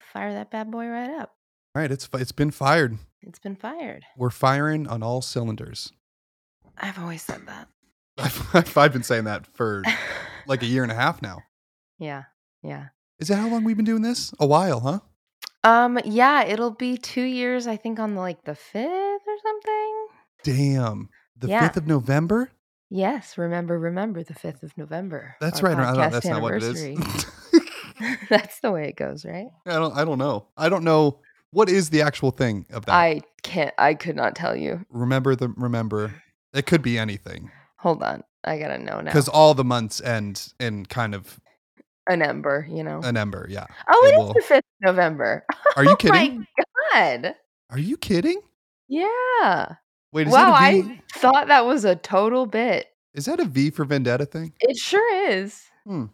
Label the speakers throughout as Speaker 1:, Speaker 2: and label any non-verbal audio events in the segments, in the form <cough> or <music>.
Speaker 1: fire that bad boy right up.
Speaker 2: All right, it's fi- it's been fired.
Speaker 1: It's been fired.
Speaker 2: We're firing on all cylinders. <laughs>
Speaker 1: I've always said that. <laughs>
Speaker 2: I've, I've been saying that for like a year and a half now.
Speaker 1: yeah. Yeah.
Speaker 2: Is that how long we've been doing this? A while, huh?
Speaker 1: Um yeah, it'll be 2 years I think on like the 5th or something.
Speaker 2: Damn. The
Speaker 1: Yeah.
Speaker 2: 5th of November?
Speaker 1: Yes, remember remember the 5th of November.
Speaker 2: That's
Speaker 1: our
Speaker 2: right around. I don't,
Speaker 1: podcast
Speaker 2: that's not what it is.
Speaker 1: anniversary. <laughs> that's the way it goes, right?
Speaker 2: <laughs> I don't I don't know. I don't know what is the actual thing of that.
Speaker 1: I can't I could not tell you.
Speaker 2: remember the remember. It could be anything
Speaker 1: Hold on. I got to know now.
Speaker 2: because all the months end in kind of
Speaker 1: An ember, you know.
Speaker 2: an ember. Yeah.
Speaker 1: <laughs> oh,
Speaker 2: it
Speaker 1: it is
Speaker 2: will-
Speaker 1: the 5th of November. <laughs>
Speaker 2: Are you
Speaker 1: Oh
Speaker 2: kidding?
Speaker 1: my god.
Speaker 2: Are you kidding?
Speaker 1: Yeah.
Speaker 2: Wait, is
Speaker 1: Wow,
Speaker 2: that a V?
Speaker 1: I thought that was a total bit.
Speaker 2: Is that a V for Vendetta thing?
Speaker 1: It sure is.
Speaker 2: Hmm.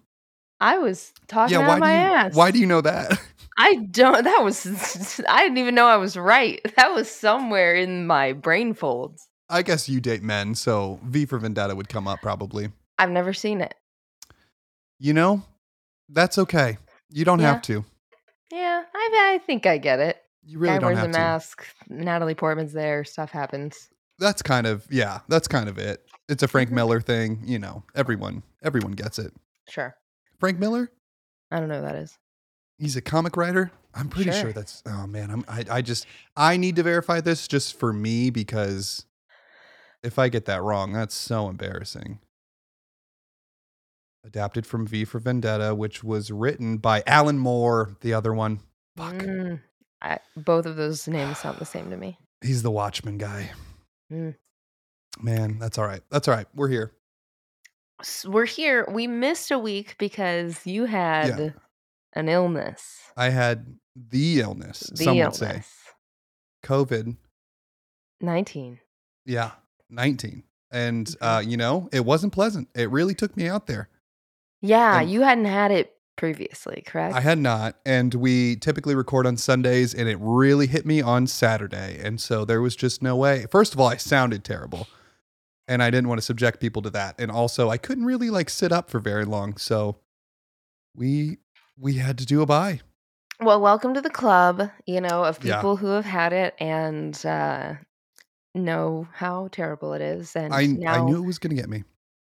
Speaker 1: I was talking
Speaker 2: yeah.
Speaker 1: out
Speaker 2: Why
Speaker 1: of my
Speaker 2: do you
Speaker 1: ass.
Speaker 2: Why do you know that? <laughs>
Speaker 1: I don't. That was. <laughs> I didn't even know I was right. <laughs> That was somewhere in my brain folds.
Speaker 2: I guess you date men, so V for Vendetta would come up probably.
Speaker 1: I've never seen it.
Speaker 2: You know, that's okay. You don't
Speaker 1: Yeah.
Speaker 2: have to.
Speaker 1: Yeah, I, I think I get it.
Speaker 2: You really
Speaker 1: Guy
Speaker 2: don't
Speaker 1: wears
Speaker 2: have
Speaker 1: a
Speaker 2: to.
Speaker 1: mask. Natalie Portman's there. Stuff happens.
Speaker 2: That's kind of yeah. That's kind of it. It's a
Speaker 1: Mm-hmm.
Speaker 2: Frank Miller thing. You know, everyone everyone gets it.
Speaker 1: Sure.
Speaker 2: Frank Miller.
Speaker 1: I don't know who that is.
Speaker 2: He's a comic writer. I'm pretty sure,
Speaker 1: Sure.
Speaker 2: that's. Oh man, I'm. I, I just I need to verify this just for me because if I get that wrong, that's so embarrassing. Adapted from V for Vendetta, which was written by Alan Moore, the other one. Fuck.
Speaker 1: Mm, I, both of those names sound the same to me.
Speaker 2: He's the Watchman guy.
Speaker 1: Mm.
Speaker 2: Man, that's all right. That's all right. We're here.
Speaker 1: S- We're here. We missed a week because you had an illness.
Speaker 2: I had the illness,
Speaker 1: The
Speaker 2: some
Speaker 1: illness.
Speaker 2: would say. COVID,
Speaker 1: Nineteen.
Speaker 2: yeah, 19.
Speaker 1: Mm-hmm.
Speaker 2: And, uh, you know, it wasn't pleasant. It really took me out there.
Speaker 1: Yeah,
Speaker 2: And-
Speaker 1: you hadn't had it previously, correct?
Speaker 2: I had not. And we typically record on Sundays, and it really hit me on Saturday. And so there was just no way. First of all, I sounded terrible. And I didn't want to subject people to that. And also, I couldn't really like sit up for very long. So we we had to do a buy.
Speaker 1: Well, welcome to the club, you know, of
Speaker 2: Yeah.
Speaker 1: people who have had it and uh, know how terrible it is, and
Speaker 2: I
Speaker 1: now
Speaker 2: I knew it was going to get me.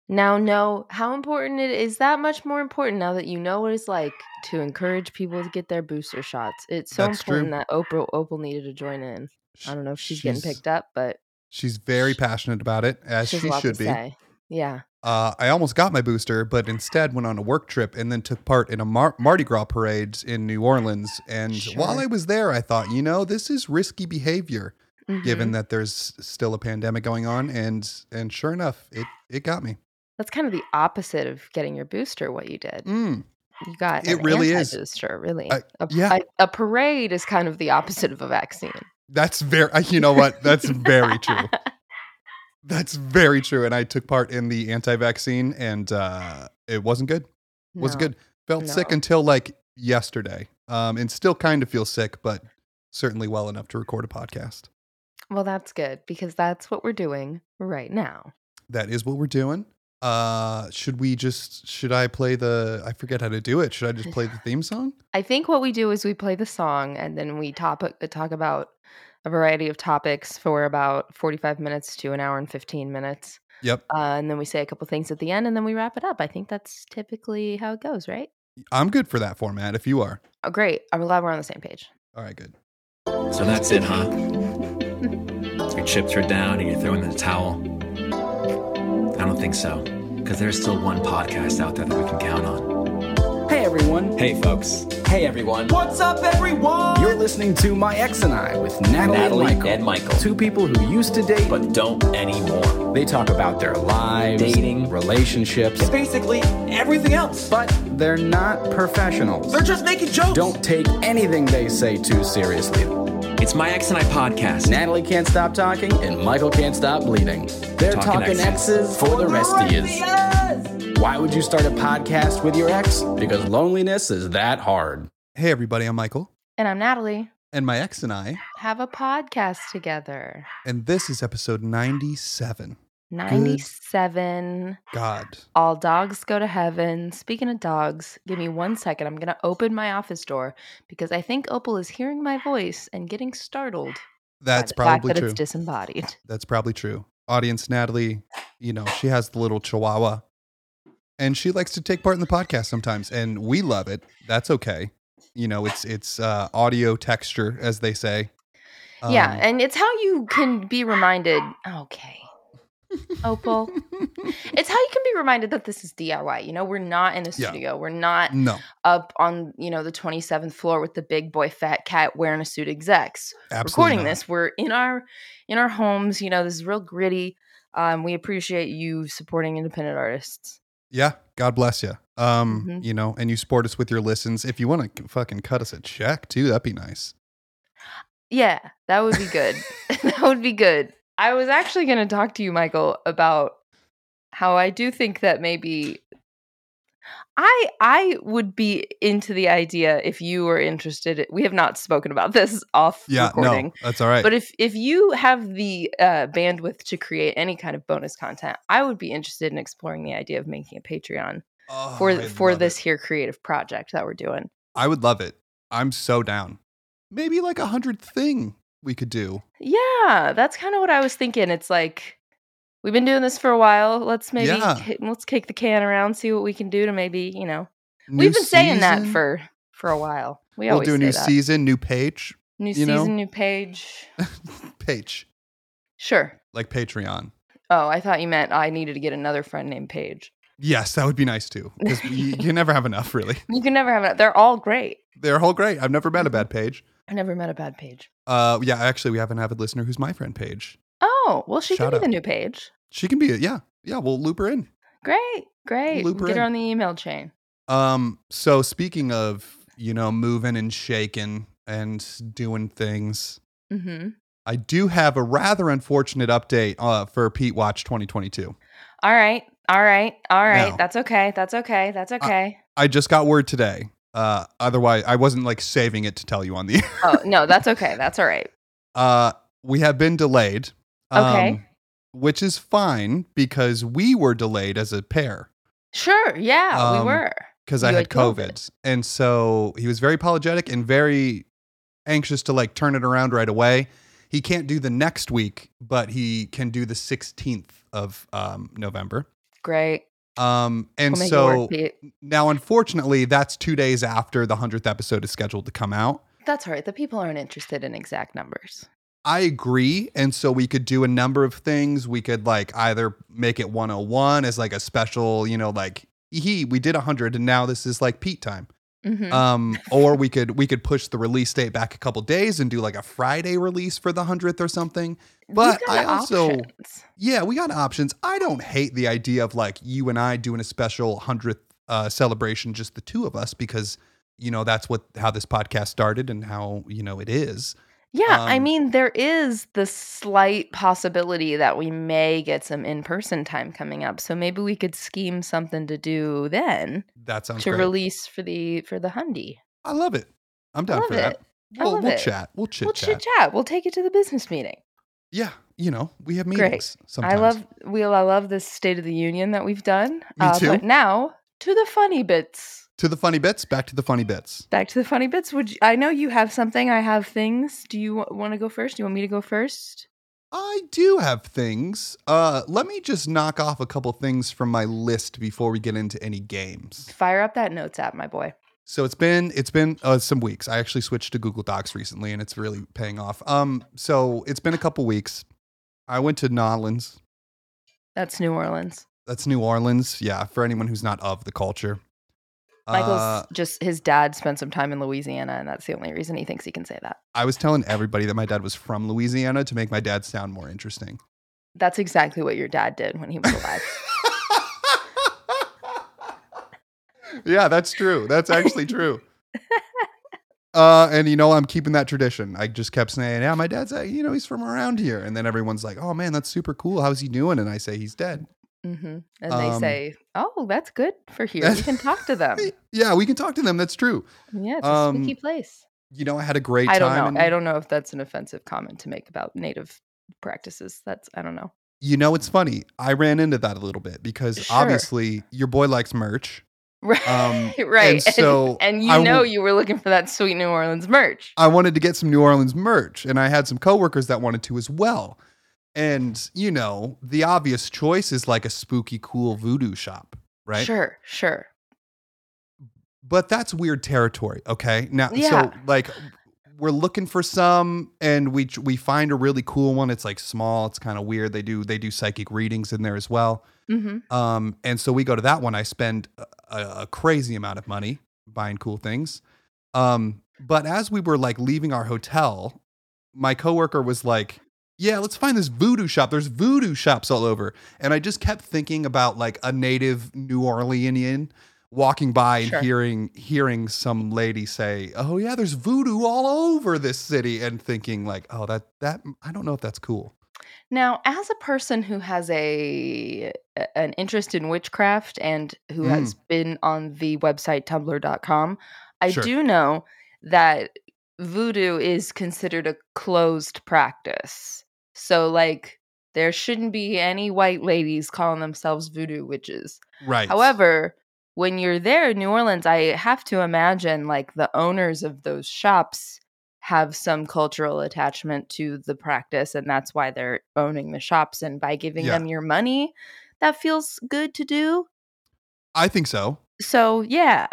Speaker 1: now know how important it is. That much more important now that you know what it's like to encourage people to get their booster shots. It's so
Speaker 2: That's true.
Speaker 1: important that Oprah Opal needed to join in. I don't know if she's, getting picked up, but
Speaker 2: She's very passionate about it, as
Speaker 1: she has
Speaker 2: she
Speaker 1: a lot
Speaker 2: should
Speaker 1: to
Speaker 2: be.
Speaker 1: say. Yeah.
Speaker 2: Uh, I almost got my booster, but instead went on a work trip and then took part in a Mar- Mardi Gras parade in New Orleans. And
Speaker 1: Sure.
Speaker 2: while I was there, I thought, you know, this is risky behavior,
Speaker 1: Mhm.
Speaker 2: given that there's still a pandemic going on. And and sure enough, it it got me.
Speaker 1: that's kind of the opposite of getting your booster. What you did.
Speaker 2: Mm,
Speaker 1: You got
Speaker 2: It
Speaker 1: an
Speaker 2: really is.
Speaker 1: anti-booster, really.
Speaker 2: I-
Speaker 1: a,
Speaker 2: yeah.
Speaker 1: a, a parade is kind of the opposite of a vaccine.
Speaker 2: that's very. <laughs> You know what? That's
Speaker 1: <laughs>
Speaker 2: very true. That's very true. And I took part in the anti-vaccine, and uh, it wasn't good. was
Speaker 1: No.
Speaker 2: good. Felt sick
Speaker 1: No.
Speaker 2: until like yesterday, um, and still kind of feel sick, but certainly well enough to record a podcast.
Speaker 1: Well, that's good because that's what we're doing right now.
Speaker 2: That is what we're doing. Uh, should we just? Should I play the? I forget how to do it. Should I just play the theme song?
Speaker 1: I think what we do is we play the song and then we top, uh, talk about a variety of topics for about 45 minutes to an hour and 15 minutes.
Speaker 2: Yep,
Speaker 1: Uh, and then we say a couple things at the end and then we wrap it up. I think that's typically how it goes, right?
Speaker 2: I'm good for that format. If you are,
Speaker 1: Oh, great. I'm glad we're on the same page.
Speaker 2: all right, good.
Speaker 3: So that's it, huh? Your chips are down and you're throwing in the towel? I don't think so, because there's still one podcast out there that we can count on.
Speaker 4: Hey everyone.
Speaker 3: Hey, folks,
Speaker 4: Hey everyone.
Speaker 5: What's up, everyone?
Speaker 4: You're listening to My Ex and I with Natalie,
Speaker 3: Natalie
Speaker 4: and Michael.
Speaker 3: and Michael.
Speaker 4: Two people who used to date, but
Speaker 3: but don't anymore.
Speaker 4: they talk about their lives,
Speaker 3: Dating.
Speaker 4: relationships,
Speaker 5: basically everything else.
Speaker 4: but they're not professionals.
Speaker 5: They're just making jokes.
Speaker 4: Don't take anything they say too seriously.
Speaker 3: It's my ex and I podcast.
Speaker 4: Natalie can't stop talking, and Michael can't stop bleeding. They're
Speaker 3: Talking
Speaker 4: talking,
Speaker 3: exes.
Speaker 4: exes for the rest of yous.
Speaker 5: Yes.
Speaker 4: Why would you start a podcast with your ex? Because loneliness is that hard.
Speaker 2: Hey everybody, I'm Michael,
Speaker 1: And I'm Natalie.
Speaker 2: and my ex and I,
Speaker 1: Have a podcast together.
Speaker 2: and this is episode 97.
Speaker 1: 97.
Speaker 2: God.
Speaker 1: All dogs go to heaven. Speaking of dogs, give me one second. I'm going to open my office door because I think Opal is hearing my voice and getting startled. by
Speaker 2: That's
Speaker 1: the
Speaker 2: probably
Speaker 1: fact that
Speaker 2: true.
Speaker 1: It's disembodied.
Speaker 2: That's probably true. Audience Natalie, you know, she has the little chihuahua and she likes to take part in the podcast sometimes and we love it. That's okay. You know, it's it's uh audio texture as they say.
Speaker 1: yeah,
Speaker 2: Um,
Speaker 1: and it's how you can be reminded. Okay,
Speaker 2: <laughs>
Speaker 1: Opal. it's how you can be reminded that this is DIY. You know, we're not in a
Speaker 2: Yeah.
Speaker 1: studio. We're not
Speaker 2: no,
Speaker 1: up on you know the 27th floor with the big boy fat cat wearing a suit execs
Speaker 2: absolutely.
Speaker 1: recording
Speaker 2: not.
Speaker 1: this we're in our in our homes you know this is real gritty um we appreciate you supporting independent artists
Speaker 2: Yeah, God bless you. Um,
Speaker 1: Mhm.
Speaker 2: you know, and you support us with your listens. If you want to fucking cut us a check too, that'd be nice.
Speaker 1: yeah that would be
Speaker 2: <laughs>
Speaker 1: good <laughs> that would be good i was actually going to talk to you michael about how i do think that maybe i i would be into the idea if you were interested we have not spoken about this off
Speaker 2: Yeah,
Speaker 1: recording
Speaker 2: no, that's all right.
Speaker 1: But if if you have the uh, bandwidth to create any kind of bonus content, I would be interested in exploring the idea of making a Patreon
Speaker 2: Oh,
Speaker 1: for
Speaker 2: I'd
Speaker 1: for
Speaker 2: love
Speaker 1: this
Speaker 2: it.
Speaker 1: here creative project that we're doing.
Speaker 2: I would love it. I'm so down. Maybe like a hundred thing we could do.
Speaker 1: Yeah, that's kind of what I was thinking. It's like we've been doing this for a while. Let's maybe
Speaker 2: Yeah.
Speaker 1: ki- let's kick the can around, see what we can do to maybe you know
Speaker 2: New
Speaker 1: we've been saying that
Speaker 2: season.
Speaker 1: for for a while. We
Speaker 2: we'll
Speaker 1: always
Speaker 2: do a new
Speaker 1: say that.
Speaker 2: season, new page, <laughs>
Speaker 1: new
Speaker 2: you
Speaker 1: season,
Speaker 2: know?
Speaker 1: new page.
Speaker 2: page
Speaker 1: Sure.
Speaker 2: like Patreon.
Speaker 1: Oh, I thought you meant I needed to get another friend named Paige.
Speaker 2: Yes, that would be nice too.
Speaker 1: <laughs>
Speaker 2: Because you can never have enough, really.
Speaker 1: You can never have it. They're all great.
Speaker 2: They're all great. I've never
Speaker 1: Mm-hmm.
Speaker 2: met a bad page.
Speaker 1: I never met a bad page.
Speaker 2: Uh, yeah, actually, we have an avid listener who's my friend, Paige.
Speaker 1: Oh, well, she can
Speaker 2: Shout
Speaker 1: be
Speaker 2: out.
Speaker 1: the new page.
Speaker 2: She can be a yeah, yeah. We'll loop her in.
Speaker 1: Great, great.
Speaker 2: Loop her
Speaker 1: Get her
Speaker 2: in.
Speaker 1: on the email chain.
Speaker 2: Um, so speaking of you know moving and shaking and doing things,
Speaker 1: Mm-hmm.
Speaker 2: I do have a rather unfortunate update uh, for Pete Watch 2022.
Speaker 1: All right, all right, all right.
Speaker 2: No.
Speaker 1: That's okay. That's okay. That's <laughs> okay.
Speaker 2: I just got word today. Uh, otherwise, I wasn't like saving it to tell you on the <laughs>
Speaker 1: oh no, that's okay. That's all right.
Speaker 2: Uh, we have been delayed. um,
Speaker 1: Okay.
Speaker 2: Which is fine because we were delayed as a pair
Speaker 1: Sure. Yeah,
Speaker 2: Um,
Speaker 1: we were.
Speaker 2: because I
Speaker 1: You
Speaker 2: had
Speaker 1: had COVID.
Speaker 2: COVID. And so he was very apologetic and very anxious to like turn it around right away. He can't do the next week, but he can do the 16th of um, November.
Speaker 1: Great.
Speaker 2: Um, and
Speaker 1: We'll make it
Speaker 2: so
Speaker 1: work, Pete.
Speaker 2: now, unfortunately, that's two days after the 100th episode is scheduled to come out.
Speaker 1: That's all right. The people aren't interested in exact numbers.
Speaker 2: I agree. And so we could do a number of things. We could like either make it 101 as like a special, you know, like he we did 100 and now this is like Pete time.
Speaker 1: Mhm.
Speaker 2: Um or we could we could push the release date back a couple days and do like a Friday release for the 100th or something.
Speaker 1: We've
Speaker 2: but
Speaker 1: got
Speaker 2: I also-
Speaker 1: options.
Speaker 2: Yeah, we got options. I don't hate the idea of like you and I doing a special 100th uh celebration just the two of us because you know that's what how this podcast started and how, you know, it is.
Speaker 1: Yeah, I
Speaker 2: um,
Speaker 1: mean, there is the slight possibility that we may get some in person time coming up. So maybe we could scheme something to do then.
Speaker 2: That sounds
Speaker 1: to
Speaker 2: Oh, great.
Speaker 1: release for the for the hundy.
Speaker 2: I love it. I'm
Speaker 1: I
Speaker 2: down
Speaker 1: love
Speaker 2: for
Speaker 1: it.
Speaker 2: that.
Speaker 1: I
Speaker 2: We'll,
Speaker 1: love
Speaker 2: we'll
Speaker 1: it.
Speaker 2: chat. We'll chit
Speaker 1: We'll
Speaker 2: chat.
Speaker 1: chit chat. We'll take it to the business meeting.
Speaker 2: Yeah, you know, we have
Speaker 1: Great.
Speaker 2: meetings sometimes.
Speaker 1: I love we I love this State of the Union that we've done. uh,
Speaker 2: Me too.
Speaker 1: But now to the funny bits.
Speaker 2: to the funny bits. Back to the funny bits.
Speaker 1: Back to the funny bits. Would you, I know you have something? I have things. Do you want to go first? Do you want me to go first?
Speaker 2: I do have things. Uh, let me just knock off a couple things from my list before we get into any games.
Speaker 1: Fire up that notes app, my boy.
Speaker 2: So it's been it's been uh, some weeks. I actually switched to Google Docs recently, and it's really paying off. Um, so it's been a couple weeks. I went to Nolans.
Speaker 1: That's New Orleans.
Speaker 2: That's New Orleans. Yeah, for anyone who's not of the culture.
Speaker 1: Michael's
Speaker 2: Uh,
Speaker 1: just his dad spent some time in Louisiana, and that's the only reason he thinks he can say that.
Speaker 2: I was telling everybody that my dad was from Louisiana to make my dad sound more interesting.
Speaker 1: That's exactly what your dad did when he
Speaker 2: <laughs>
Speaker 1: was alive.
Speaker 2: yeah, that's true. That's actually true. Uh, and you know, I'm keeping that tradition. I just kept saying, "Yeah, my dad's, uh, you know, he's from around here." And then everyone's like, "Oh man, that's super cool. How's he doing?" And I say, "He's dead."
Speaker 1: hmm And
Speaker 2: Um,
Speaker 1: they say, "Oh, that's good for here. We can talk to
Speaker 2: <laughs>
Speaker 1: them."
Speaker 2: yeah, we can talk to them. That's true.
Speaker 1: Yeah, it's a
Speaker 2: Um,
Speaker 1: spooky place.
Speaker 2: You know, I had a great
Speaker 1: I
Speaker 2: time.
Speaker 1: don't know.
Speaker 2: and-
Speaker 1: I don't know <laughs> if that's an offensive comment to make about native practices. That's I don't know.
Speaker 2: you know, it's funny. I ran into that a little bit because
Speaker 1: Sure.
Speaker 2: obviously your boy likes merch.
Speaker 1: Right.
Speaker 2: Um,
Speaker 1: <laughs> right.
Speaker 2: and so
Speaker 1: <laughs> and, you
Speaker 2: I Uh,
Speaker 1: know
Speaker 2: w-
Speaker 1: you were looking for that sweet New Orleans merch.
Speaker 2: I wanted to get some New Orleans merch, and I had some coworkers that wanted to as well. And you know, the obvious choice is like a spooky, cool voodoo shop, right?
Speaker 1: Sure, sure.
Speaker 2: But that's weird territory. Okay, now
Speaker 1: Yeah.
Speaker 2: so like we're looking for some, and we we find a really cool one. It's like small. It's kind of weird. They do they do psychic readings in there as well.
Speaker 1: hmm
Speaker 2: Um, and so we go to that one. I spend a, a a crazy amount of money buying cool things. Um, but as we were like leaving our hotel, my coworker was like, "Yeah, let's find this voodoo shop. There's voodoo shops all over." And I just kept thinking about like a native New Orleanian walking by and
Speaker 1: Sure.
Speaker 2: hearing hearing some lady say, "Oh yeah, there's voodoo all over this city," and thinking like, "Oh, that that I don't know if that's cool."
Speaker 1: Now, as a person who has a a- an interest in witchcraft and who has been on the website tumblr.com, I
Speaker 2: Sure.
Speaker 1: do know that voodoo is considered a closed practice. So like there shouldn't be any white ladies calling themselves voodoo witches.
Speaker 2: Right.
Speaker 1: However, when you're there in New Orleans, I have to imagine like the owners of those shops have some cultural attachment to the practice, and that's why they're owning the shops. And by giving
Speaker 2: Yeah.
Speaker 1: them your money, that feels good to do.
Speaker 2: I think so.
Speaker 1: So, yeah,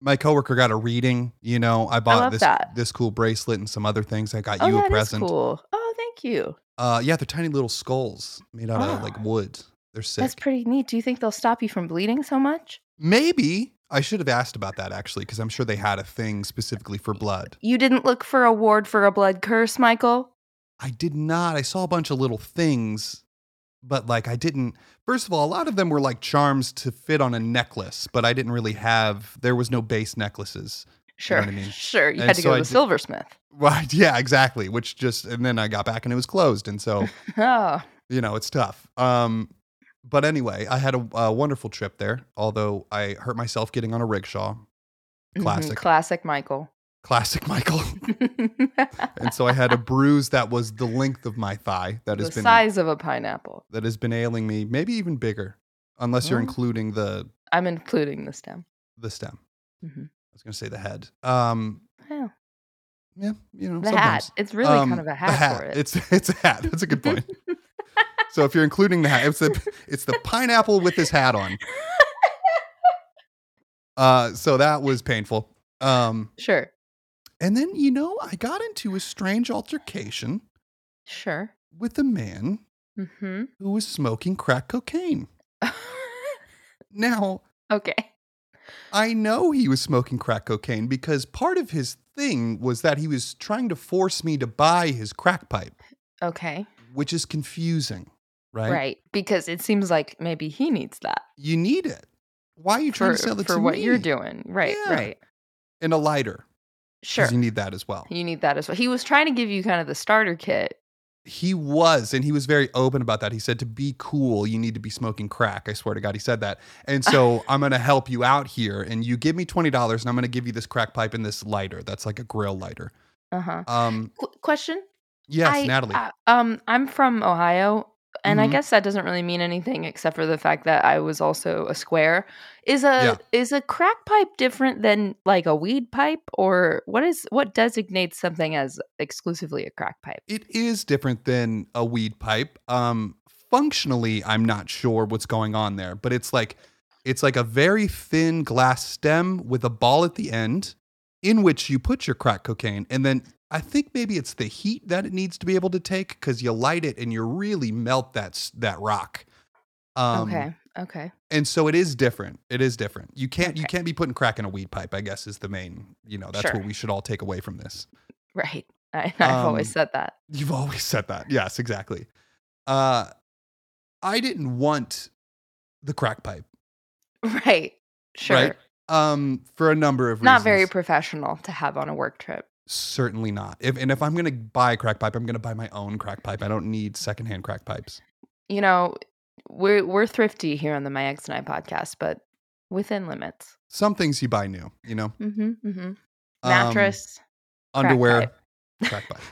Speaker 2: my coworker got a reading. You know, I bought
Speaker 1: love
Speaker 2: this
Speaker 1: that.
Speaker 2: this cool bracelet and some other things. I got
Speaker 1: oh,
Speaker 2: you
Speaker 1: that
Speaker 2: a
Speaker 1: is
Speaker 2: present.
Speaker 1: cool. Oh, thank you.
Speaker 2: Uh, yeah, they're tiny little skulls made out of
Speaker 1: Oh.
Speaker 2: like wood. They're sick.
Speaker 1: That's pretty neat. Do you think they'll stop you from bleeding so much?
Speaker 2: Maybe I should have asked about that actually, because I'm sure they had a thing specifically for blood.
Speaker 1: You didn't look for a ward for a blood curse, Michael.
Speaker 2: I did not. I saw a bunch of little things, but like I didn't. First of all, a lot of them were like charms to fit on a necklace, but I didn't really have. There was no base necklaces. <laughs> know
Speaker 1: Sure,
Speaker 2: what I mean.
Speaker 1: sure. You
Speaker 2: And
Speaker 1: had to
Speaker 2: so
Speaker 1: go
Speaker 2: I
Speaker 1: to the
Speaker 2: did-
Speaker 1: silversmith. <laughs>
Speaker 2: Right? Yeah, exactly. Which just and then I got back and it was closed, and so.
Speaker 1: Oh,
Speaker 2: you know, it's tough. Um, but anyway, I had a, a wonderful trip there, although I hurt myself getting on a rickshaw.
Speaker 1: mhm,
Speaker 2: Classic.
Speaker 1: classic, Michael. <laughs>
Speaker 2: Classic Michael. <laughs> and so I had a bruise that was the length of my thigh that has
Speaker 1: the
Speaker 2: been
Speaker 1: size of a pineapple.
Speaker 2: that has been ailing me, maybe even bigger, unless you're
Speaker 1: Oh.
Speaker 2: including the
Speaker 1: I'm including the stem.
Speaker 2: the stem.
Speaker 1: Mhm.
Speaker 2: I was going to say the head. Um,
Speaker 1: Yeah.
Speaker 2: yeah, you know,
Speaker 1: The
Speaker 2: sometimes.
Speaker 1: hat. It's really
Speaker 2: Um,
Speaker 1: kind of a
Speaker 2: the
Speaker 1: hat, for it.
Speaker 2: It's <laughs> it's a hat. That's a good point. so if you're including the hat, it's the it's
Speaker 1: <laughs>
Speaker 2: the pineapple with his hat on. Uh, so that was painful. Um,
Speaker 1: <laughs> sure.
Speaker 2: and then you know I got into a strange altercation
Speaker 1: Sure.
Speaker 2: with a man
Speaker 1: hmm
Speaker 2: who was smoking crack cocaine. Now
Speaker 1: <laughs> okay.
Speaker 2: I know he was smoking crack cocaine because part of his thing was that he was trying to force me to buy his crack pipe,
Speaker 1: Okay.
Speaker 2: which is confusing,
Speaker 1: Right. Because it seems like maybe he needs that
Speaker 2: you need it. Why are you trying
Speaker 1: for,
Speaker 2: to sell it
Speaker 1: for
Speaker 2: to
Speaker 1: what
Speaker 2: me?
Speaker 1: you're doing. Right.
Speaker 2: Yeah.
Speaker 1: Right.
Speaker 2: And a lighter,
Speaker 1: Sure.
Speaker 2: because you need that as well.
Speaker 1: You need that as well. He was trying to give you kind of the starter kit.
Speaker 2: He was, and he was very open about that. He said, "To be cool, you need to be smoking crack." I swear to God, he said that. And so I'm going to help you out here, and you give me twenty dollars, and I'm going to give you this crack pipe and this lighter. That's like a grill lighter.
Speaker 1: Uh huh.
Speaker 2: Um,
Speaker 1: Qu- question?
Speaker 2: yes,
Speaker 1: I-
Speaker 2: Natalie.
Speaker 1: I- um, I'm from Ohio, and I
Speaker 2: Mhm.
Speaker 1: guess that doesn't really mean anything except for the fact that I was also a square. Is a
Speaker 2: Yeah.
Speaker 1: is a crack pipe different than like a weed pipe, or what is what designates something as exclusively a crack pipe?
Speaker 2: It is different than a weed pipe. Um, functionally, I'm not sure what's going on there, but it's like it's like a very thin glass stem with a ball at the end, in which you put your crack cocaine, and then I think maybe it's the heat that it needs to be able to take because you light it and you really melt that s- that rock. Um,
Speaker 1: okay, okay,
Speaker 2: and so it is different. It is different. You can't you
Speaker 1: Okay.
Speaker 2: can't be putting crack in a weed pipe. I guess is the main. You know that's
Speaker 1: Sure.
Speaker 2: what we should all take away from this.
Speaker 1: right. <laughs> I, I've always
Speaker 2: Um,
Speaker 1: said that. <laughs>
Speaker 2: You've always said that. Yes, exactly. Uh, I didn't want the crack pipe,
Speaker 1: Right. Sure.
Speaker 2: right? Um, for a number of
Speaker 1: Not very
Speaker 2: reasons.
Speaker 1: professional to have on a work trip.
Speaker 2: Certainly not. If and if I'm gonna buy a crack pipe, I'm gonna buy my own crack pipe. I don't need secondhand crack pipes.
Speaker 1: You know, we're we're thrifty here on the My Ex and I podcast, but within limits.
Speaker 2: Some things you buy new, you know,
Speaker 1: hmm hmm
Speaker 2: Um,
Speaker 1: Mattress. crack
Speaker 2: underwear,
Speaker 1: pipe.
Speaker 2: crack pipe.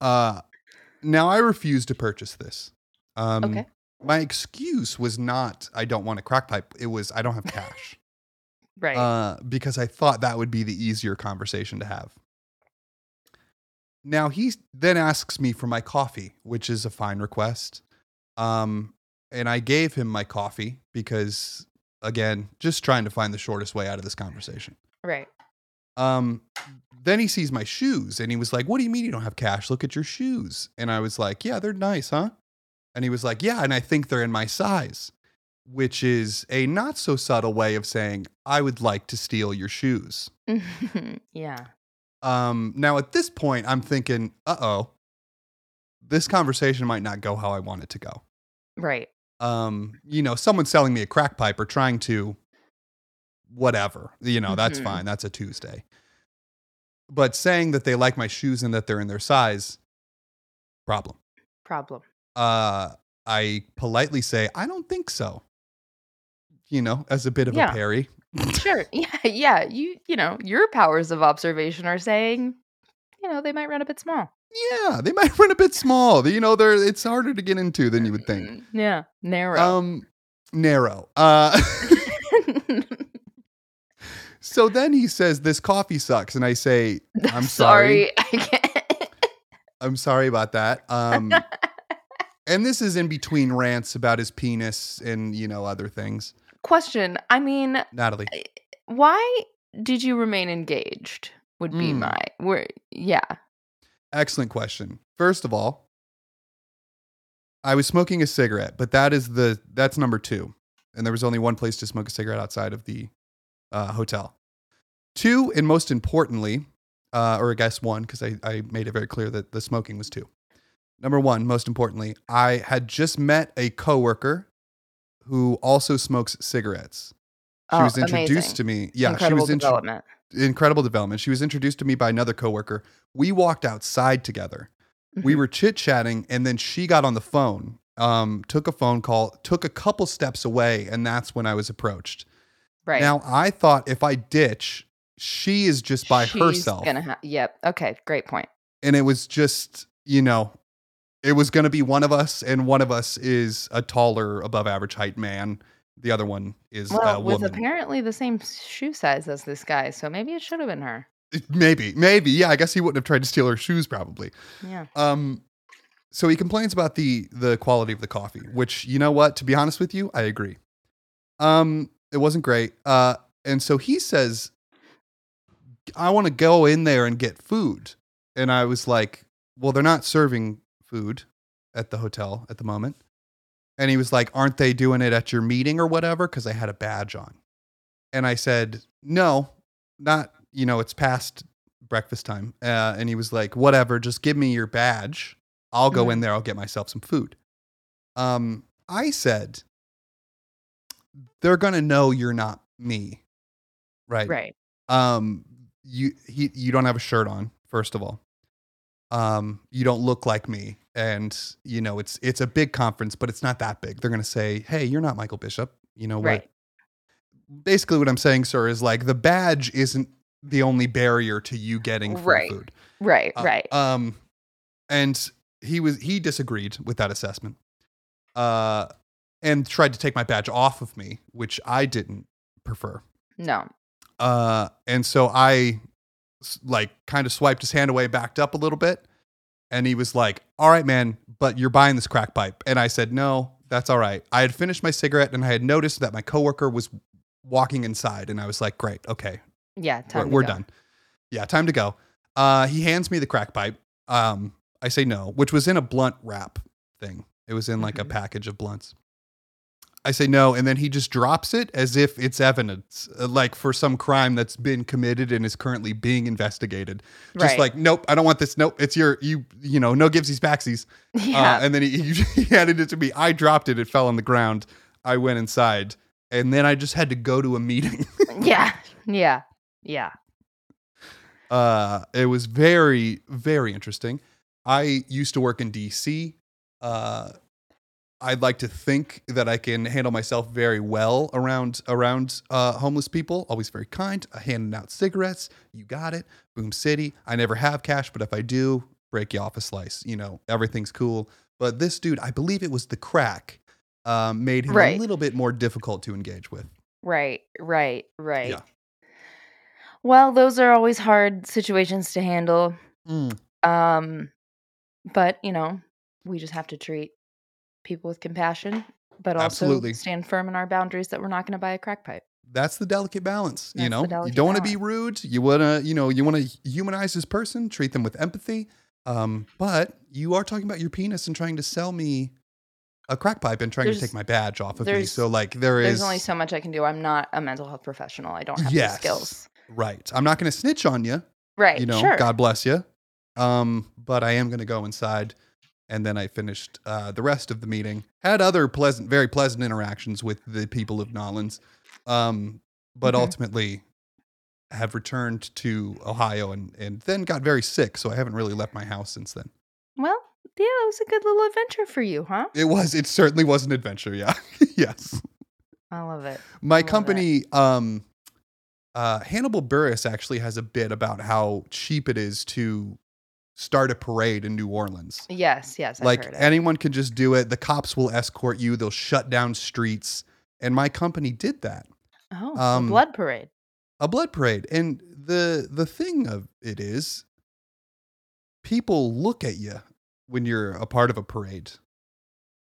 Speaker 2: Uh, Now I refuse to purchase this. Um,
Speaker 1: Okay.
Speaker 2: My excuse was not I don't want a crack pipe. It was I don't have cash <laughs>
Speaker 1: Right.
Speaker 2: uh, because I thought that would be the easier conversation to have. Now he then asks me for my coffee, which is a fine request. Um, and I gave him my coffee because, again, just trying to find the shortest way out of this conversation. <laughs>
Speaker 1: right.
Speaker 2: Um, then he sees my shoes and he was like, What do you mean you don't have cash? Look at your shoes. And I was like, Yeah, they're nice, huh? And he was like, Yeah, and I think they're in my size, which is a not so subtle way of saying, I would like to steal your shoes.
Speaker 1: yeah.
Speaker 2: Um, now at this point, I'm thinking, Uh oh, this conversation might not go how I want it to go.
Speaker 1: Right.
Speaker 2: Um, you know, someone selling me a crack pipe or trying to whatever. You know, that's
Speaker 1: Mhm.
Speaker 2: fine. That's a Tuesday. But saying that they like my shoes and that they're in their size, problem.
Speaker 1: Problem.
Speaker 2: Uh, I politely say, I don't think so. You know, as a bit of
Speaker 1: Yeah.
Speaker 2: a parry.
Speaker 1: Sure. <laughs> Yeah. Yeah. You. You know, your powers of observation are saying, you know, they might run a bit small.
Speaker 2: Yeah, they might <laughs> run a bit small. You know, they're it's harder to get into than you would think.
Speaker 1: Mm, Yeah. Narrow.
Speaker 2: Um, narrow. Uh <laughs>
Speaker 1: <laughs>
Speaker 2: so then he says this coffee sucks, and I say, I'm sorry.
Speaker 1: I can't. <laughs>
Speaker 2: I'm sorry about that. Um, and this is in between rants about his penis and you know other things.
Speaker 1: Question. I mean,
Speaker 2: Natalie,
Speaker 1: why did you remain engaged? Would be
Speaker 2: Mm.
Speaker 1: my. Where? Yeah.
Speaker 2: excellent question. First of all, I was smoking a cigarette, but that is the that's number two, and there was only one place to smoke a cigarette outside of the uh, hotel. Two, and most importantly, uh, or I guess one, because I, I made it very clear that the smoking was two. Number one, most importantly, I had just met a coworker who also smokes cigarettes. She
Speaker 1: Oh,
Speaker 2: was introduced
Speaker 1: amazing.
Speaker 2: to me. Yeah,
Speaker 1: Incredible
Speaker 2: she was intro-
Speaker 1: development.
Speaker 2: incredible development. She was introduced to me by another coworker. We walked outside together. We
Speaker 1: Mhm.
Speaker 2: were chit chatting, and then she got on the phone, um, took a phone call, took a couple steps away, and that's when I was approached.
Speaker 1: Right.
Speaker 2: Now I thought if I ditch, she is just by
Speaker 1: She's
Speaker 2: herself,
Speaker 1: Gonna ha- yep. Okay. Great point.
Speaker 2: and it was just you know, it was going to be one of us, and one of us is a taller, above average height man. The other one is
Speaker 1: Well,
Speaker 2: a
Speaker 1: it was
Speaker 2: uh, woman.
Speaker 1: apparently the same shoe size as this guy, so maybe it should have been her.
Speaker 2: maybe, maybe, yeah. I guess he wouldn't have tried to steal her shoes, probably.
Speaker 1: Yeah.
Speaker 2: Um, so he complains about the the quality of the coffee, which you know what? To be honest with you, I agree. Um, it wasn't great. Uh, and so he says, "I want to go in there and get food," and I was like, "Well, they're not serving food at the hotel at the moment." And he was like, "Aren't they doing it at your meeting or whatever?" Because I had a badge on, and I said, "No, not you know, it's past breakfast time. Uh, and he was like, whatever, just give me your badge. I'll go in there. I'll get myself some food. Um, I said, they're going to know you're not me. Right.
Speaker 1: Right.
Speaker 2: Um, you, he, you don't have a shirt on, first of all. Um, you don't look like me. And you know, it's, it's a big conference, but it's not that big. They're going to say, Hey, you're not Michael Bishop. You know, what?
Speaker 1: Right.
Speaker 2: basically what I'm saying, sir, is like the badge isn't the only barrier to you getting free
Speaker 1: Right.
Speaker 2: food.
Speaker 1: Right.
Speaker 2: Uh,
Speaker 1: right.
Speaker 2: Um, and he was he disagreed with that assessment, uh, and tried to take my badge off of me, which I didn't prefer.
Speaker 1: no.
Speaker 2: Uh, and so I s- like kind of swiped his hand away, backed up a little bit, and he was like, "All right, man, but you're buying this crack pipe." And I said, "No, that's all right." I had finished my cigarette and I had noticed that my coworker was walking inside, and I was like, "Great, okay,
Speaker 1: Yeah.
Speaker 2: we're,
Speaker 1: Time to
Speaker 2: we're
Speaker 1: go.
Speaker 2: done. Yeah, time to go." Uh, he hands me the crack pipe. Um, I say no, which was in a blunt wrap thing. It was in like a
Speaker 1: Mhm.
Speaker 2: package of blunts. I say no, and then he just drops it as if it's evidence, uh, like for some crime that's been committed and is currently being investigated. Just
Speaker 1: Right. <laughs>
Speaker 2: like, nope, I don't want this. Nope, it's your you you know, no givesies backsies.
Speaker 1: Yeah.
Speaker 2: Uh, and then he, <laughs> he handed it to me. I dropped it. It fell on the ground. I went inside, and then I just had to go to a meeting.
Speaker 1: <laughs> yeah. Yeah. Yeah.
Speaker 2: Uh, it was very, very interesting. I used to work in DC. Uh, I'd like to think that I can handle myself very well around around uh, homeless people. Always very uh, kind, handing out cigarettes. You got it. Boom City. I never have cash, but if I do, break you off a slice. You know, everything's cool. But this dude, I believe it was the crack, um, made him a
Speaker 1: Right.
Speaker 2: little bit more difficult to engage with.
Speaker 1: Right, right, right.
Speaker 2: Yeah.
Speaker 1: Well, those are always hard situations to handle.
Speaker 2: Hmm.
Speaker 1: Um, but you know, we just have to treat people with compassion, but also
Speaker 2: Absolutely.
Speaker 1: stand firm in our boundaries that we're not going to buy a crack pipe.
Speaker 2: That's the delicate balance, you
Speaker 1: That's the
Speaker 2: know. You
Speaker 1: delicate
Speaker 2: don't want to be rude. You want to, you know, you want to humanize this person, treat them with empathy. Um, but you are talking about your penis and trying to sell me a crack pipe and trying to
Speaker 1: There's-
Speaker 2: take my badge off of me.
Speaker 1: there's-
Speaker 2: So like there
Speaker 1: There's
Speaker 2: is
Speaker 1: only so much I can do. I'm not a mental health professional. I don't have
Speaker 2: Yes.
Speaker 1: the skills.
Speaker 2: right. I'm not going to snitch on you,
Speaker 1: Right.
Speaker 2: you know,
Speaker 1: sure.
Speaker 2: God bless you. Um, but I am going to go inside. And then I finished uh, the rest of the meeting. Had other pleasant, very pleasant interactions with the people of Nolans. Um, but
Speaker 1: Mhm.
Speaker 2: ultimately have returned to Ohio and, and then got very sick. So I haven't really left my house since then.
Speaker 1: Well, yeah, that was a good little adventure for you, huh?
Speaker 2: It was, it certainly was an adventure. Yeah. <laughs> yes.
Speaker 1: I love it.
Speaker 2: my
Speaker 1: Love it.
Speaker 2: company um uh hannibal burris actually has a bit about how cheap it is to start a parade in new orleans
Speaker 1: Yes, yes. I've
Speaker 2: like
Speaker 1: heard it.
Speaker 2: anyone can just do it the cops will escort you they'll shut down streets and my company did that
Speaker 1: oh, a
Speaker 2: um,
Speaker 1: blood parade.
Speaker 2: a blood parade and the the thing of it is people look at you when you're a part of a parade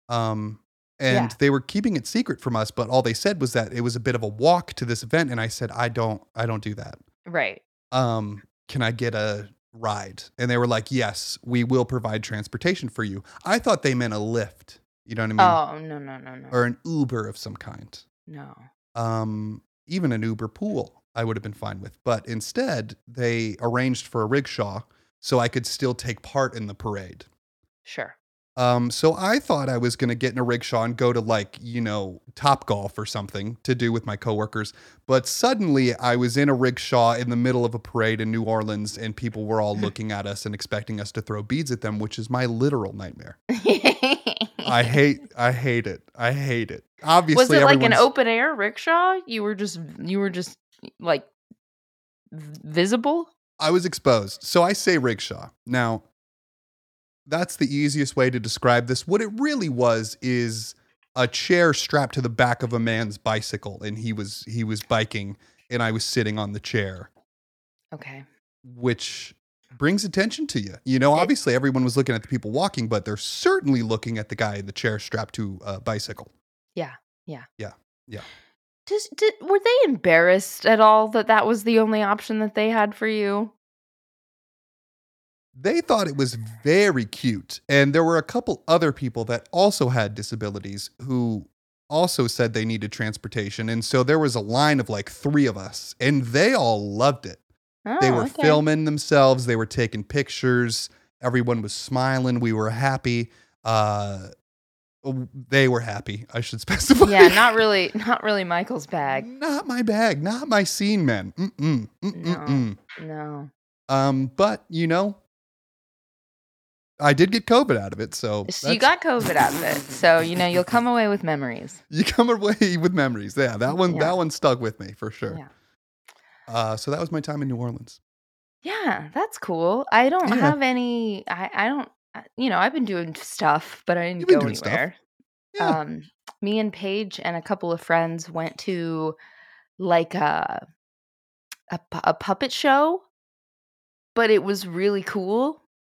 Speaker 2: um and
Speaker 1: Yeah.
Speaker 2: they were keeping it secret from us but all they said was that it was a bit of a walk to this event and i said i don't i don't do that
Speaker 1: Right.
Speaker 2: um can i get a ride and they were like yes we will provide transportation for you i thought they meant a lift you know what i mean
Speaker 1: oh no no no no
Speaker 2: or an uber of some kind
Speaker 1: no.
Speaker 2: um, even an Uber pool, I would have been fine with. But instead, they arranged for a rickshaw so I could still take part in the parade.
Speaker 1: Sure. <laughs>
Speaker 2: Um, so I thought I was going to get in a rickshaw and go to like, you know, Top Golf or something to do with my coworkers. But suddenly I was in a rickshaw in the middle of a parade in New Orleans and people were all looking at us and expecting us to throw beads at them, which is my literal nightmare.
Speaker 1: <laughs>
Speaker 2: I hate I hate it. I hate it. Obviously
Speaker 1: was it like an
Speaker 2: everyone's-
Speaker 1: open air rickshaw? You were just you were just like v- visible.
Speaker 2: I was exposed. So I say rickshaw. Now, that's the easiest way to describe this. What it really was is a chair strapped to the back of a man's bicycle and he was he was biking and I was sitting on the chair,
Speaker 1: Okay.
Speaker 2: which brings attention to you. You know, obviously everyone was looking at the people walking, but they're certainly looking at the guy in the chair strapped to a bicycle.
Speaker 1: Just did, were they embarrassed at all that that was the only option that they had for you?
Speaker 2: They thought it was very cute. And there were a couple other people that also had disabilities who also said they needed transportation. And so there was a line of like three of us, and they all loved it. they
Speaker 1: Oh,
Speaker 2: were
Speaker 1: okay.
Speaker 2: filming themselves, they were taking pictures. Everyone was smiling. We were happy. Uh, they were happy, I should <laughs> specify.
Speaker 1: Yeah, not really, not really Michael's bag.
Speaker 2: Not my bag. Not my scene, man. Mm-mm, mm-mm,
Speaker 1: No.
Speaker 2: mm.
Speaker 1: No.
Speaker 2: Um, but you know, I did get COVID out of it, so
Speaker 1: So you got
Speaker 2: that's-
Speaker 1: COVID out of it, so you know you'll come away with memories.
Speaker 2: <laughs> you come away with memories. Yeah, that one
Speaker 1: Yeah.
Speaker 2: that one stuck with me for sure.
Speaker 1: Yeah.
Speaker 2: Uh, so that was my time in New Orleans.
Speaker 1: Yeah, that's cool. I don't
Speaker 2: Yeah.
Speaker 1: have any. I I don't. I- You know, I've been doing stuff, but I didn't
Speaker 2: You've been
Speaker 1: go
Speaker 2: doing stuff.
Speaker 1: anywhere.
Speaker 2: Yeah,
Speaker 1: um me and paige and a couple of friends went to like a a, pu- a puppet show but it was really cool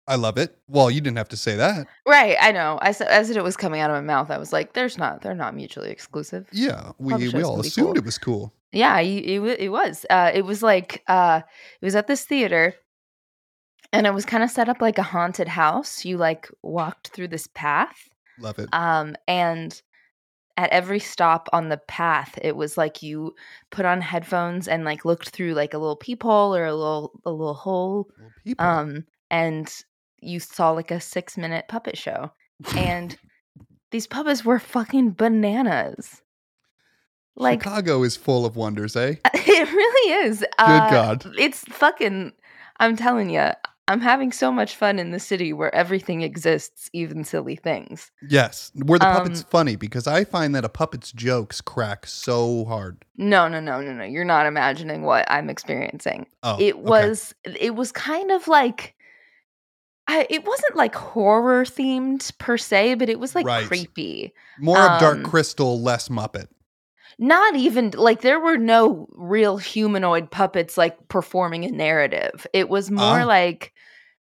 Speaker 2: I love it. Well, you didn't have to say that.
Speaker 1: right i know i said as it was coming out of my mouth i was like there's not they're not mutually exclusive
Speaker 2: Yeah, we
Speaker 1: Publishers
Speaker 2: we
Speaker 1: can
Speaker 2: all
Speaker 1: be
Speaker 2: assumed
Speaker 1: cool.
Speaker 2: it was cool.
Speaker 1: yeah y- it, wa- it was uh it was like uh it was at this theater and it was kind of set up like a haunted house you like walked through this path
Speaker 2: Love it.
Speaker 1: Um, and at every stop on the path, it was like you put on headphones and like looked through like a little peephole or a little a little hole.
Speaker 2: Little people.
Speaker 1: Um, and you saw like a six minute puppet show, and these puppets were fucking bananas. Like
Speaker 2: Chicago is full of wonders, eh?
Speaker 1: <laughs> it really is. Good
Speaker 2: God.
Speaker 1: It's fucking. I'm telling you, I'm having so much fun in the city where everything exists, even silly things.
Speaker 2: Yes. Were the puppets
Speaker 1: um,
Speaker 2: funny? Because I find that a puppet's jokes crack so hard.
Speaker 1: No, no, no, no, no. You're not imagining what I'm experiencing.
Speaker 2: Oh,
Speaker 1: it
Speaker 2: okay.
Speaker 1: was it was kind of like I, it wasn't like horror themed per se, but it was like
Speaker 2: Right.
Speaker 1: creepy.
Speaker 2: More of Dark
Speaker 1: Um,
Speaker 2: Crystal, less Muppet.
Speaker 1: Not even like there were no real humanoid puppets like performing a narrative. It was more
Speaker 2: Ah.
Speaker 1: like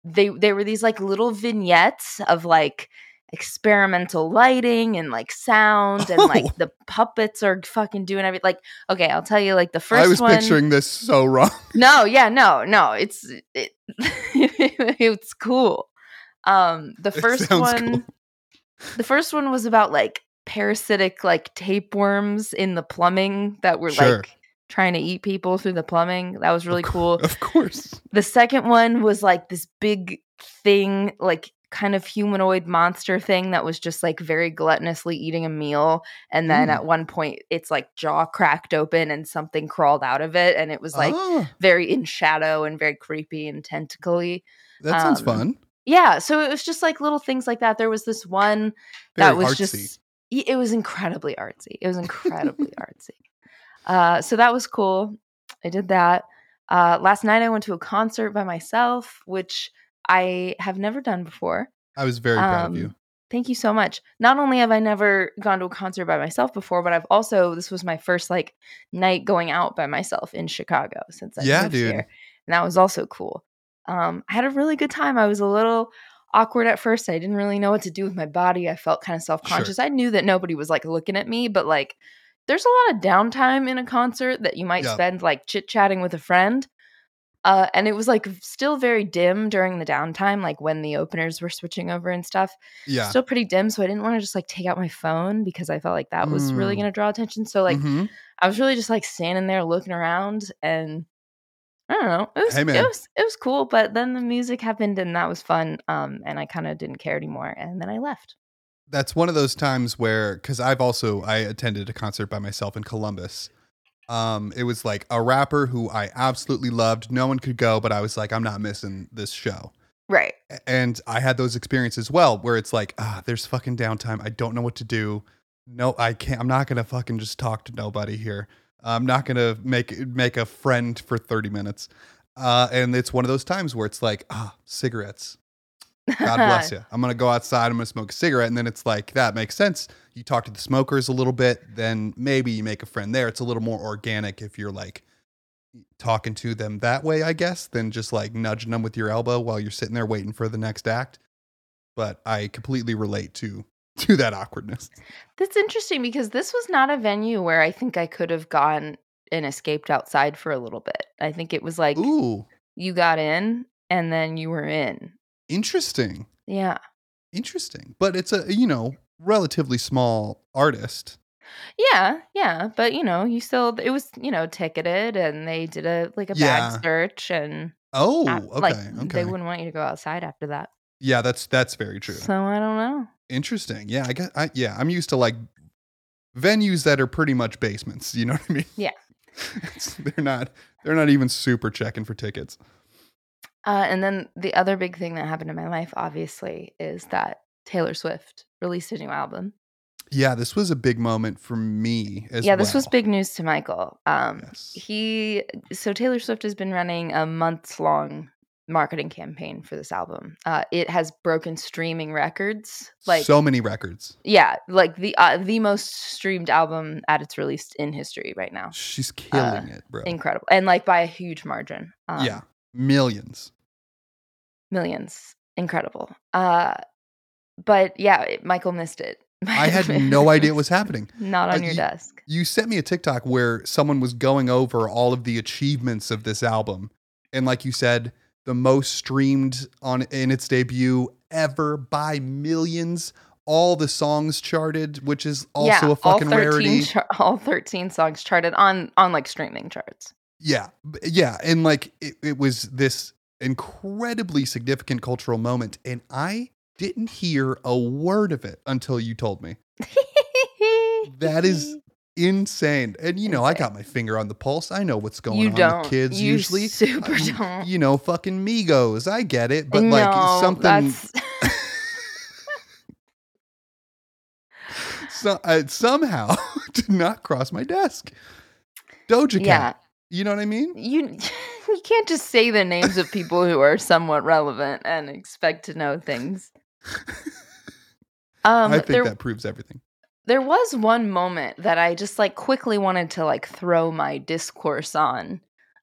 Speaker 1: they they were these like little vignettes of like experimental lighting and like sound and
Speaker 2: <laughs> Oh.
Speaker 1: like the puppets are fucking doing everything. Like okay, I'll tell you like the first
Speaker 2: I was
Speaker 1: one.
Speaker 2: picturing this so <laughs> wrong.
Speaker 1: No, yeah, no, no. It's it, <laughs> it's cool. Um the
Speaker 2: It
Speaker 1: first
Speaker 2: sounds
Speaker 1: one
Speaker 2: cool.
Speaker 1: the first one was about like parasitic like tapeworms in the plumbing that were
Speaker 2: Sure.
Speaker 1: like trying to eat people through the plumbing. That was really cool.
Speaker 2: Of course.
Speaker 1: The second one was like this big thing, like kind of humanoid monster thing that was just like very gluttonously eating a meal. And then
Speaker 2: Ooh.
Speaker 1: at one point, it's like jaw cracked open and something crawled out of it. And it was like
Speaker 2: Ah,
Speaker 1: very in shadow and very creepy and tentacly.
Speaker 2: that sounds
Speaker 1: um,
Speaker 2: fun.
Speaker 1: Yeah. So it was just like little things like that. There was this one that
Speaker 2: Very
Speaker 1: was
Speaker 2: artsy.
Speaker 1: just y- it was incredibly artsy
Speaker 2: <laughs>
Speaker 1: it was incredibly artsy uh, so that was cool i did that uh, last night i went to a concert by myself which i have never done before
Speaker 2: I was very proud of you.
Speaker 1: Um, thank you so much not only have i never gone to a concert by myself before but i've also this was my first like night going out by myself in chicago since i
Speaker 2: Yeah,
Speaker 1: moved
Speaker 2: dude.
Speaker 1: here and that was also cool um, i had a really good time i was a little awkward at first i didn't really know what to do with my body i felt kind of self-conscious i knew that nobody was like looking at me but like there's a lot of downtime in a concert that you might
Speaker 2: Yeah.
Speaker 1: spend like chit-chatting with a friend uh, and it was like still very dim during the downtime like when the openers were switching over and stuff
Speaker 2: Yeah.
Speaker 1: still pretty dim so i didn't want to just like take out my phone because i felt like that was really
Speaker 2: Mm.
Speaker 1: going to draw attention so like
Speaker 2: Mhm.
Speaker 1: i was really just like standing there looking around and i don't know it was,
Speaker 2: Hey,
Speaker 1: it
Speaker 2: man.
Speaker 1: was it was cool but then the music happened and that was fun um and i kind of didn't care anymore and then i left
Speaker 2: that's one of those times where because i've also i attended a concert by myself in columbus um it was like a rapper who i absolutely loved no one could go but i was like i'm not missing this show
Speaker 1: right
Speaker 2: A- and i had those experiences as well where it's like ah there's fucking downtime i don't know what to do no i can't i'm not gonna fucking just talk to nobody here i'm not gonna make make a friend for 30 minutes uh and it's one of those times where it's like ah cigarettes
Speaker 1: <laughs>
Speaker 2: God bless you. I'm gonna go outside. I'm gonna smoke a cigarette, and then it's like that makes sense. You talk to the smokers a little bit, then maybe you make a friend there. It's a little more organic if you're like talking to them that way, I guess, than just like nudging them with your elbow while you're sitting there waiting for the next act. But I completely relate to <laughs> to that awkwardness.
Speaker 1: that's interesting because this was not a venue where i think i could have gone and escaped outside for a little bit i think it was like
Speaker 2: Ooh,
Speaker 1: you got in and then you were in
Speaker 2: interesting,
Speaker 1: yeah
Speaker 2: interesting. But it's a you know relatively small artist.
Speaker 1: Yeah, yeah, but you know, you still it was you know ticketed, and they did a like a
Speaker 2: Yeah.
Speaker 1: bag search, and
Speaker 2: Oh,
Speaker 1: not-
Speaker 2: okay,
Speaker 1: Uh, like
Speaker 2: okay.
Speaker 1: they wouldn't want you to go outside after that.
Speaker 2: yeah, that's that's very true.
Speaker 1: So I don't know.
Speaker 2: Interesting. Yeah, I guess. I, yeah, I'm used to like venues that are pretty much basements. You know what I mean?
Speaker 1: Yeah.
Speaker 2: <laughs> It's- they're not. They're not even super checking for tickets.
Speaker 1: Uh, and then the other big thing that happened in my life, obviously, is that Taylor Swift released a new album.
Speaker 2: Yeah, this was a big moment for me as
Speaker 1: yeah, this was
Speaker 2: well.
Speaker 1: big news to Michael. Um,
Speaker 2: Yes.
Speaker 1: He so Taylor Swift has been running a months long marketing campaign for this album. Uh, it has broken streaming records. Like
Speaker 2: so many records.
Speaker 1: yeah like the uh, the most streamed album at its release in history right now
Speaker 2: She's killing it, bro.
Speaker 1: Uh, incredible and like by a huge margin um,
Speaker 2: yeah,
Speaker 1: <laughs>
Speaker 2: millions.
Speaker 1: millions incredible uh but yeah it, michael missed it <laughs>
Speaker 2: I had no idea what was happening.
Speaker 1: not
Speaker 2: Uh,
Speaker 1: on your
Speaker 2: you-
Speaker 1: desk
Speaker 2: You sent me a TikTok where someone was going over all of the achievements of this album, and like you said, the most streamed on in its debut ever by millions. All the songs charted, which is also
Speaker 1: yeah,
Speaker 2: a fucking
Speaker 1: all 13
Speaker 2: rarity.
Speaker 1: char- <laughs> all 13 songs charted on on like streaming charts
Speaker 2: yeah, b- yeah, and like it, it was this incredibly significant cultural moment, and I didn't hear a word of it until you told me. That
Speaker 1: <laughs>
Speaker 2: is insane. And you know, I got my finger on the pulse. I know what's going
Speaker 1: you
Speaker 2: on
Speaker 1: don't
Speaker 2: with kids
Speaker 1: you
Speaker 2: usually.
Speaker 1: super
Speaker 2: I-
Speaker 1: don't
Speaker 2: You know, fucking Migos. I get it, but
Speaker 1: No,
Speaker 2: like something,
Speaker 1: that's
Speaker 2: so, uh, somehow <laughs> did not cross my desk. Doja Cat.
Speaker 1: yeah
Speaker 2: You know what I mean?
Speaker 1: you <laughs> can't just say the names of people who are somewhat relevant and expect to know things. Um,
Speaker 2: <laughs> I think
Speaker 1: there,
Speaker 2: that proves everything.
Speaker 1: there was one moment that I just like quickly wanted to like throw my discourse on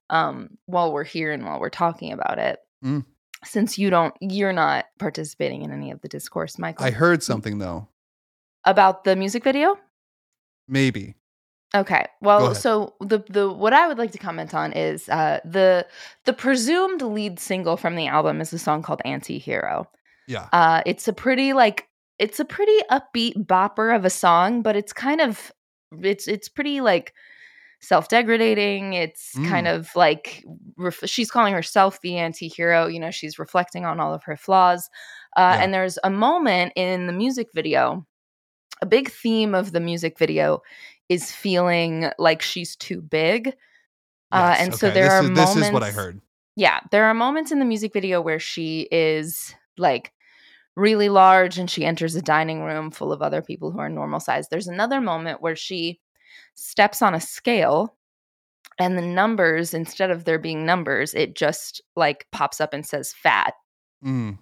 Speaker 1: um, while we're here and while we're talking about it.
Speaker 2: Mm.
Speaker 1: Since you don't, you're not participating in any of the discourse, Michael,
Speaker 2: I heard something though.
Speaker 1: about the music video.
Speaker 2: Maybe.
Speaker 1: Okay.
Speaker 2: Go
Speaker 1: Well,
Speaker 2: ahead.
Speaker 1: so the the what I would like to comment on is uh, the the presumed lead single from the album is a song called "Antihero."
Speaker 2: Yeah.
Speaker 1: Uh, it's a pretty like it's a pretty upbeat bopper of a song, but it's kind of it's it's pretty like self-degradating. It's kind
Speaker 2: Mm.
Speaker 1: of like ref- she's calling herself the anti-hero, you know, she's reflecting on all of her flaws. Uh,
Speaker 2: Yeah.
Speaker 1: and there's a moment in the music video. A big theme of the music video is feeling like she's too big. Uh,
Speaker 2: Yes,
Speaker 1: and so
Speaker 2: okay.
Speaker 1: there
Speaker 2: this
Speaker 1: are
Speaker 2: is,
Speaker 1: moments
Speaker 2: This is what I heard.
Speaker 1: yeah, there are moments in the music video where she is like really large and she enters a dining room full of other people who are normal size. There's another moment where she steps on a scale and the numbers, instead of there being numbers, it just like pops up and says fat.
Speaker 2: Mm,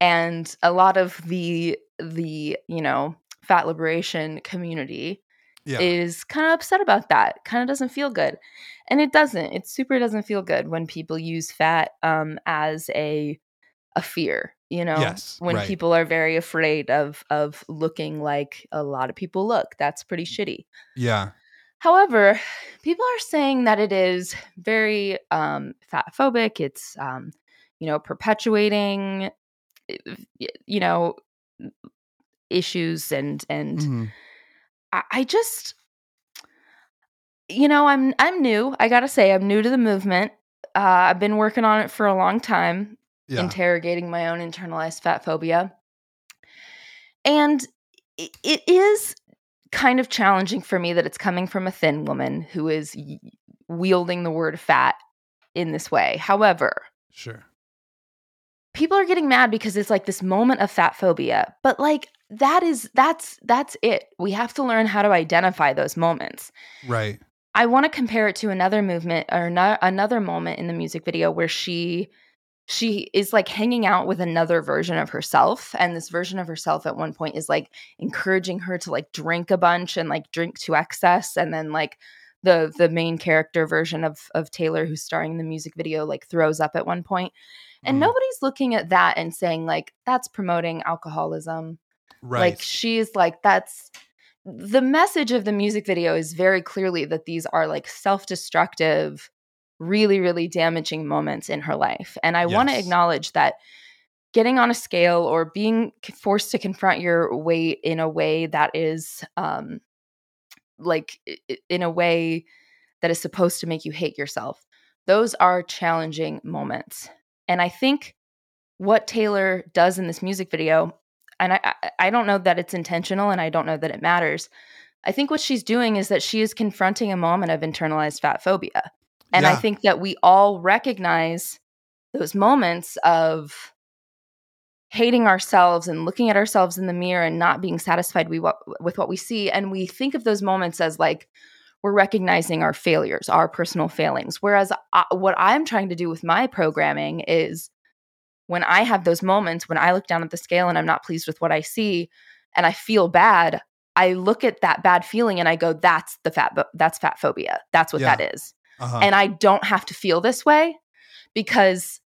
Speaker 1: And a lot of the, the, you know, fat liberation community
Speaker 2: yeah.
Speaker 1: is kind of upset about that. Kind of doesn't feel good. And it doesn't. It super doesn't feel good when people use fat um as a a fear, you know?
Speaker 2: Yes,
Speaker 1: when
Speaker 2: right.
Speaker 1: people are very afraid of of looking like a lot of people look. That's pretty
Speaker 2: Mm.
Speaker 1: shitty.
Speaker 2: yeah.
Speaker 1: However, people are saying that it is very um, fat phobic. It's, um, you know, perpetuating, eh, you know, issues and and
Speaker 2: Mhm.
Speaker 1: I, I just you know i'm i'm new i gotta say i'm new to the movement uh, i've been working on it for a long time
Speaker 2: Yeah.
Speaker 1: interrogating my own internalized fat phobia and i- it is kind of challenging for me that it's coming from a thin woman who is y- wielding the word fat in this way however
Speaker 2: sure.
Speaker 1: people are getting mad because it's like this moment of fat phobia but like that is that's that's it we have to learn how to identify those moments
Speaker 2: Right.
Speaker 1: I want to compare it to another movement or no- another moment in the music video where she she is like hanging out with another version of herself and this version of herself at one point is like encouraging her to like drink a bunch and like drink to excess and then like the the main character version of of Taylor who's starring in the music video like throws up at one point and
Speaker 2: Mm,
Speaker 1: nobody's looking at that and saying like that's promoting alcoholism
Speaker 2: Right.
Speaker 1: like she is like that's the message of the music video is very clearly that these are like self-destructive, really really damaging moments in her life. And I want to
Speaker 2: Yes.
Speaker 1: acknowledge that getting on a scale or being c- forced to confront your weight in a way that is um like i- i- in a way that is supposed to make you hate yourself. Those are challenging moments. And I think what Taylor does in this music video, and I, I- I don't know that it's intentional and I don't know that it matters. I think what she's doing is that she is confronting a moment of internalized fat phobia. And I
Speaker 2: Yeah.
Speaker 1: think that we all recognize those moments of hating ourselves and looking at ourselves in the mirror and not being satisfied we, what, with what we see. And we think of those moments as like, we're recognizing our failures, our personal failings. Whereas I, what I'm trying to do with my programming is when I have those moments, when I look down at the scale and I'm not pleased with what I see and I feel bad, I look at that bad feeling and I go, that's the fat, that's fat phobia. That's what
Speaker 2: Yeah.
Speaker 1: that is
Speaker 2: uh-huh.
Speaker 1: and I don't have to feel this way because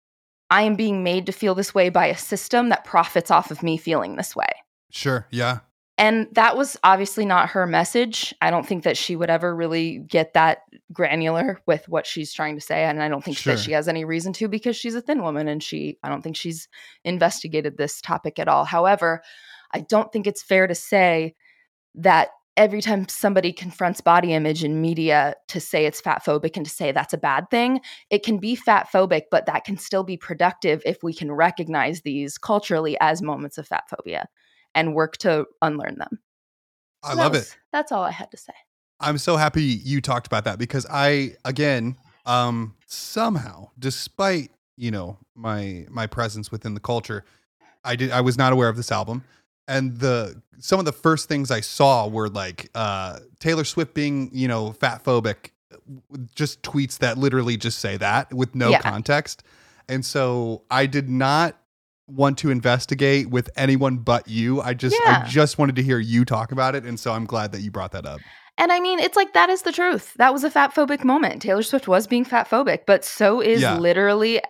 Speaker 1: I am being made to feel this way by a system that profits off of me feeling this way.
Speaker 2: sure. Yeah.
Speaker 1: And that was obviously not her message. I don't think that she would ever really get that granular with what she's trying to say. And I don't think
Speaker 2: Sure.
Speaker 1: that she has any reason to because she's a thin woman and she, I don't think she's investigated this topic at all. However, I don't think it's fair to say that every time somebody confronts body image in media to say it's fat phobic and to say that's a bad thing, it can be fat phobic, but that can still be productive if we can recognize these culturally as moments of fat phobia and work to unlearn them.
Speaker 2: I
Speaker 1: So
Speaker 2: love
Speaker 1: that
Speaker 2: it.
Speaker 1: was- That's all I had to say.
Speaker 2: I'm so happy you talked about that because I again um somehow despite you know my my presence within the culture I did I was not aware of this album and the some of the first things I saw were like uh Taylor Swift being you know fat phobic just tweets that literally just say that with no
Speaker 1: Yeah.
Speaker 2: context. And so I did not want to investigate with anyone but you. I just
Speaker 1: Yeah.
Speaker 2: I just wanted to hear you talk about it and so I'm glad that you brought that up.
Speaker 1: And I mean, it's like that is the truth. That was a fat phobic moment. Taylor Swift was being fat phobic, but so is
Speaker 2: Yeah.
Speaker 1: literally e-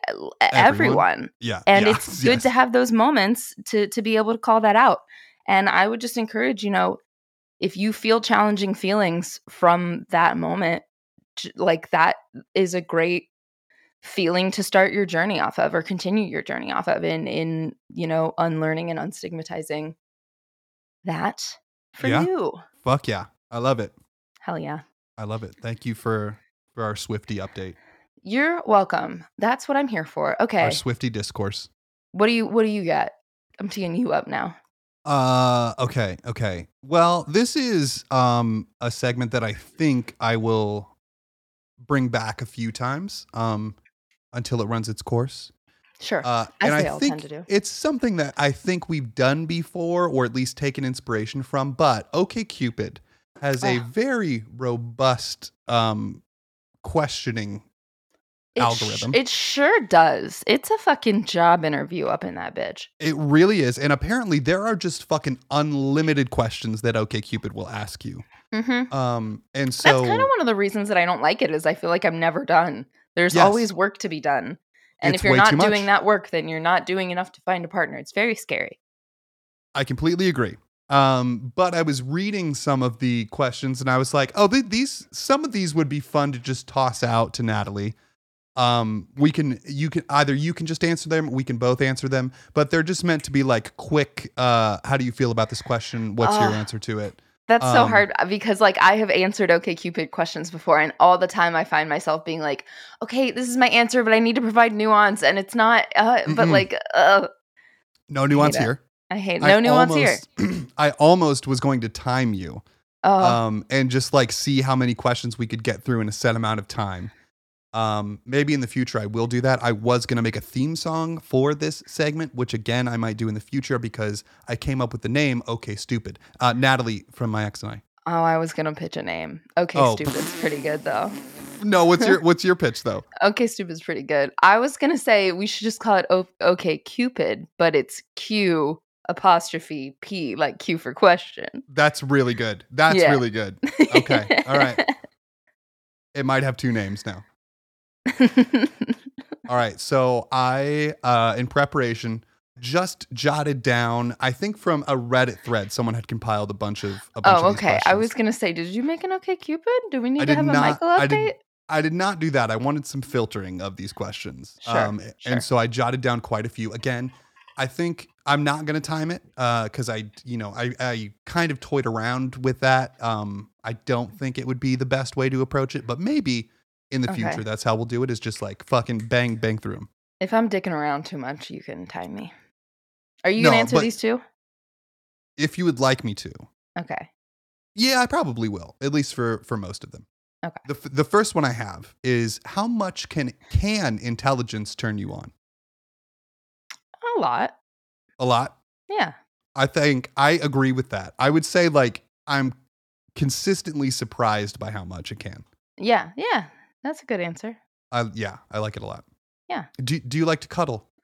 Speaker 1: everyone.
Speaker 2: Yeah.
Speaker 1: And
Speaker 2: yeah, <laughs>
Speaker 1: it's good
Speaker 2: yes.
Speaker 1: to have those moments to to be able to call that out. And I would just encourage, you know, if you feel challenging feelings from that moment, j- like that is a great feeling to start your journey off of or continue your journey off of in in, you know, unlearning and unstigmatizing that for
Speaker 2: Yeah.
Speaker 1: you.
Speaker 2: Fuck yeah. I love it.
Speaker 1: Hell yeah.
Speaker 2: I love it. Thank you for for our Swifty update.
Speaker 1: You're welcome. That's what I'm here for. Okay.
Speaker 2: Our Swifty discourse.
Speaker 1: What do you what do you get? I'm teeing you up now.
Speaker 2: Uh okay, okay. Well, this is um a segment that I think I will bring back a few times um until it runs its course.
Speaker 1: Sure.
Speaker 2: Uh
Speaker 1: As
Speaker 2: and
Speaker 1: they
Speaker 2: I
Speaker 1: all
Speaker 2: think
Speaker 1: tend to do.
Speaker 2: it's something that I think we've done before or at least taken inspiration from, but OK Cupid has a
Speaker 1: Oh.
Speaker 2: very robust um questioning
Speaker 1: It sh-
Speaker 2: algorithm.
Speaker 1: it sure does. It's a fucking job interview up in that bitch.
Speaker 2: It really is. And apparently there are just fucking unlimited questions that OK Cupid will ask you.
Speaker 1: Mm-hmm.
Speaker 2: Um and so
Speaker 1: That's kind of one of the reasons that I don't like it is I feel like I'm never done. There's
Speaker 2: Yes.
Speaker 1: always work to be done. And
Speaker 2: It's
Speaker 1: if you're
Speaker 2: way
Speaker 1: not
Speaker 2: too much.
Speaker 1: doing that work, then you're not doing enough to find a partner. It's very scary.
Speaker 2: I completely agree. Um, but I was reading some of the questions and I was like, oh, th- these some of these would be fun to just toss out to Natalie. Um, we can you can either you can just answer them, we can both answer them, but they're just meant to be like quick. Uh, how do you feel about this question? What's your
Speaker 1: Ugh.
Speaker 2: answer to it?
Speaker 1: That's so
Speaker 2: Um,
Speaker 1: hard uh, because like I have answered OK Cupid questions before and all the time I find myself being like, "Okay, this is my answer, but I need to provide nuance and it's not uh, but
Speaker 2: Mm-mm.
Speaker 1: like uh,
Speaker 2: No nuance
Speaker 1: it.
Speaker 2: here.
Speaker 1: I hate
Speaker 2: I
Speaker 1: no nuance here.
Speaker 2: almost- <clears throat> I almost was going to time you.
Speaker 1: Oh,
Speaker 2: um, and just like see how many questions we could get through in a set amount of time. Um, maybe in the future I will do that. I was gonna make a theme song for this segment, which again I might do in the future because I came up with the name Okay Stupid. Uh, Natalie from my ex and I.
Speaker 1: oh, I was gonna pitch a name. Okay,
Speaker 2: Oh.
Speaker 1: stupid's pretty good though.
Speaker 2: No,
Speaker 1: <laughs>
Speaker 2: what's your what's your pitch though?
Speaker 1: Okay, stupid's pretty good. I was gonna say we should just call it o- Okay Cupid, but it's Q apostrophe P, like Q for question.
Speaker 2: That's really good. That's
Speaker 1: Yeah.
Speaker 2: really good. Okay,
Speaker 1: <laughs>
Speaker 2: all right. It might have two names now. All right. So I, uh, in preparation, just jotted down. I think from a Reddit thread, someone had compiled a bunch of. A bunch
Speaker 1: oh,
Speaker 2: of these
Speaker 1: okay. I
Speaker 2: questions.
Speaker 1: was gonna say, did you make an Okay Cupid? Do we need to
Speaker 2: I did
Speaker 1: have a
Speaker 2: not-
Speaker 1: Michael
Speaker 2: I
Speaker 1: update?
Speaker 2: did- I did not do that. I wanted some filtering of these questions. Um,
Speaker 1: Sure, sure.
Speaker 2: And so I jotted down quite a few. Again, I think I'm not going to time it because I, you know, I, I kind of toyed around with that. Um, I don't think it would be the best way to approach it, but maybe in the
Speaker 1: Okay.
Speaker 2: future, that's how we'll do it is just like fucking bang, bang through them.
Speaker 1: If I'm dicking around too much, you can time me. Are you
Speaker 2: No,
Speaker 1: gonna answer
Speaker 2: but-
Speaker 1: these two?
Speaker 2: If you would like me to.
Speaker 1: Okay.
Speaker 2: Yeah, I probably will, at least for for most of them.
Speaker 1: Okay.
Speaker 2: The, f- the first one I have is how much can can intelligence turn you on?
Speaker 1: A lot.
Speaker 2: A lot.
Speaker 1: Yeah.
Speaker 2: I think I agree with that. I would say like I'm consistently surprised by how much it can.
Speaker 1: Yeah. Yeah. That's a good answer.
Speaker 2: I, yeah, I like it a lot.
Speaker 1: Yeah.
Speaker 2: Do Do you like to cuddle?
Speaker 1: <sighs>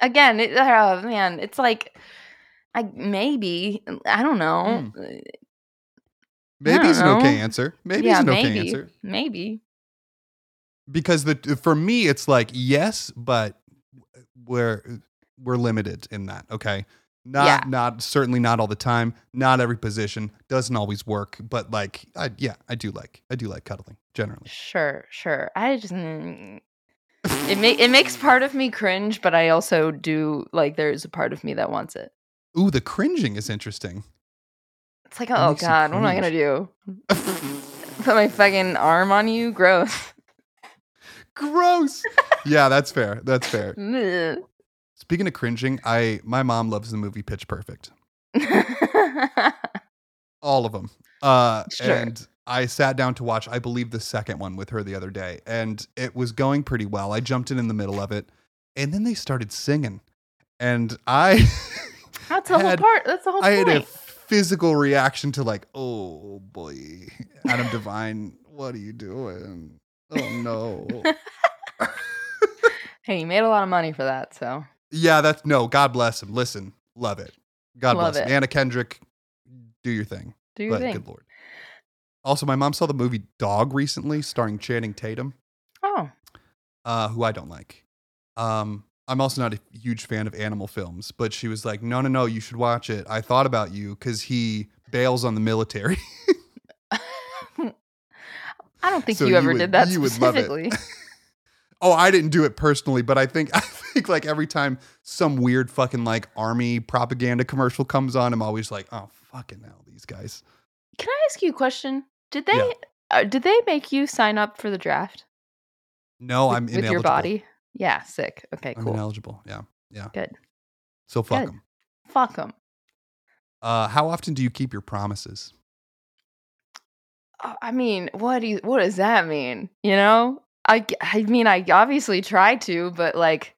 Speaker 1: Again, it, oh man, it's like I maybe I don't know.
Speaker 2: Hmm.
Speaker 1: Uh, I
Speaker 2: Maybe
Speaker 1: don't
Speaker 2: it's an okay
Speaker 1: know.
Speaker 2: answer. Maybe
Speaker 1: yeah,
Speaker 2: it's an
Speaker 1: maybe,
Speaker 2: okay answer
Speaker 1: maybe.
Speaker 2: because the for me it's like yes, but we're we're limited in that. Okay. Not
Speaker 1: Yeah.
Speaker 2: not certainly not all the time. Not every position doesn't always work, but like I, yeah, I do like I do like cuddling generally.
Speaker 1: Sure, sure. I just mm, it ma- it
Speaker 2: <laughs>
Speaker 1: makes part of me cringe, but I also do like there is a part of me that wants it.
Speaker 2: Ooh, the cringing is interesting.
Speaker 1: It's like, oh
Speaker 2: makes you
Speaker 1: god, what am I gonna do?
Speaker 2: <laughs>
Speaker 1: Put my fucking arm on you? Gross. <laughs>
Speaker 2: Gross. yeah, that's fair. That's fair.
Speaker 1: Ugh.
Speaker 2: Speaking of cringing, I my mom loves the movie Pitch Perfect. All of them. Uh
Speaker 1: Sure.
Speaker 2: and I sat down to watch I believe the second one with her the other day and it was going pretty well. I jumped in in the middle of it and then they started singing. And I <laughs>
Speaker 1: That's the whole
Speaker 2: Had-
Speaker 1: part. That's the whole
Speaker 2: I had a
Speaker 1: point.
Speaker 2: physical reaction to like, oh boy, Adam Devine, what are you doing? Oh
Speaker 1: <laughs>
Speaker 2: no.
Speaker 1: Hey, you made a lot of money for that, so
Speaker 2: yeah, that's no. God bless him. Listen, love it. God
Speaker 1: Love
Speaker 2: bless him.
Speaker 1: it.
Speaker 2: Anna Kendrick, do your thing.
Speaker 1: do your
Speaker 2: but
Speaker 1: thing.
Speaker 2: good lord. Also, my mom saw the movie Dog recently, starring Channing Tatum.
Speaker 1: Oh,
Speaker 2: uh, who I don't like. Um, I'm also not a huge fan of animal films, but she was like, no, no, no, you should watch it. I thought about you because he bails on the military. <laughs>
Speaker 1: <laughs> I don't think
Speaker 2: So
Speaker 1: you,
Speaker 2: you
Speaker 1: ever
Speaker 2: would-
Speaker 1: did that
Speaker 2: you would love it. <laughs>
Speaker 1: specifically.
Speaker 2: oh, I didn't do it personally, but I think <laughs> I think like every time some weird fucking like army propaganda commercial comes on, I'm always like, oh fucking hell, these guys.
Speaker 1: Can I ask you a question? Did they
Speaker 2: Yeah.
Speaker 1: uh, did they make you sign up for the draft
Speaker 2: No,
Speaker 1: with,
Speaker 2: Oh, I'm
Speaker 1: with
Speaker 2: ineligible.
Speaker 1: your body? Yeah, sick. Okay,
Speaker 2: I'm
Speaker 1: cool.
Speaker 2: ineligible. Yeah, yeah.
Speaker 1: Good.
Speaker 2: So fuck
Speaker 1: Good.
Speaker 2: them.
Speaker 1: Fuck them.
Speaker 2: Uh, how often do you keep your promises?
Speaker 1: Oh, I mean, what do you, what does that mean? You know, I g- I mean, I obviously try to, but like,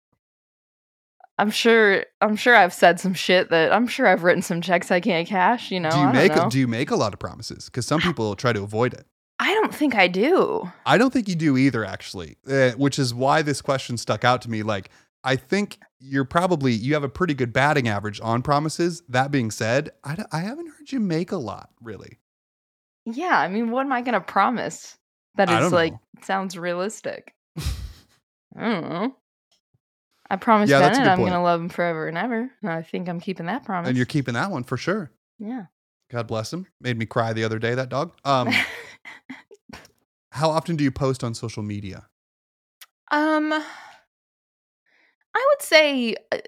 Speaker 1: I'm sure I'm sure I've said some shit that I'm sure I've written some checks I can't cash. You know,
Speaker 2: do you
Speaker 1: I
Speaker 2: make
Speaker 1: don't know.
Speaker 2: do you make a lot of promises?
Speaker 1: <sighs>
Speaker 2: Because some people try to avoid it.
Speaker 1: I don't think I do.
Speaker 2: I don't think you do either, actually, uh, which is why this question stuck out to me. Like, I think you're probably you have a pretty good batting average on promises. That being said, I, d- I haven't heard you make a lot, really.
Speaker 1: Yeah, I mean, what am I gonna promise that
Speaker 2: I
Speaker 1: is
Speaker 2: don't
Speaker 1: like
Speaker 2: know.
Speaker 1: sounds
Speaker 2: <laughs>
Speaker 1: realistic? I don't know. I promised
Speaker 2: Yeah, that's a
Speaker 1: Bennett
Speaker 2: good
Speaker 1: I'm
Speaker 2: point.
Speaker 1: gonna love him forever and ever, and I think I'm keeping that promise.
Speaker 2: And you're keeping that one for sure. <laughs>
Speaker 1: yeah.
Speaker 2: God bless him. Made me cry the other day. That dog.
Speaker 1: <laughs>
Speaker 2: Um, how often do you post on social media?
Speaker 1: Um, I would say, uh,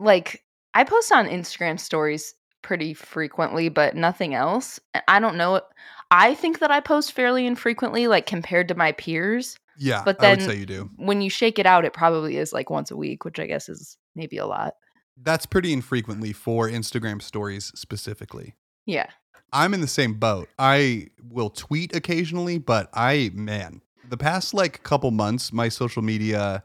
Speaker 1: like, I post on Instagram stories pretty frequently, but nothing else. And I don't know. I think that I post fairly infrequently, like compared to my peers.
Speaker 2: Yeah,
Speaker 1: But
Speaker 2: I
Speaker 1: then-
Speaker 2: would say you do.
Speaker 1: When you shake it out, it probably is like once a week, which I guess is maybe a lot.
Speaker 2: That's pretty infrequently for Instagram stories specifically.
Speaker 1: Yeah.
Speaker 2: I'm in the same boat. I will tweet occasionally, but I man, the past like couple months my social media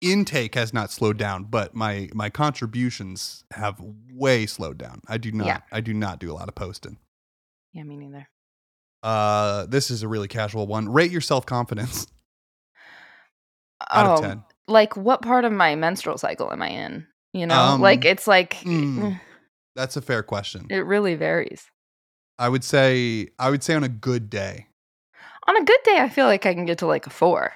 Speaker 2: intake has not slowed down, but my my contributions have way slowed down. I do not
Speaker 1: Yeah.
Speaker 2: I do not do a lot of posting.
Speaker 1: Yeah, me neither.
Speaker 2: Uh this is a really casual one. Rate your self-confidence <laughs> out of 10.
Speaker 1: Oh, like what part of my menstrual cycle am I in? You know,
Speaker 2: Um,
Speaker 1: like it's like
Speaker 2: mm. That's a fair question.
Speaker 1: it really varies.
Speaker 2: I would say I would say on a good day.
Speaker 1: On a good day, I feel like I can get to like a four.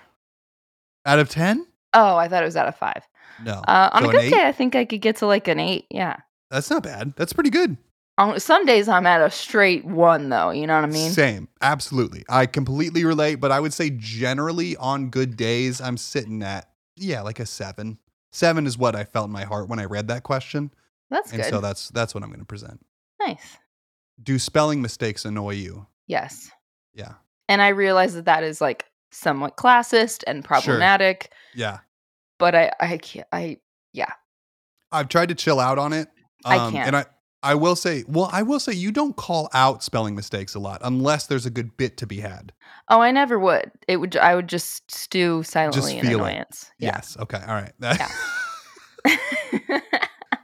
Speaker 2: Out of 10?
Speaker 1: Oh, I thought it was out of five.
Speaker 2: No.
Speaker 1: Uh, on
Speaker 2: Oh,
Speaker 1: a
Speaker 2: So an
Speaker 1: good
Speaker 2: eight?
Speaker 1: day, I think I could get to like an eight. Yeah.
Speaker 2: That's not bad. That's pretty good.
Speaker 1: On some days, I'm at a straight one, though. You know what I mean?
Speaker 2: Same. Absolutely. I completely relate, but I would say generally on good days, I'm sitting at, yeah, like a seven. Seven is what I felt in my heart when I read that question.
Speaker 1: That's
Speaker 2: and
Speaker 1: good.
Speaker 2: so that's that's what I'm gonna present.
Speaker 1: nice.
Speaker 2: Do spelling mistakes annoy you?
Speaker 1: Yes.
Speaker 2: Yeah.
Speaker 1: And I realize that that is like somewhat classist and problematic,
Speaker 2: Yeah.
Speaker 1: but I, I can't, I,
Speaker 2: I've tried to chill out on it. um,
Speaker 1: I can't.
Speaker 2: And I I will say, well, I will say you don't call out spelling mistakes a lot unless there's a good bit to be had.
Speaker 1: oh, I never would. It would, I would just stew silently in
Speaker 2: feel it.
Speaker 1: annoyance.
Speaker 2: Yes. Okay. All right. <laughs> That-
Speaker 1: Yeah.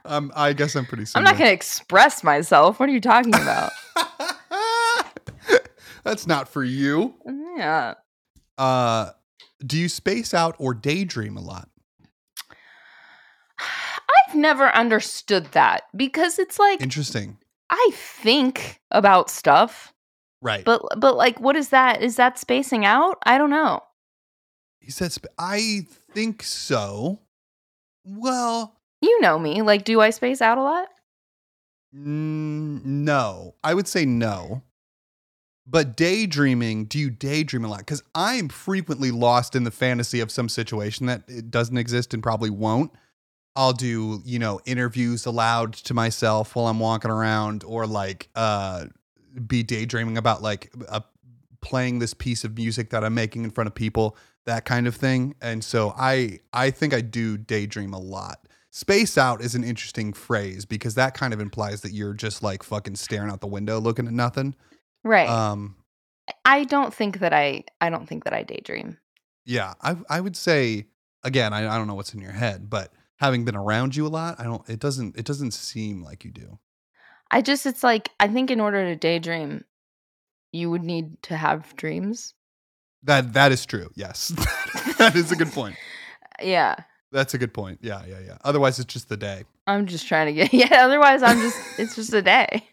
Speaker 2: um, I guess I'm
Speaker 1: <laughs>
Speaker 2: pretty
Speaker 1: I'm
Speaker 2: similar.
Speaker 1: not going to express myself. What are you
Speaker 2: <laughs>
Speaker 1: talking about?
Speaker 2: That's not for you.
Speaker 1: yeah.
Speaker 2: Uh, do you space out or daydream a lot?
Speaker 1: I've never understood that because it's like,
Speaker 2: Interesting.
Speaker 1: I think about stuff.
Speaker 2: Right.
Speaker 1: But but like what is that? Is that spacing out? I don't know.
Speaker 2: he said, sp- I think so. Well,
Speaker 1: You know me. Like do I space out a lot?
Speaker 2: mm, no. I would say no. But daydreaming, do you daydream a lot? Because I'm frequently lost in the fantasy of some situation that it doesn't exist and probably won't. I'll do, you know, interviews aloud to myself while I'm walking around or like uh be daydreaming about like a, playing this piece of music that I'm making in front of people, that kind of thing. And so I I think I do daydream a lot. Space out is an interesting phrase because that kind of implies that you're just like fucking staring out the window looking at nothing.
Speaker 1: Right.
Speaker 2: Um
Speaker 1: I don't think that I I don't think that I daydream.
Speaker 2: yeah, I I would say again, I, I don't know what's in your head, but having been around you a lot, I don't it doesn't it doesn't seem like you do.
Speaker 1: I just, it's like, I think in order to daydream, you would need to have dreams.
Speaker 2: That that is true. Yes, <laughs> that is a good point.
Speaker 1: Yeah.
Speaker 2: That's a good point. Yeah, yeah, yeah. Otherwise, it's just the day.
Speaker 1: I'm just trying to get, <laughs> yeah. Otherwise, I'm just, it's just a day.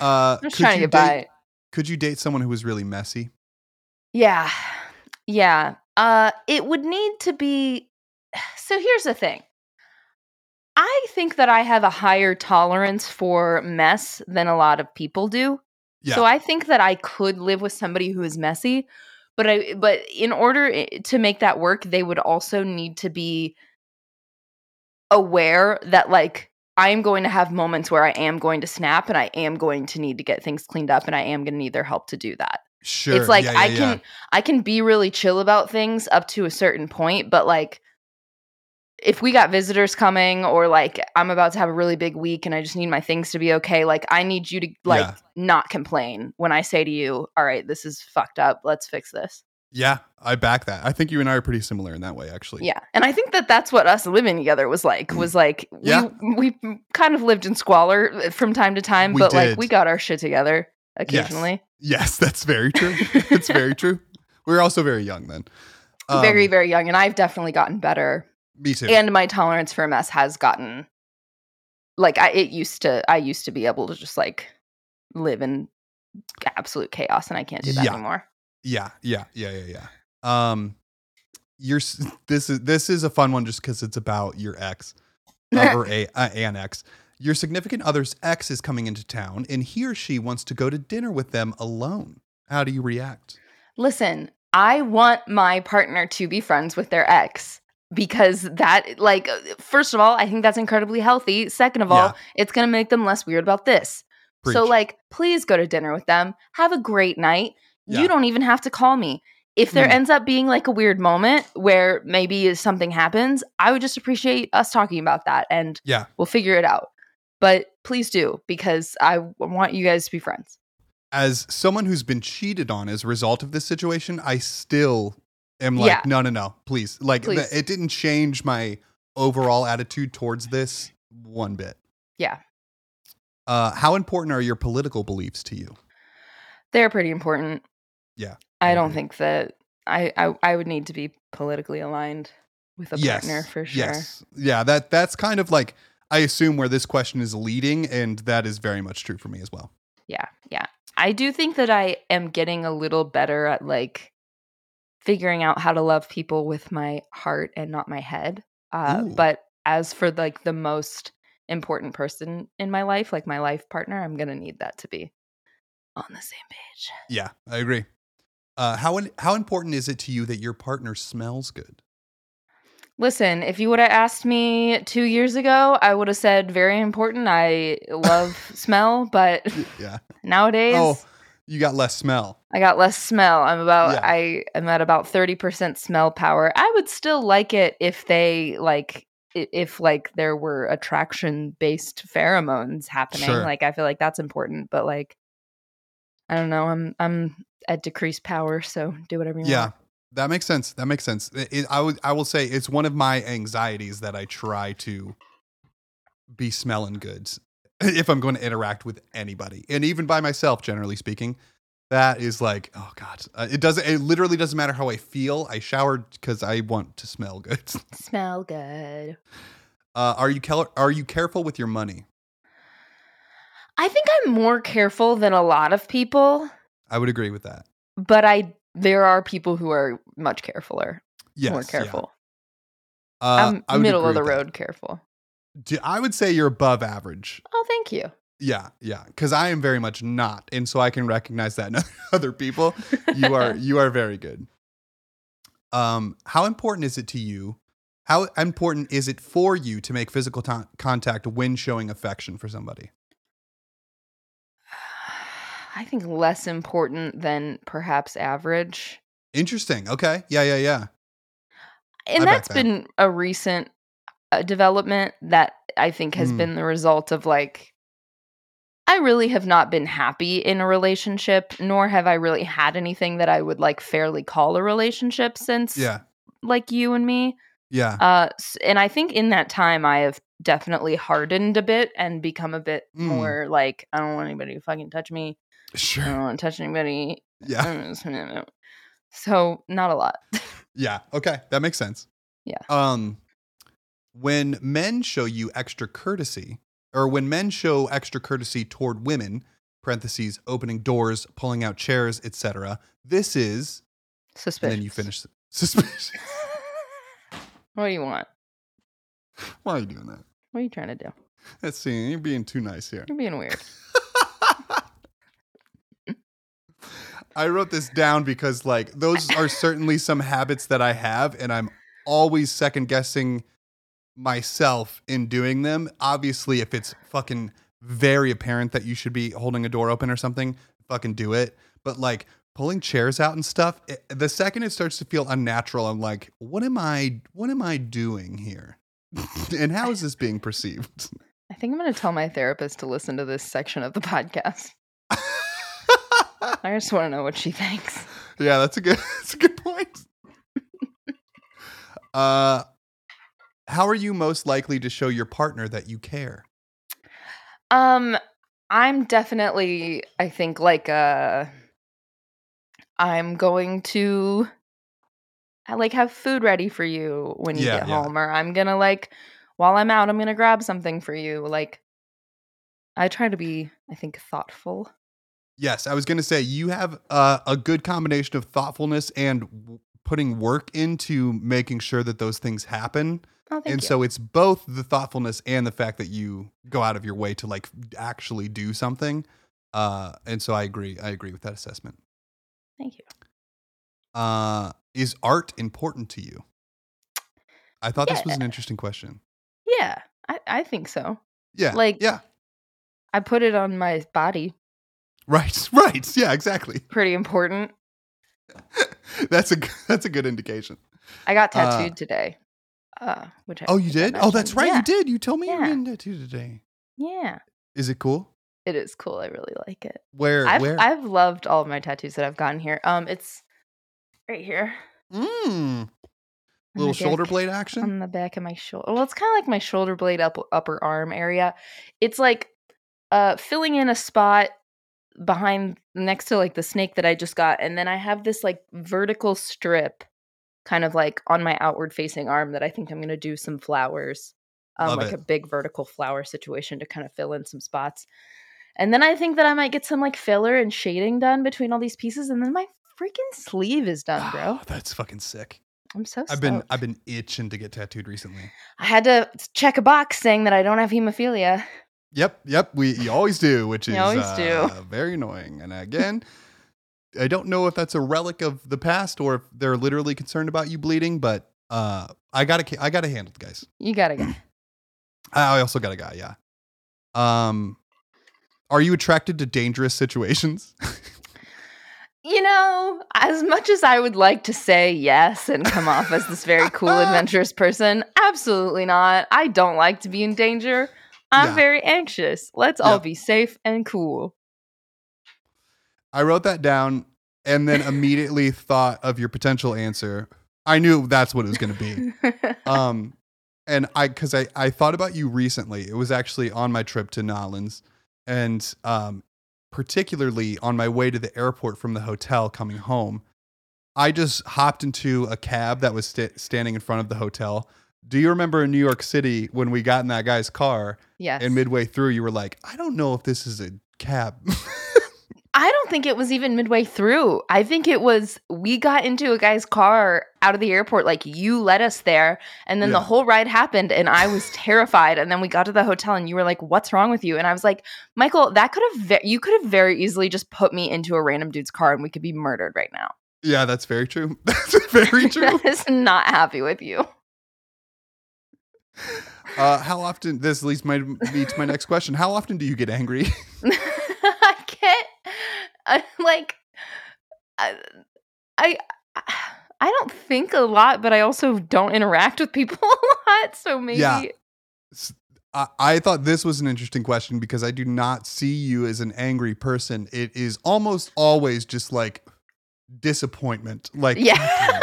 Speaker 2: Uh,
Speaker 1: I'm just
Speaker 2: could
Speaker 1: trying to
Speaker 2: you
Speaker 1: get by
Speaker 2: date-
Speaker 1: it.
Speaker 2: Could you date someone who was really messy?
Speaker 1: Yeah. Yeah. Uh it would need to be So here's the thing. I think that I have a higher tolerance for mess than a lot of people do.
Speaker 2: Yeah.
Speaker 1: So I think that I could live with somebody who is messy, but I but in order i- to make that work, they would also need to be aware that like I am going to have moments where I am going to snap and I am going to need to get things cleaned up and I am going to need their help to do that
Speaker 2: sure.
Speaker 1: it's like
Speaker 2: yeah, yeah,
Speaker 1: i
Speaker 2: yeah.
Speaker 1: can i can be really chill about things up to a certain point but like if we got visitors coming or like i'm about to have a really big week and i just need my things to be okay like i need you to like
Speaker 2: Yeah.
Speaker 1: not complain when i say to you all right this is fucked up let's fix this
Speaker 2: Yeah, I back that. I think you and I are pretty similar in that way, actually.
Speaker 1: yeah and i think that that's what us living together was like was like
Speaker 2: Mm. Yeah.
Speaker 1: we we kind of lived in squalor uh, from time to time
Speaker 2: We
Speaker 1: but
Speaker 2: did.
Speaker 1: like we got our shit together occasionally
Speaker 2: Yes, <laughs> that's very true. it's very true. We were also very young then. Um,
Speaker 1: very very young and i've definitely gotten better
Speaker 2: Me too.
Speaker 1: and my tolerance for mess has gotten like I it used to I used to be able to just like live in absolute chaos and I can't do that
Speaker 2: Yeah.
Speaker 1: anymore.
Speaker 2: yeah, yeah, yeah, yeah, yeah. Um, you're s- this is this is a fun one just because it's about your ex uh,
Speaker 1: <laughs>
Speaker 2: or a uh, an ex. Your significant other's ex is coming into town, and he or she wants to go to dinner with them alone. How do you react?
Speaker 1: Listen, I want my partner to be friends with their ex because that like uh, first of all, I think that's incredibly healthy. Second of all,
Speaker 2: Yeah.
Speaker 1: it's going to make them less weird about this. So
Speaker 2: Preach.
Speaker 1: like please go to dinner with them. Have a great night.
Speaker 2: Yeah.
Speaker 1: You don't even have to call me. If there
Speaker 2: Mm.
Speaker 1: ends up being like a weird moment where maybe something happens, I would just appreciate us talking about that and
Speaker 2: Yeah.
Speaker 1: we'll figure it out. But please do because I w- want you guys to be friends.
Speaker 2: as someone who's been cheated on as a result of this situation, I still am like,
Speaker 1: Yeah.
Speaker 2: no, no, no, please. Like, th-
Speaker 1: Please.
Speaker 2: it didn't change my overall attitude towards this one bit.
Speaker 1: Yeah.
Speaker 2: Uh, how important are your political beliefs to you?
Speaker 1: They're pretty important.
Speaker 2: Yeah, I
Speaker 1: I don't
Speaker 2: agree.
Speaker 1: think that I I, I would need to be politically aligned with a partner for sure.
Speaker 2: Yes. Yeah. That that's kind of like I assume where this question is leading, and that is very much true for me as well.
Speaker 1: yeah yeah i do think that i am getting a little better at like figuring out how to love people with my heart and not my head uh,
Speaker 2: Ooh.
Speaker 1: but as for like the most important person in my life like my life partner i'm gonna need that to be on the same page
Speaker 2: Yeah, I agree. Uh, how in- how important is it to you that your partner smells good?
Speaker 1: listen if you would have asked me two years ago i would have said very important i love smell but
Speaker 2: Yeah.
Speaker 1: <laughs> nowadays
Speaker 2: Oh, you got less smell.
Speaker 1: I got less smell. I'm about
Speaker 2: Yeah.
Speaker 1: I am at about 30% smell power. I would still like it if they like i- if like there were attraction based pheromones happening.
Speaker 2: Sure.
Speaker 1: Like I feel like that's important, but like I don't know. I'm I'm at decreased power, so do whatever you
Speaker 2: Yeah,
Speaker 1: want.
Speaker 2: that makes sense. That makes sense. It, it- I would, I will say it's one of my anxieties that I try to be smelling goods <laughs> if I'm going to interact with anybody, and even by myself. Generally speaking, that is like, oh god, uh, it doesn't. It literally doesn't matter how I feel. I showered because I want to smell good.
Speaker 1: Smell good.
Speaker 2: <laughs> Uh, are you cal- are you careful with your money?
Speaker 1: I think I'm more careful than a lot of people,
Speaker 2: I would agree with that.
Speaker 1: but I there are people who are much carefuler,
Speaker 2: Yes,
Speaker 1: more
Speaker 2: yeah.
Speaker 1: careful.
Speaker 2: Uh, I
Speaker 1: I'm
Speaker 2: would
Speaker 1: middle
Speaker 2: agree
Speaker 1: of the
Speaker 2: with that.
Speaker 1: road careful.
Speaker 2: Do- I would say you're above average.
Speaker 1: Oh, thank you.
Speaker 2: Yeah, yeah, because I am very much not, and so I can recognize that in <laughs> other people. You are you are very good. Um, how important is it to you? How important is it for you to make physical to- contact when showing affection for somebody?
Speaker 1: I think less important than perhaps average.
Speaker 2: Interesting. Okay. Yeah, yeah, yeah. I
Speaker 1: And
Speaker 2: back
Speaker 1: that's
Speaker 2: that.
Speaker 1: been a recent uh, development that I think has
Speaker 2: Mm.
Speaker 1: been the result of like, I really have not been happy in a relationship, nor have I really had anything that I would like fairly call a relationship since
Speaker 2: Yeah.
Speaker 1: like you and me.
Speaker 2: Yeah.
Speaker 1: Uh, s- and I think in that time, I have definitely hardened a bit and become a bit
Speaker 2: Mm.
Speaker 1: more like I don't want anybody to fucking touch me. I
Speaker 2: Sure.
Speaker 1: don't want to touch anybody.
Speaker 2: Yeah.
Speaker 1: So not a lot.
Speaker 2: Yeah. Okay. That makes sense.
Speaker 1: Yeah.
Speaker 2: Um, when men show you extra courtesy, or when men show extra courtesy toward women, parentheses, opening doors, pulling out chairs, etc., this is, and
Speaker 1: Suspicious.
Speaker 2: then you finish. <laughs> Suspicious.
Speaker 1: What do you want?
Speaker 2: Why are you doing that?
Speaker 1: What are you trying to do?
Speaker 2: Let's see. You're being too nice here.
Speaker 1: You're being weird.
Speaker 2: I wrote this down because like those are certainly some habits that I have and I'm always second guessing myself in doing them. Obviously, if it's fucking very apparent that you should be holding a door open or something, fucking do it. But like pulling chairs out and stuff, it, the second it starts to feel unnatural, I'm like, what am I what am I doing here? <laughs> and how is this being perceived?
Speaker 1: I think I'm going to tell my therapist to listen to this section of the <laughs>
Speaker 2: <laughs>
Speaker 1: podcast. I just want to know what she thinks.
Speaker 2: Yeah, that's a good <laughs> that's a good point. uh how are you most likely to show your partner that you care?
Speaker 1: Um, I'm definitely, I think, like, uh, I'm going to, I, like, have food ready for you when you
Speaker 2: Yeah,
Speaker 1: get
Speaker 2: yeah.
Speaker 1: home, or I'm gonna like, while I'm out, I'm gonna grab something for you. Like, I try to be, I think, thoughtful.
Speaker 2: Yes, I was going to say you have uh, a good combination of thoughtfulness and w- putting work into making sure that those things happen.
Speaker 1: Oh, thank
Speaker 2: and
Speaker 1: you.
Speaker 2: so it's both the thoughtfulness and the fact that you go out of your way to like actually do something. Uh and so I agree. I agree with that assessment.
Speaker 1: thank you.
Speaker 2: Uh is art important to you? I thought this was an interesting question.
Speaker 1: Yeah, I, I think so.
Speaker 2: Yeah.
Speaker 1: Like-
Speaker 2: yeah.
Speaker 1: I put it on my body.
Speaker 2: Right. <laughs> Right. Yeah, exactly. <laughs>
Speaker 1: Pretty important.
Speaker 2: That's a g- <laughs> that's a good indication.
Speaker 1: I got
Speaker 2: Uh,
Speaker 1: tattooed today. Uh, which I
Speaker 2: Oh, you
Speaker 1: think I
Speaker 2: did? Oh, that's
Speaker 1: mentioned.
Speaker 2: right.
Speaker 1: Yeah,
Speaker 2: You did. You told me you were
Speaker 1: Yeah.
Speaker 2: getting tattooed today.
Speaker 1: yeah.
Speaker 2: Is it cool?
Speaker 1: It is cool. I really like it.
Speaker 2: Where
Speaker 1: I've
Speaker 2: where?
Speaker 1: I've loved all of my tattoos that I've gotten here. Um, it's right here.
Speaker 2: mm.
Speaker 1: on
Speaker 2: Little
Speaker 1: the
Speaker 2: shoulder
Speaker 1: dick,
Speaker 2: blade action.
Speaker 1: on the back of my shoulder. Well, it's kind of like my shoulder blade up upper arm area. It's like uh filling in a spot behind next to like the snake that I just got, and then I have this like vertical strip, kind of like on my outward facing arm that I think I'm gonna do some flowers, um,
Speaker 2: Love
Speaker 1: like
Speaker 2: it.
Speaker 1: a big vertical flower situation to kind of fill in some spots. And then I think that I might get some like filler and shading done between all these pieces, and then my freaking sleeve is
Speaker 2: <sighs>
Speaker 1: done, bro.
Speaker 2: <gasps> Oh, that's fucking sick.
Speaker 1: I'm so.
Speaker 2: I've been
Speaker 1: stoked.
Speaker 2: I've been itching to get tattooed recently.
Speaker 1: I had to check a box saying that I don't have hemophilia.
Speaker 2: Yep, yep. We you always do, which
Speaker 1: You
Speaker 2: is
Speaker 1: always
Speaker 2: uh, very annoying. And again, I don't know if that's a relic of the past or if they're literally concerned about you bleeding, but uh, I got to I got to handle it, guys.
Speaker 1: You gotta
Speaker 2: <clears throat>
Speaker 1: go.
Speaker 2: I also got a guy, yeah. Um are you attracted to dangerous situations? <laughs>
Speaker 1: You know, as much as I would like to say yes and come off as this very
Speaker 2: <laughs>
Speaker 1: cool, adventurous person, absolutely not. I don't like to be in danger. I'm
Speaker 2: Yeah.
Speaker 1: very anxious. Let's all
Speaker 2: Yeah.
Speaker 1: be safe and cool. <laughs>
Speaker 2: I wrote that down and then immediately thought of your potential answer. I knew that's what it was going to be. Um and I cuz I I thought about you recently. It was actually on my trip to Nolans and um particularly on my way to the airport from the hotel coming home. I just hopped into a cab that was sta- standing in front of the hotel. Do you remember in New York City when we got in that guy's car
Speaker 1: yes.
Speaker 2: And midway through, you were like, I don't know if this is a cab. <laughs>
Speaker 1: I don't think it was even midway through. I think it was we got into a guy's car out of the airport, like you led us there, and then the
Speaker 2: Yeah.
Speaker 1: whole ride happened, and I was terrified. And then we got to the hotel, and you were like, "What's wrong with you?" And I was like, "Michael, that could have ve- you could have very easily just put me into a random dude's car, and we could be murdered right now."
Speaker 2: yeah, that's very true. <laughs> That's
Speaker 1: <laughs>
Speaker 2: very true.
Speaker 1: that is not happy with you.
Speaker 2: Uh, how often, this leads my, me to my next question. How often do you get angry?
Speaker 1: <laughs> I get I, like I, I I don't think a lot, but I also don't interact with people <laughs> a lot. So maybe
Speaker 2: Yeah. I, I thought this was an interesting question because I do not see you as an angry person. It is almost always just like
Speaker 1: <laughs>
Speaker 2: disappointment. Like,
Speaker 1: yeah.
Speaker 2: <laughs>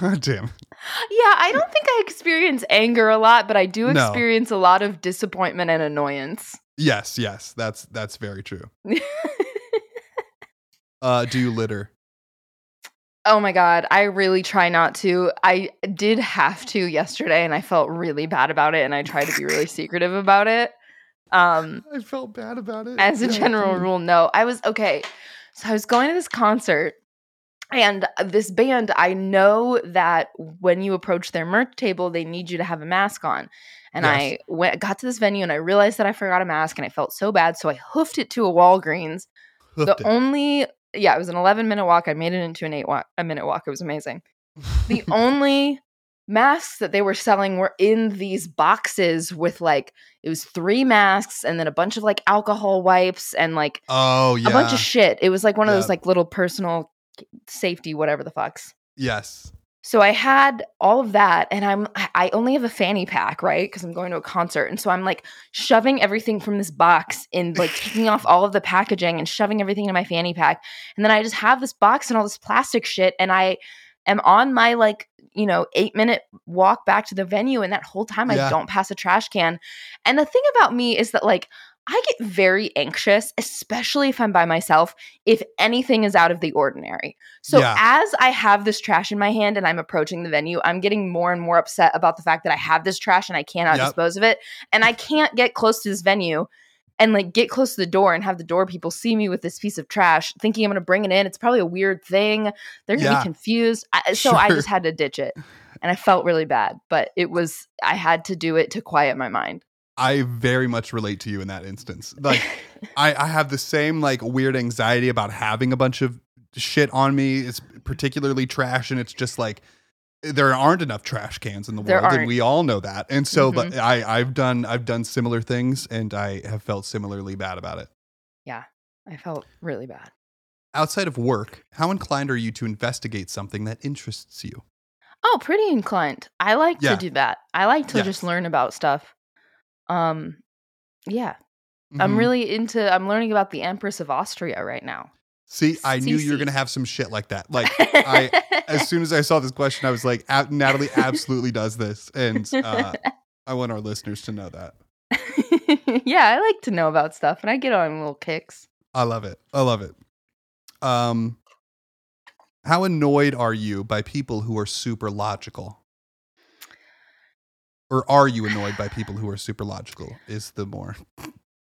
Speaker 2: God damn.
Speaker 1: Yeah, I don't think I experience anger a lot, but I do
Speaker 2: No.
Speaker 1: experience a lot of disappointment and annoyance.
Speaker 2: Yes, yes, that's that's
Speaker 1: <laughs>
Speaker 2: very true. Uh, do you litter?
Speaker 1: oh my god, I really try not to. I did have to yesterday and I felt really bad about it and I tried to be really secretive about it. Um
Speaker 2: I felt bad about it.
Speaker 1: as a
Speaker 2: Yeah,
Speaker 1: general
Speaker 2: dude.
Speaker 1: rule, no. I was okay. So I was going to this concert and uh, this band, I know that when you approach their merch table, they need you to have a mask on. And
Speaker 2: Yes.
Speaker 1: I went got to this venue and I realized that I forgot a mask and I felt so bad. So I hoofed it to a Walgreens.
Speaker 2: Hoofed
Speaker 1: the
Speaker 2: it.
Speaker 1: only yeah, it was an 11 minute walk. I made it into an 8 walk, a minute walk. It was amazing.
Speaker 2: <laughs>
Speaker 1: The only masks that they were selling were in these boxes with like it was three masks and then a bunch of like alcohol wipes and like
Speaker 2: oh yeah.
Speaker 1: a bunch of shit. It was like one of
Speaker 2: Yeah.
Speaker 1: those like little personal safety whatever the fucks.
Speaker 2: yes.
Speaker 1: So I had all of that, and I'm I I only have a fanny pack, right? Because I'm going to a concert, and so I'm like shoving everything from this box and like taking off all of the packaging and shoving everything in my fanny pack, and then I just have this box and all this plastic shit, and I am on my like you know eight minute walk back to the venue, and that whole time I
Speaker 2: Yeah.
Speaker 1: don't pass a trash can, and the thing about me is that like. I get very anxious, especially if I'm by myself, if anything is out of the ordinary. So
Speaker 2: Yeah.
Speaker 1: as I have this trash in my hand and I'm approaching the venue, I'm getting more and more upset about the fact that I have this trash and I cannot
Speaker 2: Yep.
Speaker 1: dispose of it. And I can't get close to this venue and like get close to the door and have the door people see me with this piece of trash thinking I'm going to bring it in. It's probably a weird thing. They're going to
Speaker 2: Yeah.
Speaker 1: be confused. I, so I
Speaker 2: Sure.
Speaker 1: just had to ditch it. And I felt really bad, but it was, I had to do it to quiet my mind.
Speaker 2: I very much relate to you in that instance. Like I, I have the same like weird anxiety about having a bunch of shit on me. It's particularly trash, and it's just like there aren't enough trash cans in the
Speaker 1: There
Speaker 2: world, and
Speaker 1: aren't. Mm-hmm.
Speaker 2: we all know that. And so, but I, I've done, I've done similar things, and I have felt similarly bad about it.
Speaker 1: <laughs> I felt really bad.
Speaker 2: Outside of work, how inclined are you to investigate something that interests you?
Speaker 1: Oh, pretty inclined. I like
Speaker 2: Yeah.
Speaker 1: to do that. I like to just
Speaker 2: Yes.
Speaker 1: learn about stuff. Um, yeah, I'm
Speaker 2: Mhm.
Speaker 1: really into. I'm learning about the Empress of Austria right now.
Speaker 2: see. I knew you were
Speaker 1: CC.
Speaker 2: gonna have some shit like that. Like
Speaker 1: <laughs>
Speaker 2: I, as soon as I saw this question, I was like, "Ab- Natalie absolutely does this. And
Speaker 1: <laughs>
Speaker 2: uh, I want our listeners to know that.
Speaker 1: yeah, I like to know about stuff, and I get on little kicks.
Speaker 2: I love it. I love it. Um, how annoyed are you by people who are super logical? Or are you annoyed by people who are super logical? Is the more.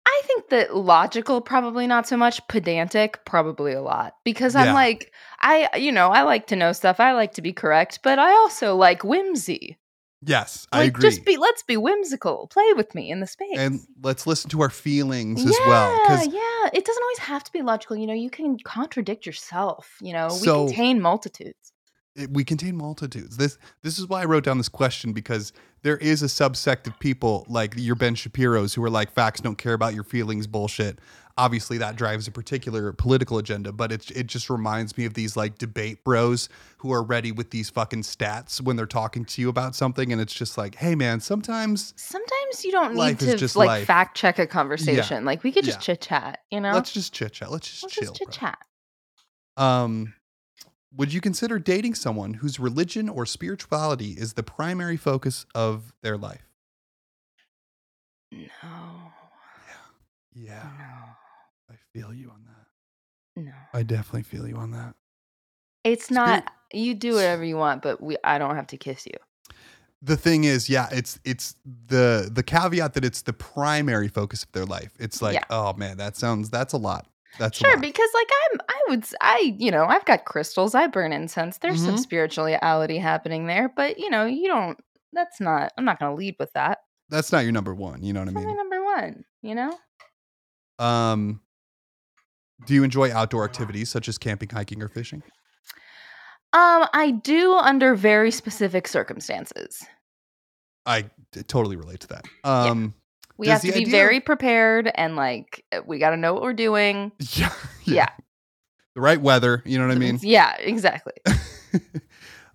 Speaker 1: I think that logical, probably not so much. Pedantic, probably a lot. Because I'm
Speaker 2: Yeah.
Speaker 1: like, I, you know, I like to know stuff. I like to be correct, but I also like whimsy.
Speaker 2: Yes,
Speaker 1: Like,
Speaker 2: I agree.
Speaker 1: just be, let's be whimsical. Play with me in the space.
Speaker 2: and let's listen to our feelings as well. Because
Speaker 1: yeah, it doesn't always have to be logical. You know, you can contradict yourself. You know, we
Speaker 2: So-
Speaker 1: contain multitudes.
Speaker 2: it- we contain multitudes. This this is why I wrote down this question because there is a subsect of people like your Ben Shapiro's who are like facts don't care about your feelings bullshit. Obviously, that drives a particular political agenda, but it it just reminds me of these like debate bros who are ready with these fucking stats when they're talking to you about something, and it's just like, hey man, sometimes
Speaker 1: Sometimes you don't need
Speaker 2: Life is
Speaker 1: to
Speaker 2: just
Speaker 1: like
Speaker 2: life.
Speaker 1: fact check a conversation. Like we could just
Speaker 2: Yeah.
Speaker 1: chit chat. You know,
Speaker 2: let's just chit chat, let's just
Speaker 1: Let's
Speaker 2: chill,
Speaker 1: just
Speaker 2: bro."
Speaker 1: chit chat.
Speaker 2: Um, would you consider dating someone whose religion or spirituality is the primary focus of their life?
Speaker 1: No,
Speaker 2: Yeah.
Speaker 1: no,
Speaker 2: I feel you on that.
Speaker 1: no.
Speaker 2: I definitely feel you on that.
Speaker 1: It's not. You do whatever you want, but we. I don't have to kiss you.
Speaker 2: The thing is, yeah, it's it's the the caveat that it's the primary focus of their life. It's like,
Speaker 1: Yeah.
Speaker 2: oh man, that sounds that's a lot. That's a
Speaker 1: Sure,
Speaker 2: lot.
Speaker 1: because like I'm, I would, s- I you know, I've got crystals. I burn incense. There's some
Speaker 2: Mhm.
Speaker 1: spirituality happening there, but you know, you don't. That's not. I'm not going to lead with that.
Speaker 2: that's not your number one. You know what I
Speaker 1: That's <laughs> only
Speaker 2: mean?
Speaker 1: number one. You know.
Speaker 2: Um, do you enjoy outdoor activities such as camping, hiking, or fishing?
Speaker 1: Um, I do under very specific circumstances.
Speaker 2: I d- totally relate to that. Um, <laughs>
Speaker 1: We
Speaker 2: Does
Speaker 1: have to
Speaker 2: the
Speaker 1: be
Speaker 2: idea-
Speaker 1: very prepared and like we got to know what we're doing.
Speaker 2: yeah,
Speaker 1: Yeah.
Speaker 2: The right weather. You know what I mean?
Speaker 1: <laughs> yeah, exactly.
Speaker 2: <laughs>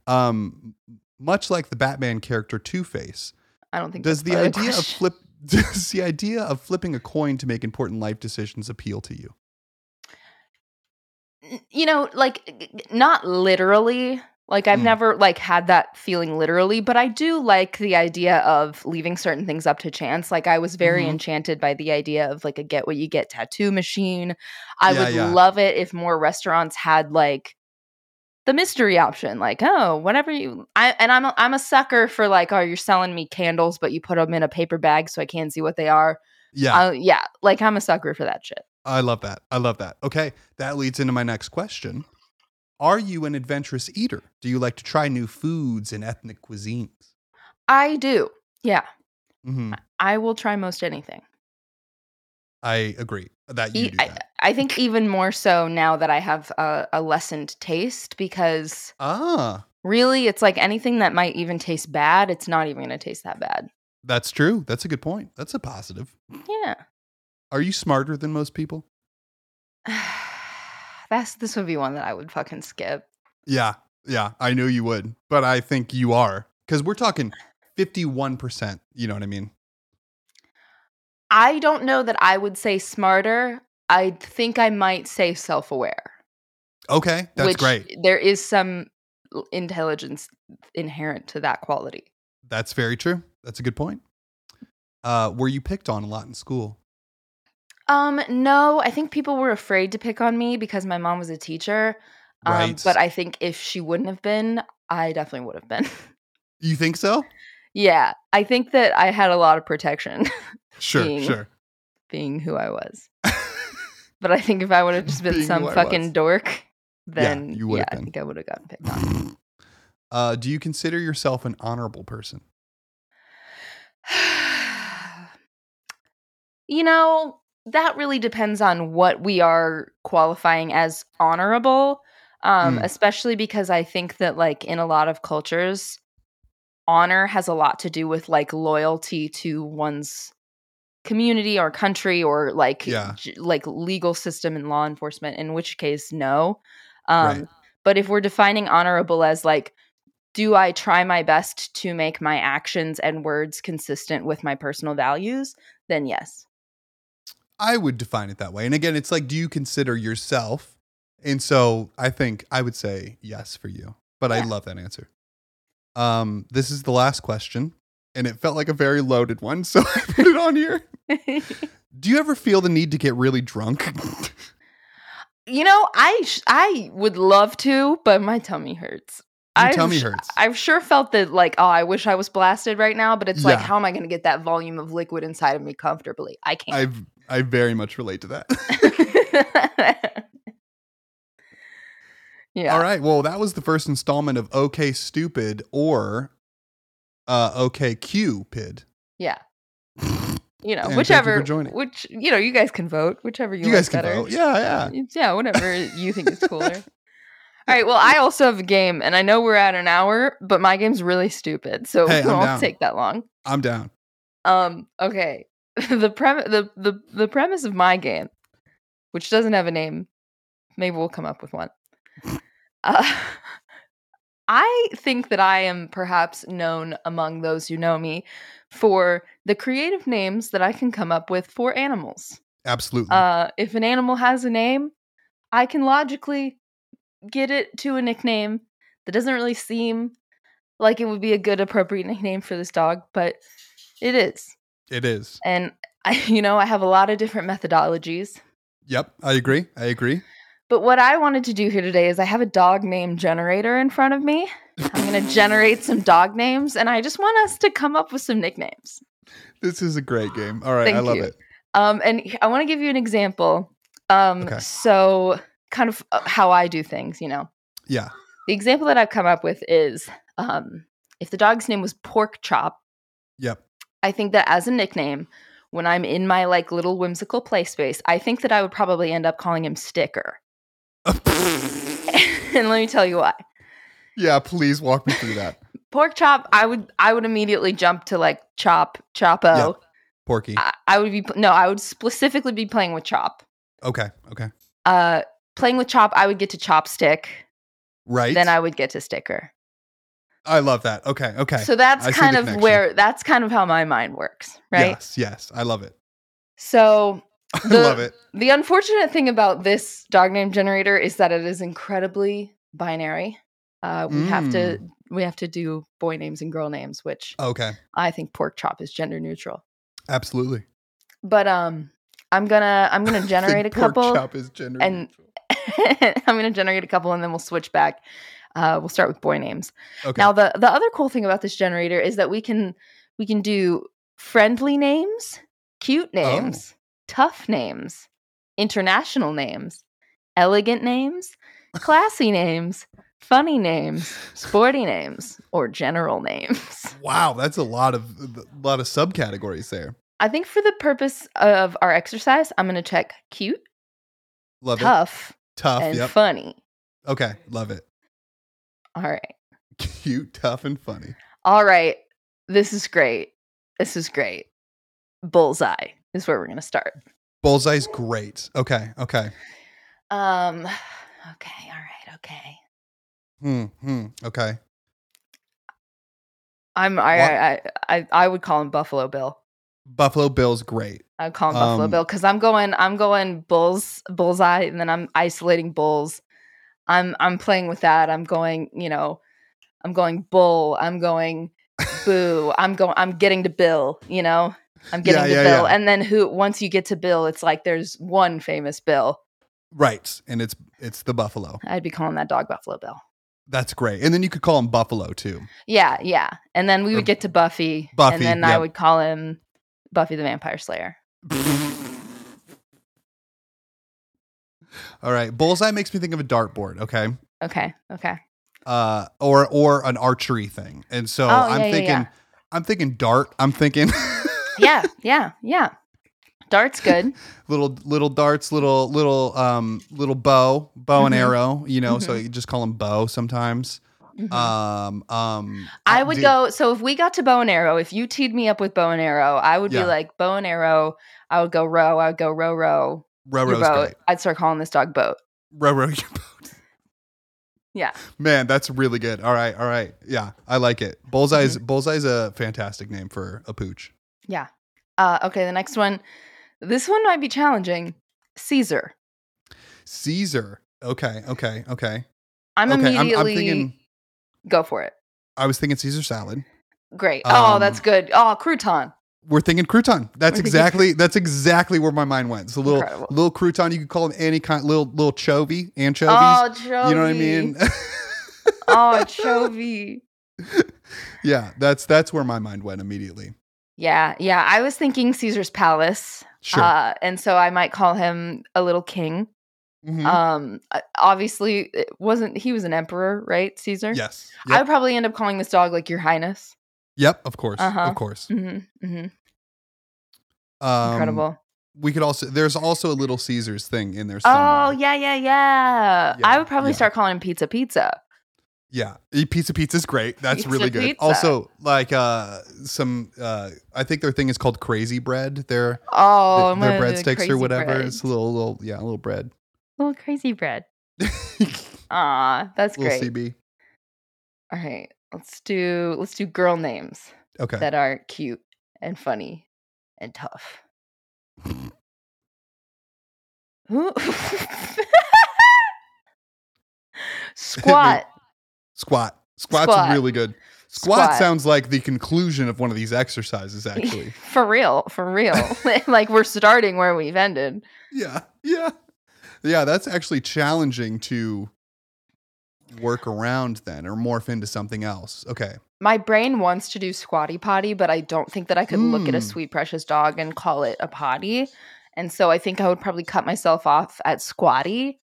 Speaker 2: um, much like the Batman character Two Face,
Speaker 1: I don't think
Speaker 2: Does
Speaker 1: that's
Speaker 2: the
Speaker 1: part
Speaker 2: idea
Speaker 1: of
Speaker 2: of
Speaker 1: question.
Speaker 2: flip <laughs> does the idea of flipping a coin to make important life decisions appeal to you?
Speaker 1: you know, like not literally, Like I've
Speaker 2: Mm.
Speaker 1: never like had that feeling literally, but I do like the idea of leaving certain things up to chance. Like I was very
Speaker 2: Mhm.
Speaker 1: enchanted by the idea of like a get what you get tattoo machine. I
Speaker 2: Yeah,
Speaker 1: would
Speaker 2: yeah.
Speaker 1: love it if more restaurants had like the mystery option. Like, oh, whatever you I and I'm a, I'm a sucker for like, oh, you're selling me candles, but you put them in a paper bag so I can't see what they are. Yeah,
Speaker 2: Yeah.
Speaker 1: yeah like I'm a sucker for that shit.
Speaker 2: I love that. I love that. Okay. That leads into my next question. Are you an adventurous eater? Do you like to try new foods and ethnic cuisines?
Speaker 1: I do. Yeah,
Speaker 2: hmm
Speaker 1: I will try most anything.
Speaker 2: I agree that you
Speaker 1: E-
Speaker 2: do
Speaker 1: I-
Speaker 2: that.
Speaker 1: I think even more so now that I have a, a lessened taste because
Speaker 2: ah,
Speaker 1: really it's like anything that might even taste bad, it's not even going to taste that bad.
Speaker 2: that's true. That's a good point. That's a positive.
Speaker 1: Yeah.
Speaker 2: Are you smarter than most people?
Speaker 1: <sighs> That's this would be one that I would fucking skip.
Speaker 2: Yeah. Yeah. I knew you would, but I think you are because we're talking 51%. You know what I mean?
Speaker 1: I don't know that I would say smarter. I think I might say self-aware.
Speaker 2: Okay. That's
Speaker 1: which
Speaker 2: great.
Speaker 1: There is some l- intelligence inherent to that quality.
Speaker 2: That's very true. That's a good point. Uh, were you picked on a lot in school?
Speaker 1: Um, no, I think people were afraid to pick on me because my mom was a teacher. Um,
Speaker 2: Right.
Speaker 1: But I think if she wouldn't have been, I definitely would have been. <laughs>
Speaker 2: You think so?
Speaker 1: yeah, I think that I had a lot of protection <laughs>
Speaker 2: Sure.
Speaker 1: Being-
Speaker 2: Sure. <clears throat>
Speaker 1: being who I
Speaker 2: <laughs>
Speaker 1: was. But I think if I would have just been
Speaker 2: Being
Speaker 1: some
Speaker 2: who I
Speaker 1: fucking
Speaker 2: was.
Speaker 1: dork, then
Speaker 2: you
Speaker 1: yeah,
Speaker 2: would've
Speaker 1: I
Speaker 2: been.
Speaker 1: think I would have gotten
Speaker 2: <laughs>
Speaker 1: picked on.
Speaker 2: uh, do you consider yourself an honorable person?
Speaker 1: <sighs> you know, that really depends on what we are qualifying as honorable, um,
Speaker 2: Mm.
Speaker 1: especially because I think that, like, in a lot of cultures, honor has a lot to do with like loyalty to one's community or country or like
Speaker 2: Yeah.
Speaker 1: j- like legal system and law enforcement in which case no um
Speaker 2: Right.
Speaker 1: but if we're defining honorable as like do I try my best to make my actions and words consistent with my personal values? Then yes. <laughs>
Speaker 2: I would define it that way. And again, it's like, do you consider yourself? And so I think I would say yes for you, but I
Speaker 1: Yeah.
Speaker 2: love that answer. Um, this is the last question, and it felt like a very loaded one, <laughs> so I put it on here. Do you ever feel the need to get really drunk? <laughs>
Speaker 1: you know, I sh- I would love to, but my tummy hurts.
Speaker 2: Your
Speaker 1: I've
Speaker 2: tummy
Speaker 1: sh-
Speaker 2: hurts.
Speaker 1: I've sure felt that like, oh, I wish I was blasted right now, but it's like,
Speaker 2: Yeah.
Speaker 1: how am I going to get that volume of liquid inside of me comfortably? I can't.
Speaker 2: I've I very much relate to that. <laughs>
Speaker 1: <laughs> yeah.
Speaker 2: All right. Well, that was the first installment of OK Stupid or uh, OK Cupid.
Speaker 1: Yeah. You know,
Speaker 2: And thank you for
Speaker 1: whichever,
Speaker 2: joining.
Speaker 1: which you know, you guys can vote, whichever you,
Speaker 2: You,
Speaker 1: like
Speaker 2: guys can
Speaker 1: better.
Speaker 2: vote. Yeah, yeah.
Speaker 1: It's- yeah, whatever you think is cooler.
Speaker 2: <laughs>
Speaker 1: All right. Well, I also have a game, and I know we're at an hour, but my game's really stupid, so
Speaker 2: Hey,
Speaker 1: it
Speaker 2: I'm
Speaker 1: won't
Speaker 2: down.
Speaker 1: take that long.
Speaker 2: I'm down.
Speaker 1: Um. Okay. <laughs> the prem the, the the premise of my game, which doesn't have a name, maybe we'll come up with one. Uh, <laughs> I think that I am perhaps known among those who know me for the creative names that I can come up with for animals
Speaker 2: Absolutely.
Speaker 1: uh, if an animal has a name, I can logically get it to a nickname that doesn't really seem like it would be a good appropriate nickname for this dog, but it is.
Speaker 2: it is.
Speaker 1: And I, <laughs> you know, I have a lot of different methodologies.
Speaker 2: Yep. I agree. I agree.
Speaker 1: But what I wanted to do here today is I have a dog name generator in front of me. I'm going to generate
Speaker 2: <laughs>
Speaker 1: some dog names and I just want us to come up with some nicknames.
Speaker 2: This is a great game. All right. I
Speaker 1: Thank
Speaker 2: love
Speaker 1: you.
Speaker 2: it.
Speaker 1: Um, and h- I want to give you an example. Um,
Speaker 2: Okay.
Speaker 1: So, kind of uh, how I do things, you know.
Speaker 2: Yeah.
Speaker 1: The example that I've come up with is um, if the dog's name was Pork Chop,
Speaker 2: Yep.
Speaker 1: I think that as a nickname, when I'm in my like little whimsical play space, I think that I would probably end up calling him Sticker. <laughs> and let me tell you why.
Speaker 2: <laughs> yeah. Please walk me through that.
Speaker 1: Pork Chop, I would I would immediately jump to like Chop Chopo.
Speaker 2: Yep. Porky.
Speaker 1: I, I would be pl- no, I would specifically be playing with Chop.
Speaker 2: Okay. Okay.
Speaker 1: Uh, playing with Chop, I would get to Chopstick.
Speaker 2: Right.
Speaker 1: Then I would get to Sticker.
Speaker 2: I love that. Okay. Okay.
Speaker 1: So that's
Speaker 2: I see the
Speaker 1: kind of
Speaker 2: connection.
Speaker 1: where that's kind of how my mind works, right?
Speaker 2: Yes. Yes. I love it. <laughs>
Speaker 1: So
Speaker 2: I
Speaker 1: The-
Speaker 2: love it.
Speaker 1: the unfortunate thing about this dog name generator is that it is incredibly binary. Uh, we have to
Speaker 2: Mm.
Speaker 1: we have to do boy names and girl names, which
Speaker 2: Okay.
Speaker 1: I think pork chop is gender neutral.
Speaker 2: Absolutely. <laughs>
Speaker 1: But um, I'm gonna I'm gonna generate a
Speaker 2: Think pork
Speaker 1: couple,
Speaker 2: Chop is gender
Speaker 1: and-
Speaker 2: neutral.
Speaker 1: <laughs> I'm gonna generate a couple, and then we'll switch back. Uh, we'll start with boy names.
Speaker 2: okay.
Speaker 1: Now the the other cool thing about this generator is that we can we can do friendly names, cute
Speaker 2: Oh.
Speaker 1: names, tough names, international names, elegant names, classy names, funny names, sporty names, or general names. <laughs>
Speaker 2: wow, that's a lot of a lot of subcategories there.
Speaker 1: I think for the purpose of our exercise, I'm going to check cute,
Speaker 2: Love it.
Speaker 1: tough,
Speaker 2: Tough.
Speaker 1: and
Speaker 2: yep.
Speaker 1: funny.
Speaker 2: Okay. Love it. <laughs>
Speaker 1: All right.
Speaker 2: Cute, tough, and funny.
Speaker 1: All right. This is great. This is great. Bullseye is where we're going to start.
Speaker 2: Bullseye's great. Okay. Okay.
Speaker 1: Um <sighs> okay, all right, okay.
Speaker 2: Hmm. hmm okay.
Speaker 1: I'm
Speaker 2: What?
Speaker 1: I, I I I would call him Buffalo Bill.
Speaker 2: Buffalo Bill's great.
Speaker 1: I'd call him Buffalo
Speaker 2: Um,
Speaker 1: Bill cuz I'm going I'm going bulls bullseye and then I'm isolating bulls. I'm I'm playing with that. I'm going, you know, I'm going bull, I'm going boo. I'm going I'm getting to Bill, you know. I'm getting
Speaker 2: Yeah,
Speaker 1: to
Speaker 2: yeah,
Speaker 1: Bill.
Speaker 2: yeah.
Speaker 1: And then who once you get to Bill, it's like there's one famous Bill.
Speaker 2: Right. And it's it's the Buffalo.
Speaker 1: I'd be calling that dog Buffalo Bill.
Speaker 2: That's great. And then you could call him Buffalo too.
Speaker 1: Yeah, yeah. And then we
Speaker 2: Or
Speaker 1: would get to Buffy.
Speaker 2: Buffy,
Speaker 1: And then I
Speaker 2: yep.
Speaker 1: would call him Buffy the Vampire Slayer.
Speaker 2: All right. Bullseye makes me think of a dartboard, okay?
Speaker 1: Okay, okay.
Speaker 2: Uh or or an archery thing. And so
Speaker 1: Oh,
Speaker 2: I'm
Speaker 1: yeah, yeah,
Speaker 2: thinking
Speaker 1: yeah.
Speaker 2: I'm thinking dart. I'm thinking <laughs>
Speaker 1: Yeah, yeah, yeah. Dart's
Speaker 2: <laughs>
Speaker 1: good.
Speaker 2: little little darts, little little um little bow, bow and
Speaker 1: Mhm.
Speaker 2: arrow, you know, so
Speaker 1: Mhm.
Speaker 2: you just call them bow sometimes.
Speaker 1: Mhm.
Speaker 2: Um um
Speaker 1: I would
Speaker 2: do-
Speaker 1: go. So if we got to bow and arrow, if you teed me up with bow and arrow, I would
Speaker 2: Yeah.
Speaker 1: be like bow and arrow. I would go row. I would go row row.
Speaker 2: row
Speaker 1: your
Speaker 2: row's
Speaker 1: boat.
Speaker 2: great.
Speaker 1: I'd start calling this dog boat.
Speaker 2: Row <laughs> row your boat.
Speaker 1: Yeah.
Speaker 2: Man, that's really good. All right, all right. Yeah, I like it. Bullseye's
Speaker 1: Mm-hmm.
Speaker 2: Bullseye's a fantastic name for a pooch.
Speaker 1: Uh, okay, the next one. This one might be challenging. Caesar.
Speaker 2: Caesar. Okay, okay, okay.
Speaker 1: I'm
Speaker 2: okay,
Speaker 1: immediately
Speaker 2: thinking
Speaker 1: go for it.
Speaker 2: I was thinking Caesar salad.
Speaker 1: Great. oh, that's
Speaker 2: Um,
Speaker 1: good. Oh, crouton.
Speaker 2: We're thinking crouton. That's
Speaker 1: We're thinking-
Speaker 2: exactly that's exactly where my mind went. So little
Speaker 1: Incredible.
Speaker 2: little crouton, you could call them any kind little little chovy, anchovies.
Speaker 1: Oh,
Speaker 2: you know what I
Speaker 1: Chovy.
Speaker 2: mean?
Speaker 1: oh, chovy.
Speaker 2: <laughs> yeah, that's that's where my mind went immediately.
Speaker 1: Yeah, yeah. I was thinking Caesar's palace,
Speaker 2: Sure.
Speaker 1: uh, and so I might call him a little king.
Speaker 2: Mhm.
Speaker 1: Um, uh, obviously, it wasn't he was an emperor, right? Caesar.
Speaker 2: yes.
Speaker 1: I
Speaker 2: Yep.
Speaker 1: would probably end up calling this dog like Your Highness.
Speaker 2: yep, of course.
Speaker 1: Uh-huh.
Speaker 2: Of course.
Speaker 1: hmm hmm
Speaker 2: Um,
Speaker 1: Incredible.
Speaker 2: We could also there's also a little Caesar's thing in there somewhere.
Speaker 1: Oh yeah, yeah, yeah,
Speaker 2: Yeah,
Speaker 1: I would probably
Speaker 2: yeah.
Speaker 1: start calling him Pizza Pizza.
Speaker 2: Yeah, eat pizza pizza's great. That's
Speaker 1: Pizza
Speaker 2: really good.
Speaker 1: pizza.
Speaker 2: Also, like uh some uh I think their thing is called crazy bread. Their
Speaker 1: Oh, I'm
Speaker 2: their
Speaker 1: gonna do
Speaker 2: breadsticks
Speaker 1: crazy
Speaker 2: or whatever.
Speaker 1: bread.
Speaker 2: It's a little little yeah, a little bread. <laughs>
Speaker 1: little crazy bread.
Speaker 2: little
Speaker 1: Ah, that's great.
Speaker 2: CB.
Speaker 1: All right, let's do let's do girl names.
Speaker 2: Okay.
Speaker 1: that are cute and funny and
Speaker 2: <laughs>
Speaker 1: tough. <laughs> Who- Squat.
Speaker 2: Squat. Squat's
Speaker 1: Squat.
Speaker 2: really good. Squat,
Speaker 1: Squat.
Speaker 2: sounds like the conclusion of one of
Speaker 1: <laughs>
Speaker 2: these exercises actually.
Speaker 1: for real, for real.
Speaker 2: <laughs>
Speaker 1: <laughs> like we're starting where we've ended.
Speaker 2: yeah. <laughs> Yeah. Yeah, that's actually challenging to work around then or morph into something else. Okay.
Speaker 1: My brain wants to do squatty potty, but I don't think that I could look at a
Speaker 2: Mm.
Speaker 1: sweet precious dog and call it a potty. And so I think I would probably cut myself off at squatty.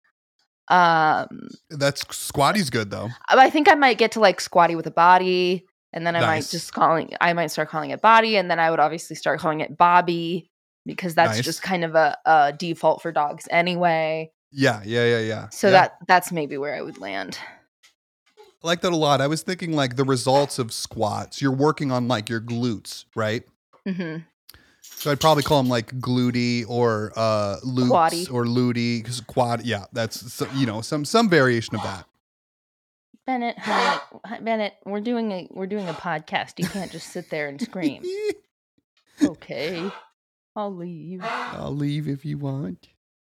Speaker 1: Um
Speaker 2: That's squatty's good though.
Speaker 1: I think I might get to like squatty with a body, and then I
Speaker 2: Nice.
Speaker 1: might just calling. I might start calling it body, and then I would obviously start calling it Bobby because that's
Speaker 2: Nice.
Speaker 1: just kind of a, a default for dogs anyway.
Speaker 2: Yeah, yeah, yeah, yeah.
Speaker 1: So
Speaker 2: Yeah.
Speaker 1: that that's maybe where I would land.
Speaker 2: I like that a lot. I was thinking like the results of squats. You're working on like your glutes, right?
Speaker 1: hmm
Speaker 2: So I'd probably call them like glutey or uh lutes
Speaker 1: Quaddy.
Speaker 2: or luty because quad. Yeah, that's so, you know some some variation of that. <laughs>
Speaker 1: Bennett, honey, hi- Bennett, we're doing a we're doing a podcast. You can't just sit there and scream. okay, I'll leave.
Speaker 2: <laughs> I'll leave if you want.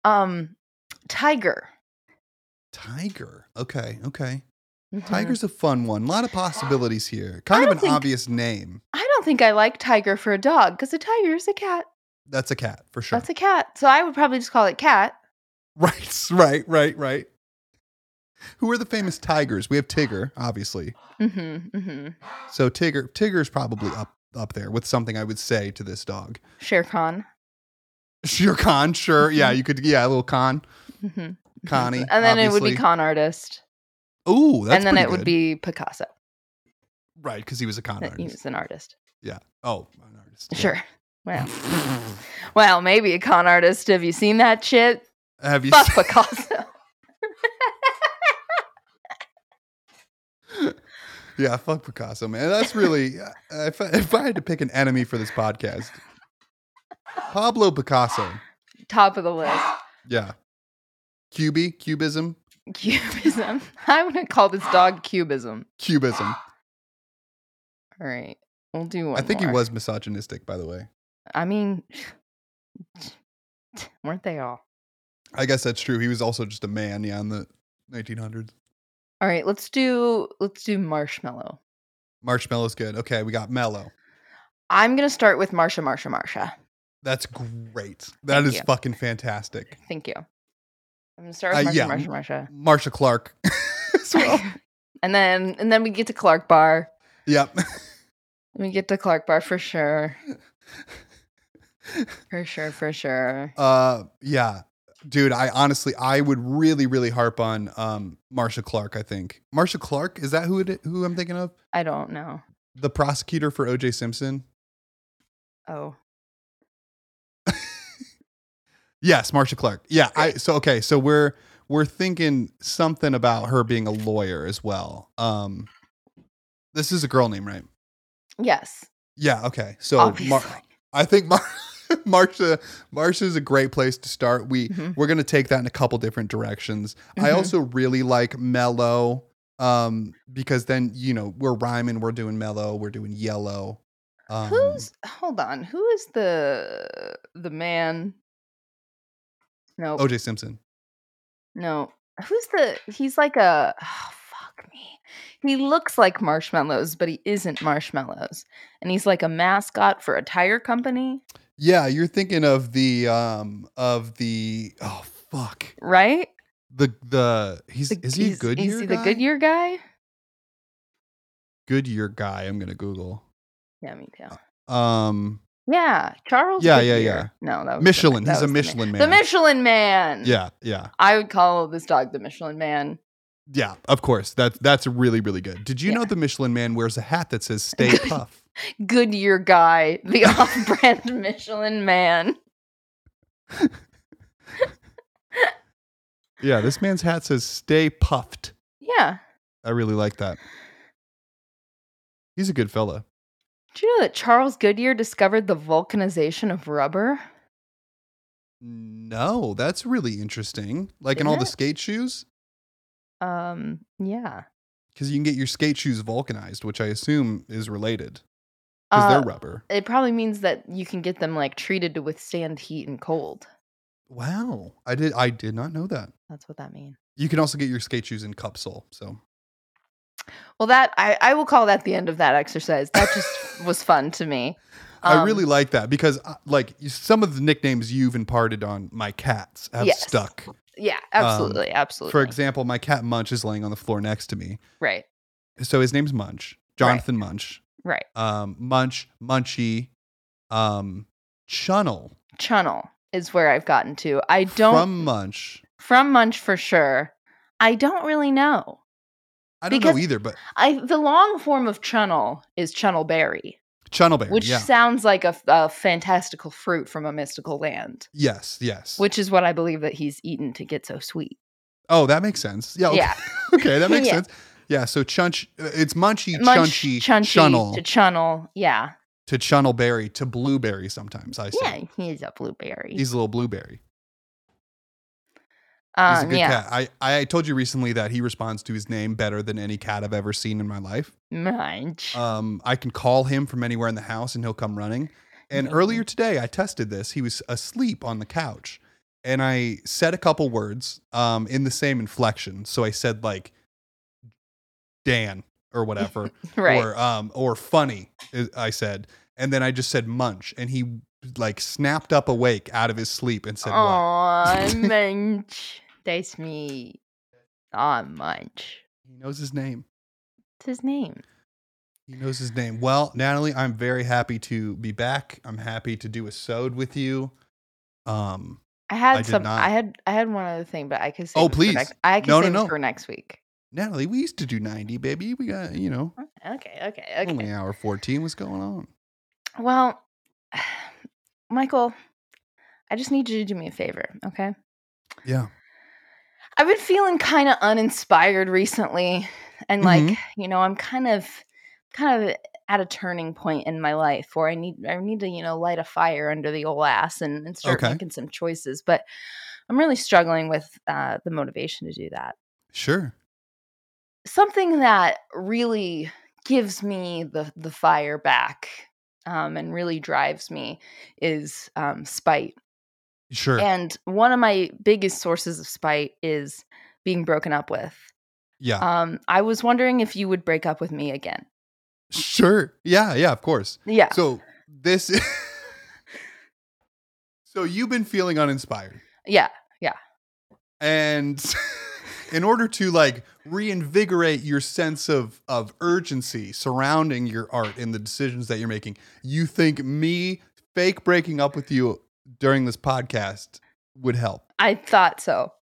Speaker 1: Um, tiger.
Speaker 2: Tiger. Okay, okay.
Speaker 1: Mm-hmm.
Speaker 2: Tiger's a fun one. A lot of possibilities here. Kind
Speaker 1: I
Speaker 2: of
Speaker 1: don't
Speaker 2: an
Speaker 1: think-
Speaker 2: obvious name.
Speaker 1: I don't think I like tiger for a dog because a tiger is a cat.
Speaker 2: That's a cat for sure.
Speaker 1: That's a cat. So I would probably just call it cat.
Speaker 2: <laughs> right, right, right, right. Who are the famous tigers? We have Tigger, obviously.
Speaker 1: Mm-hmm, mm-hmm.
Speaker 2: So Tigger, Tigger's probably up up there with something I would say to this dog. <laughs>
Speaker 1: Shere Khan.
Speaker 2: Sure, Khan. Sure, yeah, you could. Yeah, a
Speaker 1: <laughs>
Speaker 2: little Khan,
Speaker 1: Mm-hmm.
Speaker 2: Connie.
Speaker 1: And then it would be
Speaker 2: obviously.
Speaker 1: con artist.
Speaker 2: Ooh, that's
Speaker 1: and then
Speaker 2: pretty
Speaker 1: it would
Speaker 2: good.
Speaker 1: be Picasso.
Speaker 2: right because he was a con
Speaker 1: That he
Speaker 2: artist.
Speaker 1: was an artist.
Speaker 2: Oh, an artist. yeah.
Speaker 1: Sure. Well, well, maybe a con artist. Have you seen that shit?
Speaker 2: <laughs> Have you?
Speaker 1: Fuck
Speaker 2: <laughs> seen-
Speaker 1: Picasso.
Speaker 2: yeah, fuck Picasso, man.
Speaker 1: <laughs>
Speaker 2: That's really. uh, if, I, if I had to pick an enemy for this podcast, Pablo Picasso.
Speaker 1: Top of the list.
Speaker 2: Yeah. QB, cubism,
Speaker 1: Cubism. <laughs> I'm gonna call this
Speaker 2: <gasps>
Speaker 1: dog cubism.
Speaker 2: cubism.
Speaker 1: All right. We'll do one.
Speaker 2: I think
Speaker 1: more.
Speaker 2: he was misogynistic, by the way.
Speaker 1: I mean, <sighs> weren't they all?
Speaker 2: I guess that's true. He was also just a man, yeah, in the 1900s.
Speaker 1: All right, let's do let's do marshmallow.
Speaker 2: Marshmallow's good. Okay, we got mellow.
Speaker 1: I'm gonna start with Marsha, Marsha, Marsha.
Speaker 2: That's great. That
Speaker 1: Thank
Speaker 2: is
Speaker 1: you.
Speaker 2: fucking fantastic.
Speaker 1: Thank you. I'm gonna start with
Speaker 2: Uh,
Speaker 1: Marsha,
Speaker 2: yeah,
Speaker 1: Marsha, Marsha.
Speaker 2: Marsha Clark <laughs> as
Speaker 1: Oh.
Speaker 2: well.
Speaker 1: <laughs> and then and then we get to Clark Bar.
Speaker 2: yep.
Speaker 1: We get to Clark Bar for
Speaker 2: <laughs>
Speaker 1: sure. For sure, for sure.
Speaker 2: Uh, yeah, dude. I honestly, I would really, really harp on um Marsha Clark. I think Marsha Clark is that who it, who I'm thinking of?
Speaker 1: I don't know.
Speaker 2: The prosecutor for O.J. Simpson.
Speaker 1: Oh.
Speaker 2: Yes, Marsha Clark. Yeah. I so okay. So we're we're thinking something about her being a lawyer as well. Um, this is a girl name, right?
Speaker 1: Yes.
Speaker 2: Yeah. Okay. So
Speaker 1: obviously.
Speaker 2: Mar- I think Mar- <laughs> Marsha Marsha is a great place to start. We
Speaker 1: Mhm.
Speaker 2: we're gonna take that in a couple different directions. I
Speaker 1: Mhm.
Speaker 2: also really like mellow um, because then you know we're rhyming, we're doing mellow, we're doing yellow. Um,
Speaker 1: Who's hold on, who is the the man? No.
Speaker 2: OJ Simpson?
Speaker 1: No. Who's the he's like a oh, fuck me. He looks like marshmallows, but he isn't marshmallows. And he's like a mascot for a tire company,
Speaker 2: Yeah, you're thinking of the um, of the oh fuck
Speaker 1: right?
Speaker 2: the the he's
Speaker 1: The-
Speaker 2: is he a
Speaker 1: he's-
Speaker 2: good
Speaker 1: Is
Speaker 2: year
Speaker 1: he
Speaker 2: guy?
Speaker 1: the Goodyear guy?
Speaker 2: Goodyear guy. I'm gonna Google.
Speaker 1: Yeah, me too.
Speaker 2: Um,
Speaker 1: Yeah, Charles.
Speaker 2: Uh, Yeah, yeah,
Speaker 1: Goodyear. No, that was the
Speaker 2: Michelin.
Speaker 1: ma- that
Speaker 2: He's a
Speaker 1: was the
Speaker 2: Michelin
Speaker 1: man.
Speaker 2: man.
Speaker 1: The Michelin Man.
Speaker 2: yeah, yeah.
Speaker 1: I would call this dog the Michelin Man.
Speaker 2: Yeah, of course. That that's really really good. Did you know
Speaker 1: Yeah.
Speaker 2: the Michelin Man wears a hat that says <laughs> "Stay Puff"?
Speaker 1: Goodyear guy, <laughs> the off-brand Michelin Man.
Speaker 2: Yeah, this man's hat says "Stay Puffed."
Speaker 1: Yeah.
Speaker 2: I really like that. He's a good fella.
Speaker 1: Do you know that Charles Goodyear discovered the vulcanization of rubber?
Speaker 2: No, that's really interesting. Like
Speaker 1: Isn't
Speaker 2: in all the
Speaker 1: it?
Speaker 2: skate shoes,
Speaker 1: Um, yeah.
Speaker 2: because you can get your skate shoes vulcanized, which I assume is related because
Speaker 1: Uh,
Speaker 2: they're rubber.
Speaker 1: It probably means that you can get them like treated to withstand heat and cold.
Speaker 2: Wow, I did I did not know that.
Speaker 1: That's what that means.
Speaker 2: You can also get your skate shoes in cup sole. So
Speaker 1: Well, that I, I will call that the end of that exercise. That
Speaker 2: <laughs>
Speaker 1: just was fun to me.
Speaker 2: I
Speaker 1: Um,
Speaker 2: really like that because uh, like you- some of the nicknames you've imparted on my cats have
Speaker 1: Yes.
Speaker 2: stuck.
Speaker 1: Yeah, absolutely, absolutely.
Speaker 2: um, For example, my cat Munch is laying on the floor next to me.
Speaker 1: right,
Speaker 2: So his name's Munch, Jonathan Munch.
Speaker 1: right.
Speaker 2: Um, Munch, Munchy, um, Chunnel
Speaker 1: Channel is where I've gotten to. I don't
Speaker 2: from Munch.
Speaker 1: from Munch for sure. I don't really know.
Speaker 2: I don't know
Speaker 1: Because-
Speaker 2: either, but
Speaker 1: I the long form of Chunnel is Chunnelberry,
Speaker 2: Chunnelberry.
Speaker 1: which
Speaker 2: yeah.
Speaker 1: sounds like a, a fantastical fruit from a mystical land,
Speaker 2: yes, yes.
Speaker 1: which is what I believe that he's eaten to get so sweet.
Speaker 2: oh, that makes sense. Yeah. Okay, <laughs>
Speaker 1: Yeah.
Speaker 2: okay that makes
Speaker 1: Yeah.
Speaker 2: sense. Yeah. So Chunch, uh, it's Munchy,
Speaker 1: Munch,
Speaker 2: Chunchy,
Speaker 1: Chunchy
Speaker 2: Chunnel
Speaker 1: to Chunnel. Yeah.
Speaker 2: to Chunnelberry to Blueberry sometimes. I say.
Speaker 1: Yeah, he's a blueberry.
Speaker 2: He's a little blueberry.
Speaker 1: um,
Speaker 2: He's a good
Speaker 1: Uh, yeah.
Speaker 2: cat. I, I told you recently that he responds to his name better than any cat I've ever seen in my life.
Speaker 1: Munch.
Speaker 2: Um, I can call him from anywhere in the house and he'll come running. And
Speaker 1: Mhm.
Speaker 2: earlier today, I tested this. He was asleep on the couch and I said a couple words um, in the same inflection. So I said, like, Dan or whatever,
Speaker 1: <laughs> <laughs> Right.
Speaker 2: or um, or funny. i- I said, and then I just said munch, and he like snapped up awake out of his sleep and said, "What?"
Speaker 1: Aw,
Speaker 2: <laughs>
Speaker 1: Munch. That's me. Aw, Munch.
Speaker 2: He knows his name.
Speaker 1: It's his name.
Speaker 2: He knows his name. Well, Natalie, I'm very happy to be back. I'm happy to do a sode with you. Um,
Speaker 1: I
Speaker 2: I
Speaker 1: had
Speaker 2: did
Speaker 1: some.
Speaker 2: not.
Speaker 1: I had. I had one other thing, but I could. Save
Speaker 2: Oh,
Speaker 1: it for
Speaker 2: please.
Speaker 1: next- I could
Speaker 2: No, no,
Speaker 1: save
Speaker 2: no.
Speaker 1: it for next week.
Speaker 2: Natalie, we used to do 90, baby. We got you know
Speaker 1: Okay. Okay. Okay.
Speaker 2: only hour 14. What's going on?
Speaker 1: Well, <sighs> Michael, I just need you to do me a favor, okay?
Speaker 2: Yeah.
Speaker 1: I've been feeling kind of uninspired recently and like,
Speaker 2: Mhm.
Speaker 1: you know, I'm kind of kind of at a turning point in my life where I need I need to, you know, light a fire under the old ass and, and start
Speaker 2: Okay.
Speaker 1: making some choices, but I'm really struggling with uh, the motivation to do that
Speaker 2: Sure.
Speaker 1: something that really gives me the the fire back um, and really drives me is um, spite.
Speaker 2: Sure.
Speaker 1: And one of my biggest sources of spite is being broken up with.
Speaker 2: yeah.
Speaker 1: Um, I was wondering if you would break up with me again.
Speaker 2: Sure. Yeah, yeah, of course.
Speaker 1: Yeah.
Speaker 2: So this <laughs> So you've been feeling uninspired.
Speaker 1: yeah.
Speaker 2: And <laughs> in order to like reinvigorate your sense of of urgency surrounding your art and the decisions that you're making, you think me fake breaking up with you during this podcast would help.
Speaker 1: I thought so.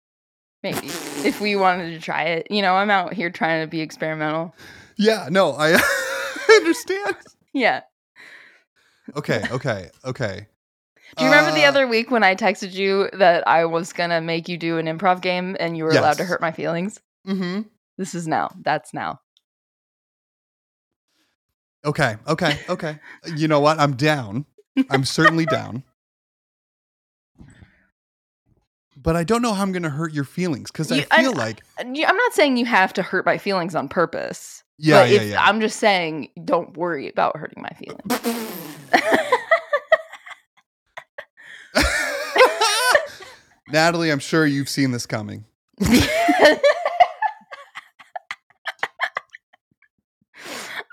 Speaker 1: Maybe if we wanted to try it. You know, I'm out here trying to be experimental.
Speaker 2: Yeah, no, I <laughs> understand.
Speaker 1: Yeah.
Speaker 2: Okay, okay, okay.
Speaker 1: Do you remember the
Speaker 2: Uh,
Speaker 1: other week when I texted you that I was going to make you do an improv game and you were allowed to
Speaker 2: Yes.
Speaker 1: hurt my feelings?
Speaker 2: Mhm.
Speaker 1: This is now. That's now.
Speaker 2: Okay, okay, okay. You know what? I'm down. I'm certainly down. But I don't know how I'm going to hurt your feelings because I
Speaker 1: You- I-
Speaker 2: feel like
Speaker 1: And Uh, you- I'm not saying you have to hurt my feelings on purpose.
Speaker 2: yeah,
Speaker 1: but
Speaker 2: yeah,
Speaker 1: if- <laughs>
Speaker 2: yeah.
Speaker 1: I'm just saying don't worry about hurting my feelings.
Speaker 2: Natalie, I'm sure you've seen this coming.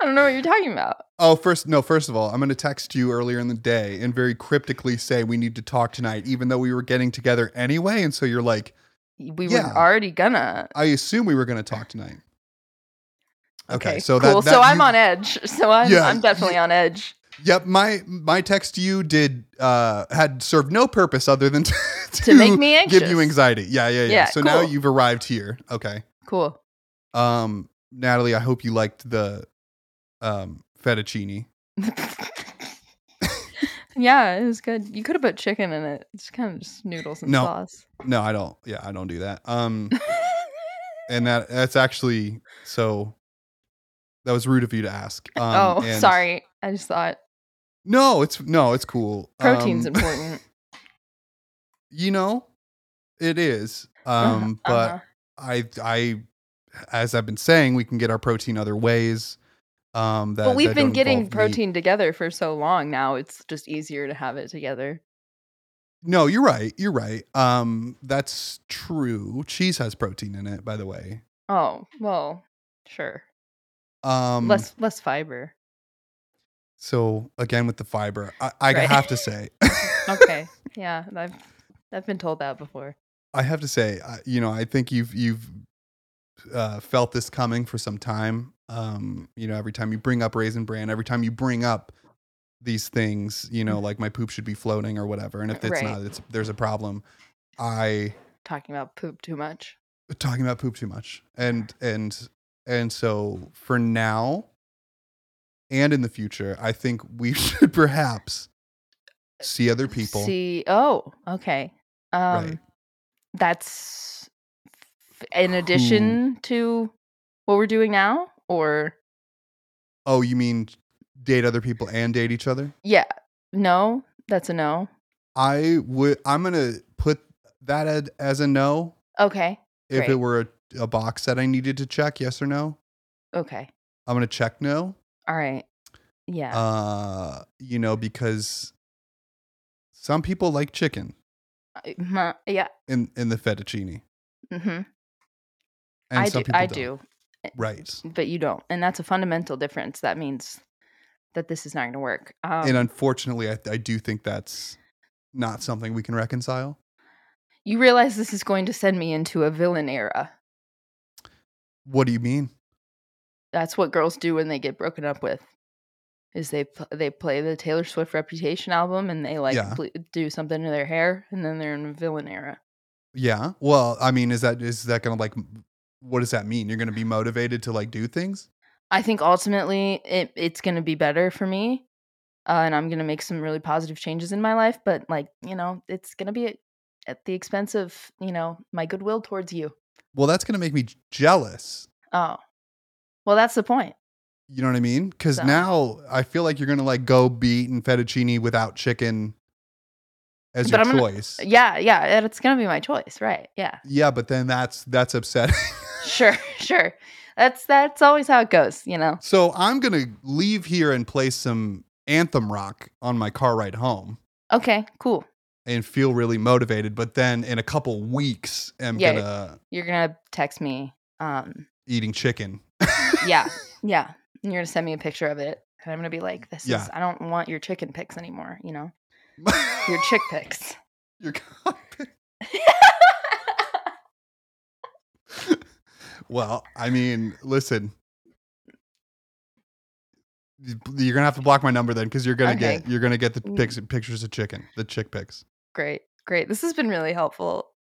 Speaker 1: I don't know what you're talking about.
Speaker 2: Oh, first no, first of all, I'm going to text you earlier in the day and very cryptically say we need to talk tonight even though we were getting together anyway and so you're like,
Speaker 1: We
Speaker 2: Yeah.
Speaker 1: were already gonna.
Speaker 2: I assume we were going to talk tonight. Okay,
Speaker 1: Okay,
Speaker 2: so that-
Speaker 1: cool.
Speaker 2: that
Speaker 1: so I'm
Speaker 2: you-
Speaker 1: on edge. <laughs> So I'm
Speaker 2: Yeah,
Speaker 1: I'm definitely on edge.
Speaker 2: Yep, my my text to you did uh had served no purpose other than <laughs> to,
Speaker 1: To make me
Speaker 2: give
Speaker 1: anxious.
Speaker 2: you anxiety. Yeah, yeah, yeah.
Speaker 1: Yeah,
Speaker 2: so now
Speaker 1: cool.
Speaker 2: you've arrived here. Okay.
Speaker 1: Cool. <laughs>
Speaker 2: Um Natalie, I hope you liked the um fettuccine.
Speaker 1: yeah, it was good. You could have put chicken in it. It's kind of just noodles and
Speaker 2: No.
Speaker 1: sauce. <laughs>
Speaker 2: No, I don't. Yeah, I don't do that. Um and that that's actually so that was rude of you to ask. Um,
Speaker 1: oh,
Speaker 2: and-
Speaker 1: sorry. I just thought
Speaker 2: No, it's no, it's cool.
Speaker 1: protein's
Speaker 2: Um,
Speaker 1: important.
Speaker 2: You know, it is. <laughs>
Speaker 1: <laughs> Uh-huh,
Speaker 2: Um but I I as I've been saying, we can get our protein other ways. Um that,
Speaker 1: but we've
Speaker 2: that
Speaker 1: been
Speaker 2: don't
Speaker 1: getting
Speaker 2: involve meat.
Speaker 1: protein together for so long now it's just easier to have it together
Speaker 2: No, you're right. You're right. Um that's true. Cheese has protein in it, by the way.
Speaker 1: oh well sure
Speaker 2: Um
Speaker 1: less less fiber
Speaker 2: so again with the fiber. I, I
Speaker 1: Right.
Speaker 2: have to say.
Speaker 1: <laughs> okay yeah i've i've been told that before
Speaker 2: I have to say, I- you know, I think you've you've uh, felt this coming for some time. Um, you know, every time you bring up raisin bran, every time you bring up these things, you know, like my poop should be floating or whatever, and if it's
Speaker 1: Right.
Speaker 2: not, it's there's a problem. I
Speaker 1: talking about poop too much
Speaker 2: talking about poop too much, and and and so for now, and in the future, I think we <laughs> should perhaps see other people.
Speaker 1: see oh okay um
Speaker 2: Right.
Speaker 1: that's f- in addition to what we're doing now or
Speaker 2: Oh, you mean date other people and date each other?
Speaker 1: yeah no that's a no
Speaker 2: I would. I'm gonna put that ad, as a no.
Speaker 1: okay
Speaker 2: If
Speaker 1: Great.
Speaker 2: it were a, a box that I needed to check, yes or no,
Speaker 1: okay
Speaker 2: I'm gonna check no.
Speaker 1: all right yeah
Speaker 2: Uh, you know, because some people like chicken
Speaker 1: I- huh, yeah
Speaker 2: in in the fettuccine,
Speaker 1: hmm
Speaker 2: and
Speaker 1: I
Speaker 2: some
Speaker 1: do.
Speaker 2: people
Speaker 1: I
Speaker 2: don't.
Speaker 1: do.
Speaker 2: Right.
Speaker 1: but you don't. And that's a fundamental difference. That means that this is not going to work. Um,
Speaker 2: and unfortunately, I, I do think that's not something we can reconcile.
Speaker 1: you realize this is going to send me into a villain era.
Speaker 2: What do you mean?
Speaker 1: That's what girls do when they get broken up with. Is they pl- they play the Taylor Swift Reputation album and they like
Speaker 2: Yeah.
Speaker 1: ble- do something to their hair and then they're in a villain era.
Speaker 2: Yeah. Well, I mean, is that is that gonna like? What does that mean? You're gonna be motivated to like do things?
Speaker 1: I think ultimately it, it's going to be better for me, uh, and I'm going to make some really positive changes in my life. But like you know, it's going to be at, at the expense of you know my goodwill towards you.
Speaker 2: Well, that's gonna make me j- jealous.
Speaker 1: Oh, well, that's the point.
Speaker 2: You know what I mean? Because
Speaker 1: So-
Speaker 2: now I feel like you're gonna like go beet and fettuccine without chicken as
Speaker 1: But
Speaker 2: your
Speaker 1: I'm gonna-
Speaker 2: choice.
Speaker 1: Yeah, yeah, and it's gonna be my choice, right? Yeah,
Speaker 2: yeah, but then that's that's upsetting.
Speaker 1: sure, <laughs> sure. That's that's always how it goes, you know.
Speaker 2: <laughs> so I'm gonna leave here and play some anthem rock on my car ride home.
Speaker 1: Okay, cool.
Speaker 2: and feel really motivated, but then in a couple weeks am
Speaker 1: Yeah.
Speaker 2: gonna
Speaker 1: You're gonna text me. Um,
Speaker 2: eating chicken. <laughs>
Speaker 1: yeah, yeah. And you're gonna send me a picture of it, and I'm gonna be like, "This
Speaker 2: Yeah.
Speaker 1: is. I don't want your chicken pics anymore. You know, your chick pics."
Speaker 2: Your cock- <laughs> well, I mean, listen. You're gonna have to block my number then, because you're gonna
Speaker 1: Okay.
Speaker 2: get you're gonna get the
Speaker 1: Mm.
Speaker 2: pics, pictures of chicken, the chick pics. <laughs>
Speaker 1: great, great. This has been really helpful. <laughs>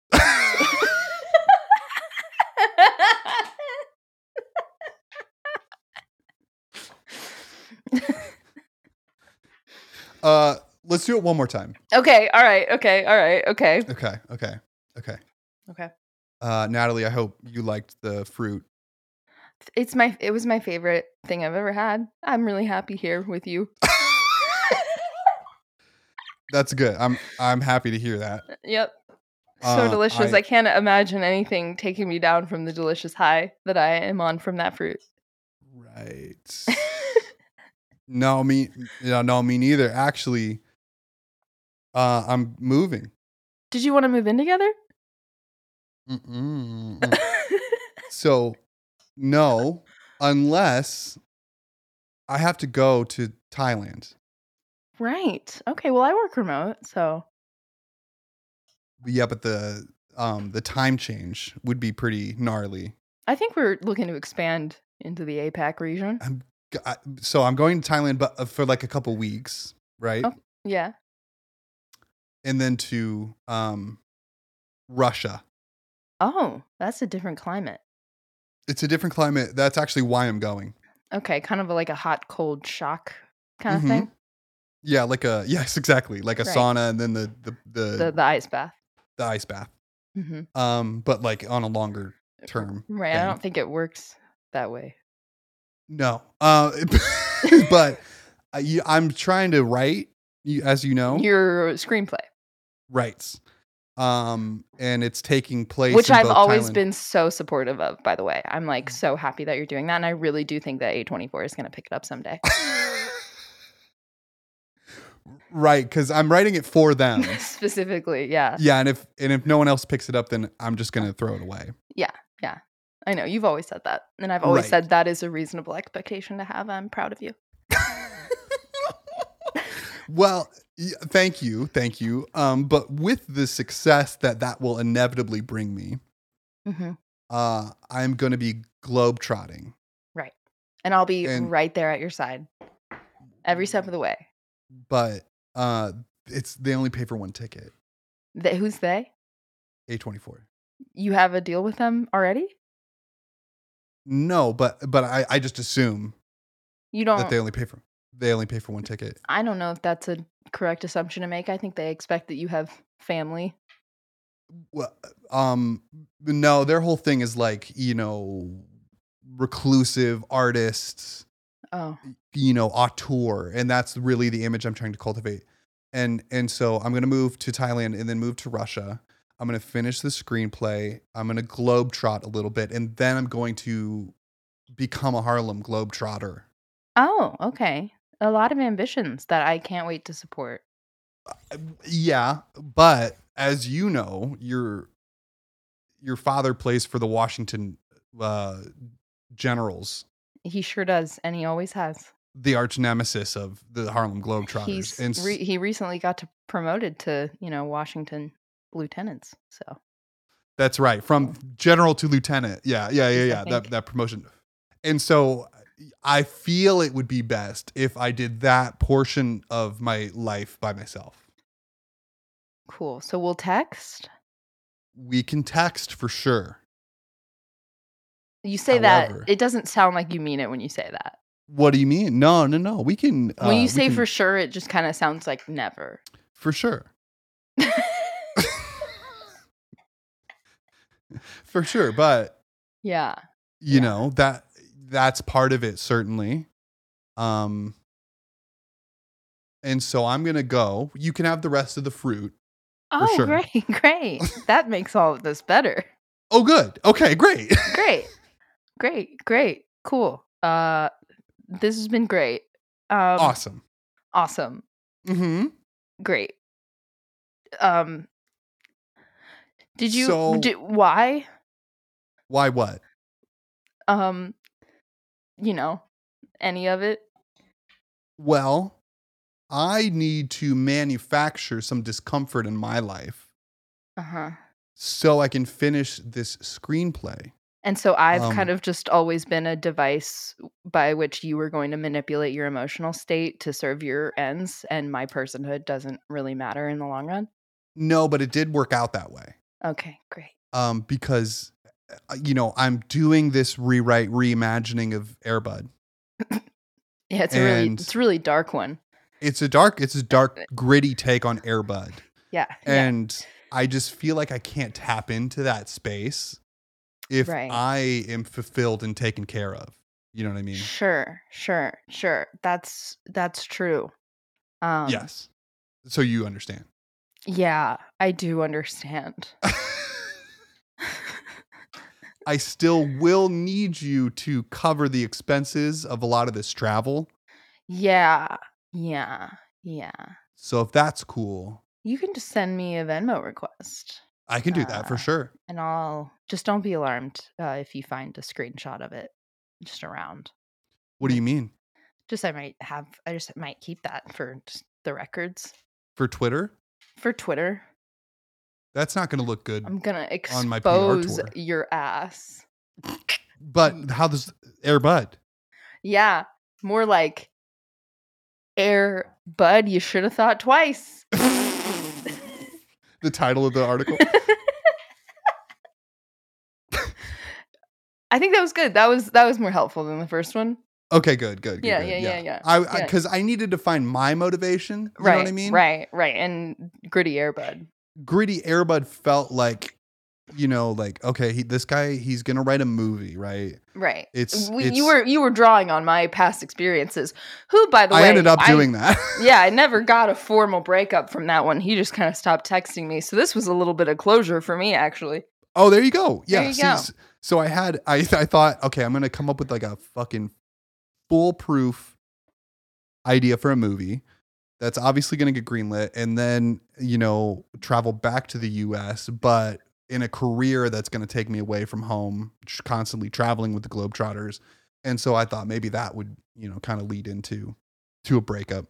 Speaker 2: Uh, let's do it one more time.
Speaker 1: okay, all right, okay, all right, okay.
Speaker 2: Okay, okay, okay,
Speaker 1: Okay.
Speaker 2: Uh, Natalie, I hope you liked the fruit.
Speaker 1: It's my it was my favorite thing I've ever had. I'm really happy here with you. <laughs>
Speaker 2: That's good. I'm I'm happy to hear that.
Speaker 1: yep. So
Speaker 2: Uh,
Speaker 1: delicious.
Speaker 2: I-
Speaker 1: I can't imagine anything taking me down from the delicious high that I am on from that fruit. <laughs>
Speaker 2: Right. no, me no, no, me neither. Actually, uh, I'm moving.
Speaker 1: Did you want to move in together? <laughs>
Speaker 2: Mm-mm. mm. so, no, unless I have to go to Thailand.
Speaker 1: right. Okay, well I work remote, so
Speaker 2: Yeah, but the um the time change would be pretty gnarly.
Speaker 1: I think we're looking to expand into the APAC
Speaker 2: <laughs>
Speaker 1: region.
Speaker 2: G- I- So I'm going to Thailand, but uh, for like a couple weeks, right?
Speaker 1: Oh. Yeah.
Speaker 2: And then to um Russia.
Speaker 1: Oh, that's a different climate.
Speaker 2: It's a different climate. That's actually why I'm going.
Speaker 1: Okay, kind of like a hot cold shock kind
Speaker 2: Mhm.
Speaker 1: of thing.
Speaker 2: Yeah, like a <laughs> yes, exactly, like a
Speaker 1: Right.
Speaker 2: sauna and then the the the,
Speaker 1: The
Speaker 2: the
Speaker 1: the ice bath.
Speaker 2: ice bath.
Speaker 1: hmm
Speaker 2: Um, but like on a longer term.
Speaker 1: Right. I
Speaker 2: thing.
Speaker 1: don't think it works that way.
Speaker 2: No. Uh, <laughs> but I, you- I'm trying to write, you, as you know,
Speaker 1: Your screenplay,
Speaker 2: writes. Um, and it's taking place,
Speaker 1: which
Speaker 2: in
Speaker 1: I've
Speaker 2: both
Speaker 1: always
Speaker 2: Thailand- Mm-hmm.
Speaker 1: been so supportive of, by the way. I'm like so happy that you're doing that. And I really do think that A24 is going to pick it up
Speaker 2: <laughs>
Speaker 1: someday. <laughs>
Speaker 2: right because I'm writing it for
Speaker 1: <laughs>
Speaker 2: them.
Speaker 1: Specifically. Yeah.
Speaker 2: yeah, and if and if no one else picks it up, then I'm just gonna throw it away.
Speaker 1: I know. You've always said that. And I've always
Speaker 2: Right.
Speaker 1: said that is a reasonable expectation to have. I'm proud of you.
Speaker 2: Well, y- thank you, thank you. Um, but with the success that that will inevitably bring me,
Speaker 1: hmm
Speaker 2: uh, I'm going to be globetrotting.
Speaker 1: And I'll be
Speaker 2: And- Mm.
Speaker 1: right there at your side every step of the way.
Speaker 2: But uh, it's they only pay for one ticket.
Speaker 1: They, who's they?
Speaker 2: A24.
Speaker 1: You have a deal with them already?
Speaker 2: No, but but I, I just assume
Speaker 1: You don't.
Speaker 2: that they only pay for they only pay for one ticket.
Speaker 1: I don't know if that's a correct assumption to make. I think they expect that you have family.
Speaker 2: Well, um, no, their whole thing is like you know, reclusive artists.
Speaker 1: Oh,
Speaker 2: you know auteur and that's really the image i'm trying to cultivate and and so i'm going to move to thailand and then move to russia i'm going to finish the screenplay i'm going to globetrot a little bit and then i'm going to become a harlem globetrotter
Speaker 1: oh, okay. A lot of ambitions that I can't wait to support.
Speaker 2: yeah but as you know your your father plays for the washington uh generals,
Speaker 1: He sure does, and he always has.
Speaker 2: the arch nemesis of the Harlem Globetrotters.
Speaker 1: He's
Speaker 2: And s-
Speaker 1: re- he recently got to promoted to you know Washington lieutenants. So
Speaker 2: That's right. From general to lieutenant. Yeah, yeah, yeah,
Speaker 1: Yes, I
Speaker 2: yeah. That
Speaker 1: think.
Speaker 2: that promotion. And so I feel it would be best if I did that portion of my life by myself.
Speaker 1: cool. So we'll text.
Speaker 2: We can text for sure.
Speaker 1: You say
Speaker 2: However-
Speaker 1: that it doesn't sound like you mean it when you say that.
Speaker 2: What do you mean? No, no, no. We can uh,
Speaker 1: when
Speaker 2: we
Speaker 1: you say
Speaker 2: can-
Speaker 1: for sure, it just kind of sounds like never. <laughs>
Speaker 2: for sure. For sure, but
Speaker 1: yeah.
Speaker 2: you know, that that's part of it certainly. Um and so I'm going to go. You can have the rest of the fruit.
Speaker 1: Oh,
Speaker 2: sure.
Speaker 1: great, <laughs> great. That makes all of this better.
Speaker 2: Oh good. Okay, great. <laughs>
Speaker 1: Great, great, great. Cool. Uh, this has been great. Um,
Speaker 2: awesome.
Speaker 1: Awesome.
Speaker 2: Mm-hmm.
Speaker 1: Great. Um, did you?
Speaker 2: So-
Speaker 1: di- why?
Speaker 2: Why what?
Speaker 1: Um, you know, any of it?
Speaker 2: Well, I need to manufacture some discomfort in my life
Speaker 1: Uh huh.
Speaker 2: so I can finish this screenplay.
Speaker 1: And so I've
Speaker 2: Um,
Speaker 1: kind of just always been a device by which you were going to manipulate your emotional state to serve your ends, and my personhood doesn't really matter in the long run.
Speaker 2: No, but it did work out that way.
Speaker 1: Okay, great.
Speaker 2: Um, because uh, you know, I'm doing this rewrite reimagining of Airbud.
Speaker 1: Yeah, it's a really
Speaker 2: And-
Speaker 1: it's a really dark one.
Speaker 2: It's a dark, it's a dark, gritty take on Airbud.
Speaker 1: Yeah. yeah.
Speaker 2: And I just feel like I can't tap into that space if
Speaker 1: Right.
Speaker 2: I am fulfilled and taken care of. You know what I mean?
Speaker 1: Sure, sure, sure. That's that's true. Um
Speaker 2: yes. So
Speaker 1: <laughs>
Speaker 2: you understand.
Speaker 1: Yeah, I do understand.
Speaker 2: I still will need you to cover the expenses of a lot of this travel.
Speaker 1: Yeah. Yeah. Yeah.
Speaker 2: So if that's cool,
Speaker 1: You can just send me a Venmo request
Speaker 2: I can do that for
Speaker 1: Uh,
Speaker 2: sure.
Speaker 1: and I'll just don't be alarmed uh, if you find a screenshot of it just around.
Speaker 2: What do you mean?
Speaker 1: Just I might have I just might keep that for just the records
Speaker 2: For Twitter?
Speaker 1: for Twitter.
Speaker 2: That's not going to look good.
Speaker 1: I'm going to
Speaker 2: Mm. On my PR
Speaker 1: expose
Speaker 2: tour.
Speaker 1: your ass.
Speaker 2: But how does Air Bud?
Speaker 1: Yeah, more like air bud. You should have thought twice.
Speaker 2: The title of the
Speaker 1: <laughs>
Speaker 2: article?
Speaker 1: I think that was good. That was that was more helpful than the first one.
Speaker 2: Okay, good, good. good
Speaker 1: Yeah,
Speaker 2: good,
Speaker 1: yeah, yeah, yeah,
Speaker 2: I
Speaker 1: yeah.
Speaker 2: because I, needed to find my motivation. You
Speaker 1: right.
Speaker 2: know what I mean?
Speaker 1: Right. Right. And gritty air bud.
Speaker 2: gritty airbud felt like you know like okay he, this guy he's gonna write a movie right
Speaker 1: Right.
Speaker 2: It's-
Speaker 1: We-
Speaker 2: it's-
Speaker 1: you were you were drawing on my past experiences. Who, by the
Speaker 2: i
Speaker 1: way,
Speaker 2: ended up doing that <laughs>
Speaker 1: Yeah, I never got a formal breakup from that one. He just kind of stopped texting me. So this was a little bit of closure for me, actually.
Speaker 2: oh there you go yeah
Speaker 1: There you go.
Speaker 2: s- so i had I, I thought okay i'm gonna come up with like a fucking foolproof idea for a movie that's obviously gonna get greenlit and then you know travel back to the us but in a career that's gonna take me away from home tr- constantly traveling with the globetrotters and so i thought maybe that would you know kind of lead into to a breakup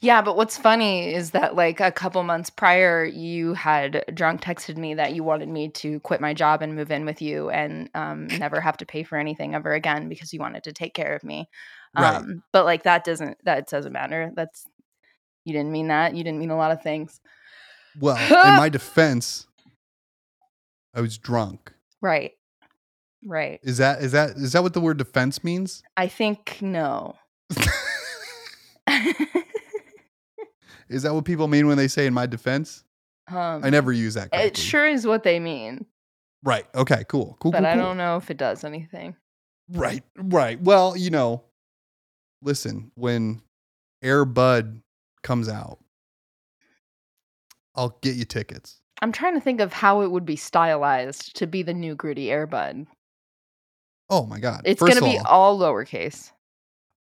Speaker 1: Yeah, but what's funny is that like a couple months prior, you had drunk texted me that you wanted me to quit my job and move in with you and um, never have to pay for anything ever again because you wanted to take care of me.
Speaker 2: Right.
Speaker 1: Um, but like that doesn't that doesn't matter. That's you didn't mean that. You didn't mean a lot of things.
Speaker 2: Well, in
Speaker 1: <laughs>
Speaker 2: my defense, I was drunk.
Speaker 1: Right. Right.
Speaker 2: Is that is that is that what the word defense means?
Speaker 1: I think no. <laughs>
Speaker 2: <laughs> Is that what people mean when they say in my defense?
Speaker 1: um,
Speaker 2: I never use that.
Speaker 1: It
Speaker 2: correctly.
Speaker 1: sure is what they mean,
Speaker 2: Right. Okay. Cool. Cool.
Speaker 1: but
Speaker 2: cool,
Speaker 1: I
Speaker 2: cool.
Speaker 1: don't know if it does anything.
Speaker 2: Right. Right. Well, you know, listen. When Air Bud comes out, I'll get you tickets.
Speaker 1: I'm trying to think of how it would be stylized to be the new gritty Airbud.
Speaker 2: Oh my God!
Speaker 1: It's
Speaker 2: First
Speaker 1: going to be
Speaker 2: of
Speaker 1: all lowercase.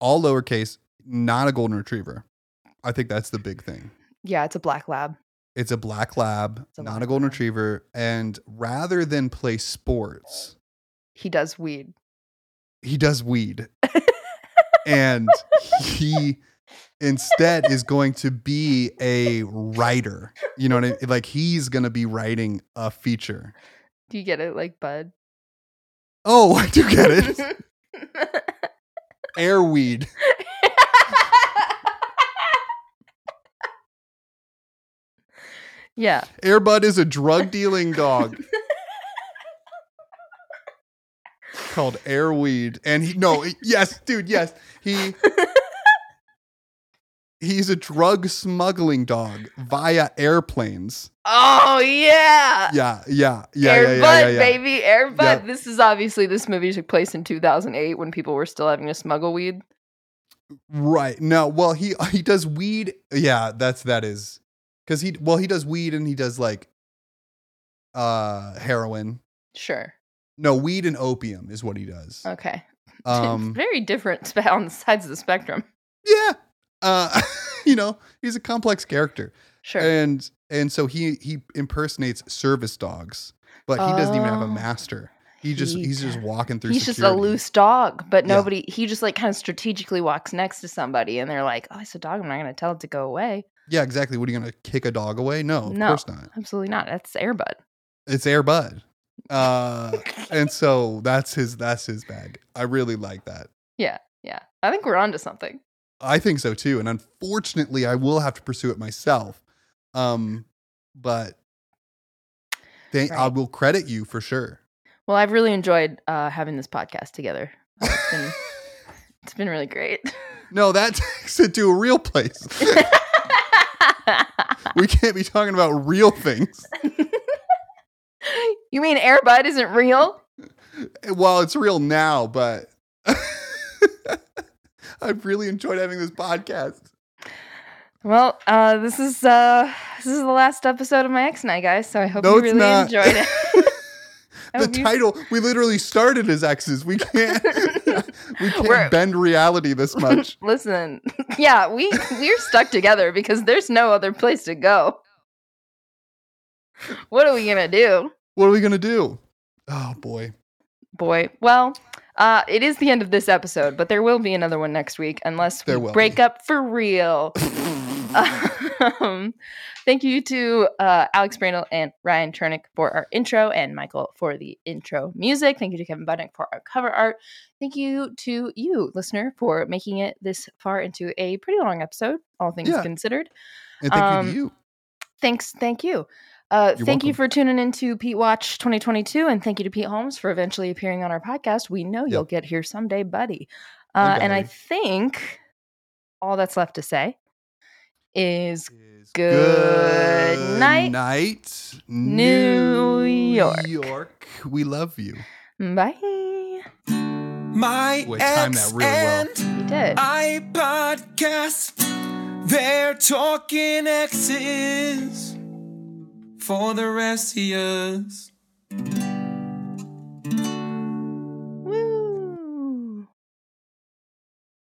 Speaker 2: all lowercase, not a golden retriever. I think that's the big thing.
Speaker 1: Yeah, it's a black lab.
Speaker 2: It's a black lab,
Speaker 1: It's a
Speaker 2: not
Speaker 1: black
Speaker 2: a golden
Speaker 1: lab.
Speaker 2: retriever. And rather than play sports,
Speaker 1: He does weed.
Speaker 2: he does weed. and he instead is going to be a writer. You know what I mean? Like he's going to be writing a feature.
Speaker 1: Do you get it, like Bud?
Speaker 2: Oh, <laughs> I do get it. Airweed.
Speaker 1: <laughs> yeah.
Speaker 2: Airbud is a drug dealing dog. called Airweed. And he no, yes, dude, yes. He He's a drug smuggling dog via airplanes.
Speaker 1: Oh yeah.
Speaker 2: Yeah, yeah, yeah, yeah,
Speaker 1: Air
Speaker 2: yeah, yeah,
Speaker 1: Bud,
Speaker 2: yeah.
Speaker 1: baby, Air Bud.
Speaker 2: Yep.
Speaker 1: This is obviously this movie took place in 2008 when people were still having to smuggle weed.
Speaker 2: Right. No. Well, he he does weed. Yeah, that's that is because he well he does weed and he does like uh heroin.
Speaker 1: Sure.
Speaker 2: No, weed and opium is what he does.
Speaker 1: <laughs> Okay. <laughs>
Speaker 2: Um.
Speaker 1: Very different sp- on the sides of the spectrum.
Speaker 2: Yeah. Uh. <laughs> you know, he's a complex character,
Speaker 1: Sure.
Speaker 2: and and so he he impersonates service dogs, but he doesn't even have a
Speaker 1: Oh.
Speaker 2: master. He just
Speaker 1: He
Speaker 2: he's just
Speaker 1: does.
Speaker 2: walking through.
Speaker 1: He's just a
Speaker 2: security.
Speaker 1: loose dog, but
Speaker 2: Yeah.
Speaker 1: nobody. He just like kind of strategically walks next to somebody, and they're like, "Oh, it's a dog. I'm not going to tell it to go away.
Speaker 2: Yeah, exactly. What are you gonna kick a dog away? No, of
Speaker 1: No.
Speaker 2: course not.
Speaker 1: Absolutely not. That's
Speaker 2: <laughs>
Speaker 1: Airbud."
Speaker 2: It's Air Bud. Uh. and so that's his that's his bag. I really like that.
Speaker 1: yeah, yeah. I think we're onto something.
Speaker 2: I think so too. And unfortunately, I will have to pursue it myself. Um, but they, I
Speaker 1: Right.
Speaker 2: will credit you for sure.
Speaker 1: Well, I've really enjoyed uh, having this podcast together. Uh, It's
Speaker 2: <laughs>
Speaker 1: been, it's been really great.
Speaker 2: No, that <laughs> takes it to a
Speaker 1: <laughs>
Speaker 2: real place. we can't be talking about real things.
Speaker 1: you mean Airbud isn't real?
Speaker 2: Well, it's real now, but <laughs> I've really enjoyed having this podcast.
Speaker 1: Well, uh, this is uh, this is the last episode of my ex and I, guys. So I hope
Speaker 2: No,
Speaker 1: you
Speaker 2: it's
Speaker 1: really
Speaker 2: not.
Speaker 1: enjoyed
Speaker 2: <laughs>
Speaker 1: it. <laughs> I
Speaker 2: The
Speaker 1: hope you-
Speaker 2: title, we literally started as exes. We can't, <laughs>
Speaker 1: <laughs>
Speaker 2: we can't
Speaker 1: We're-
Speaker 2: bend reality this much.
Speaker 1: Listen, yeah, we we're stuck together because there's no other place to go. What are we gonna do,
Speaker 2: What are we gonna do? Oh
Speaker 1: <laughs>
Speaker 2: boy.
Speaker 1: boy? Well, uh, it is the end of this episode, but there will be another one next week unless we
Speaker 2: There will
Speaker 1: break
Speaker 2: be.
Speaker 1: up for real. um, thank you to uh, Alex Brandel and Ryan Turnick for our intro and Michael for the intro music. Thank you to Kevin Budnick for our cover art. Thank you to you, listener, for making it this far into a pretty long episode, all things
Speaker 2: Yeah.
Speaker 1: considered.
Speaker 2: And thank you
Speaker 1: Um,
Speaker 2: to you.
Speaker 1: Thanks. Thank you. Uh,
Speaker 2: You're
Speaker 1: thank you
Speaker 2: welcome.
Speaker 1: for tuning into Pete Watch 2022, and thank you to Pete Holmes for eventually appearing on our podcast. We know you'll get here someday, buddy. Uh, and I
Speaker 2: buddy.
Speaker 1: think all that's left to say is
Speaker 2: is
Speaker 1: Good night,
Speaker 2: night,
Speaker 1: New York.
Speaker 2: York. We love you.
Speaker 1: bye. You
Speaker 5: My
Speaker 2: Boy, timed
Speaker 5: ex
Speaker 2: that really well.
Speaker 5: and
Speaker 1: did.
Speaker 5: I podcast. They're talking exes for the rest of us.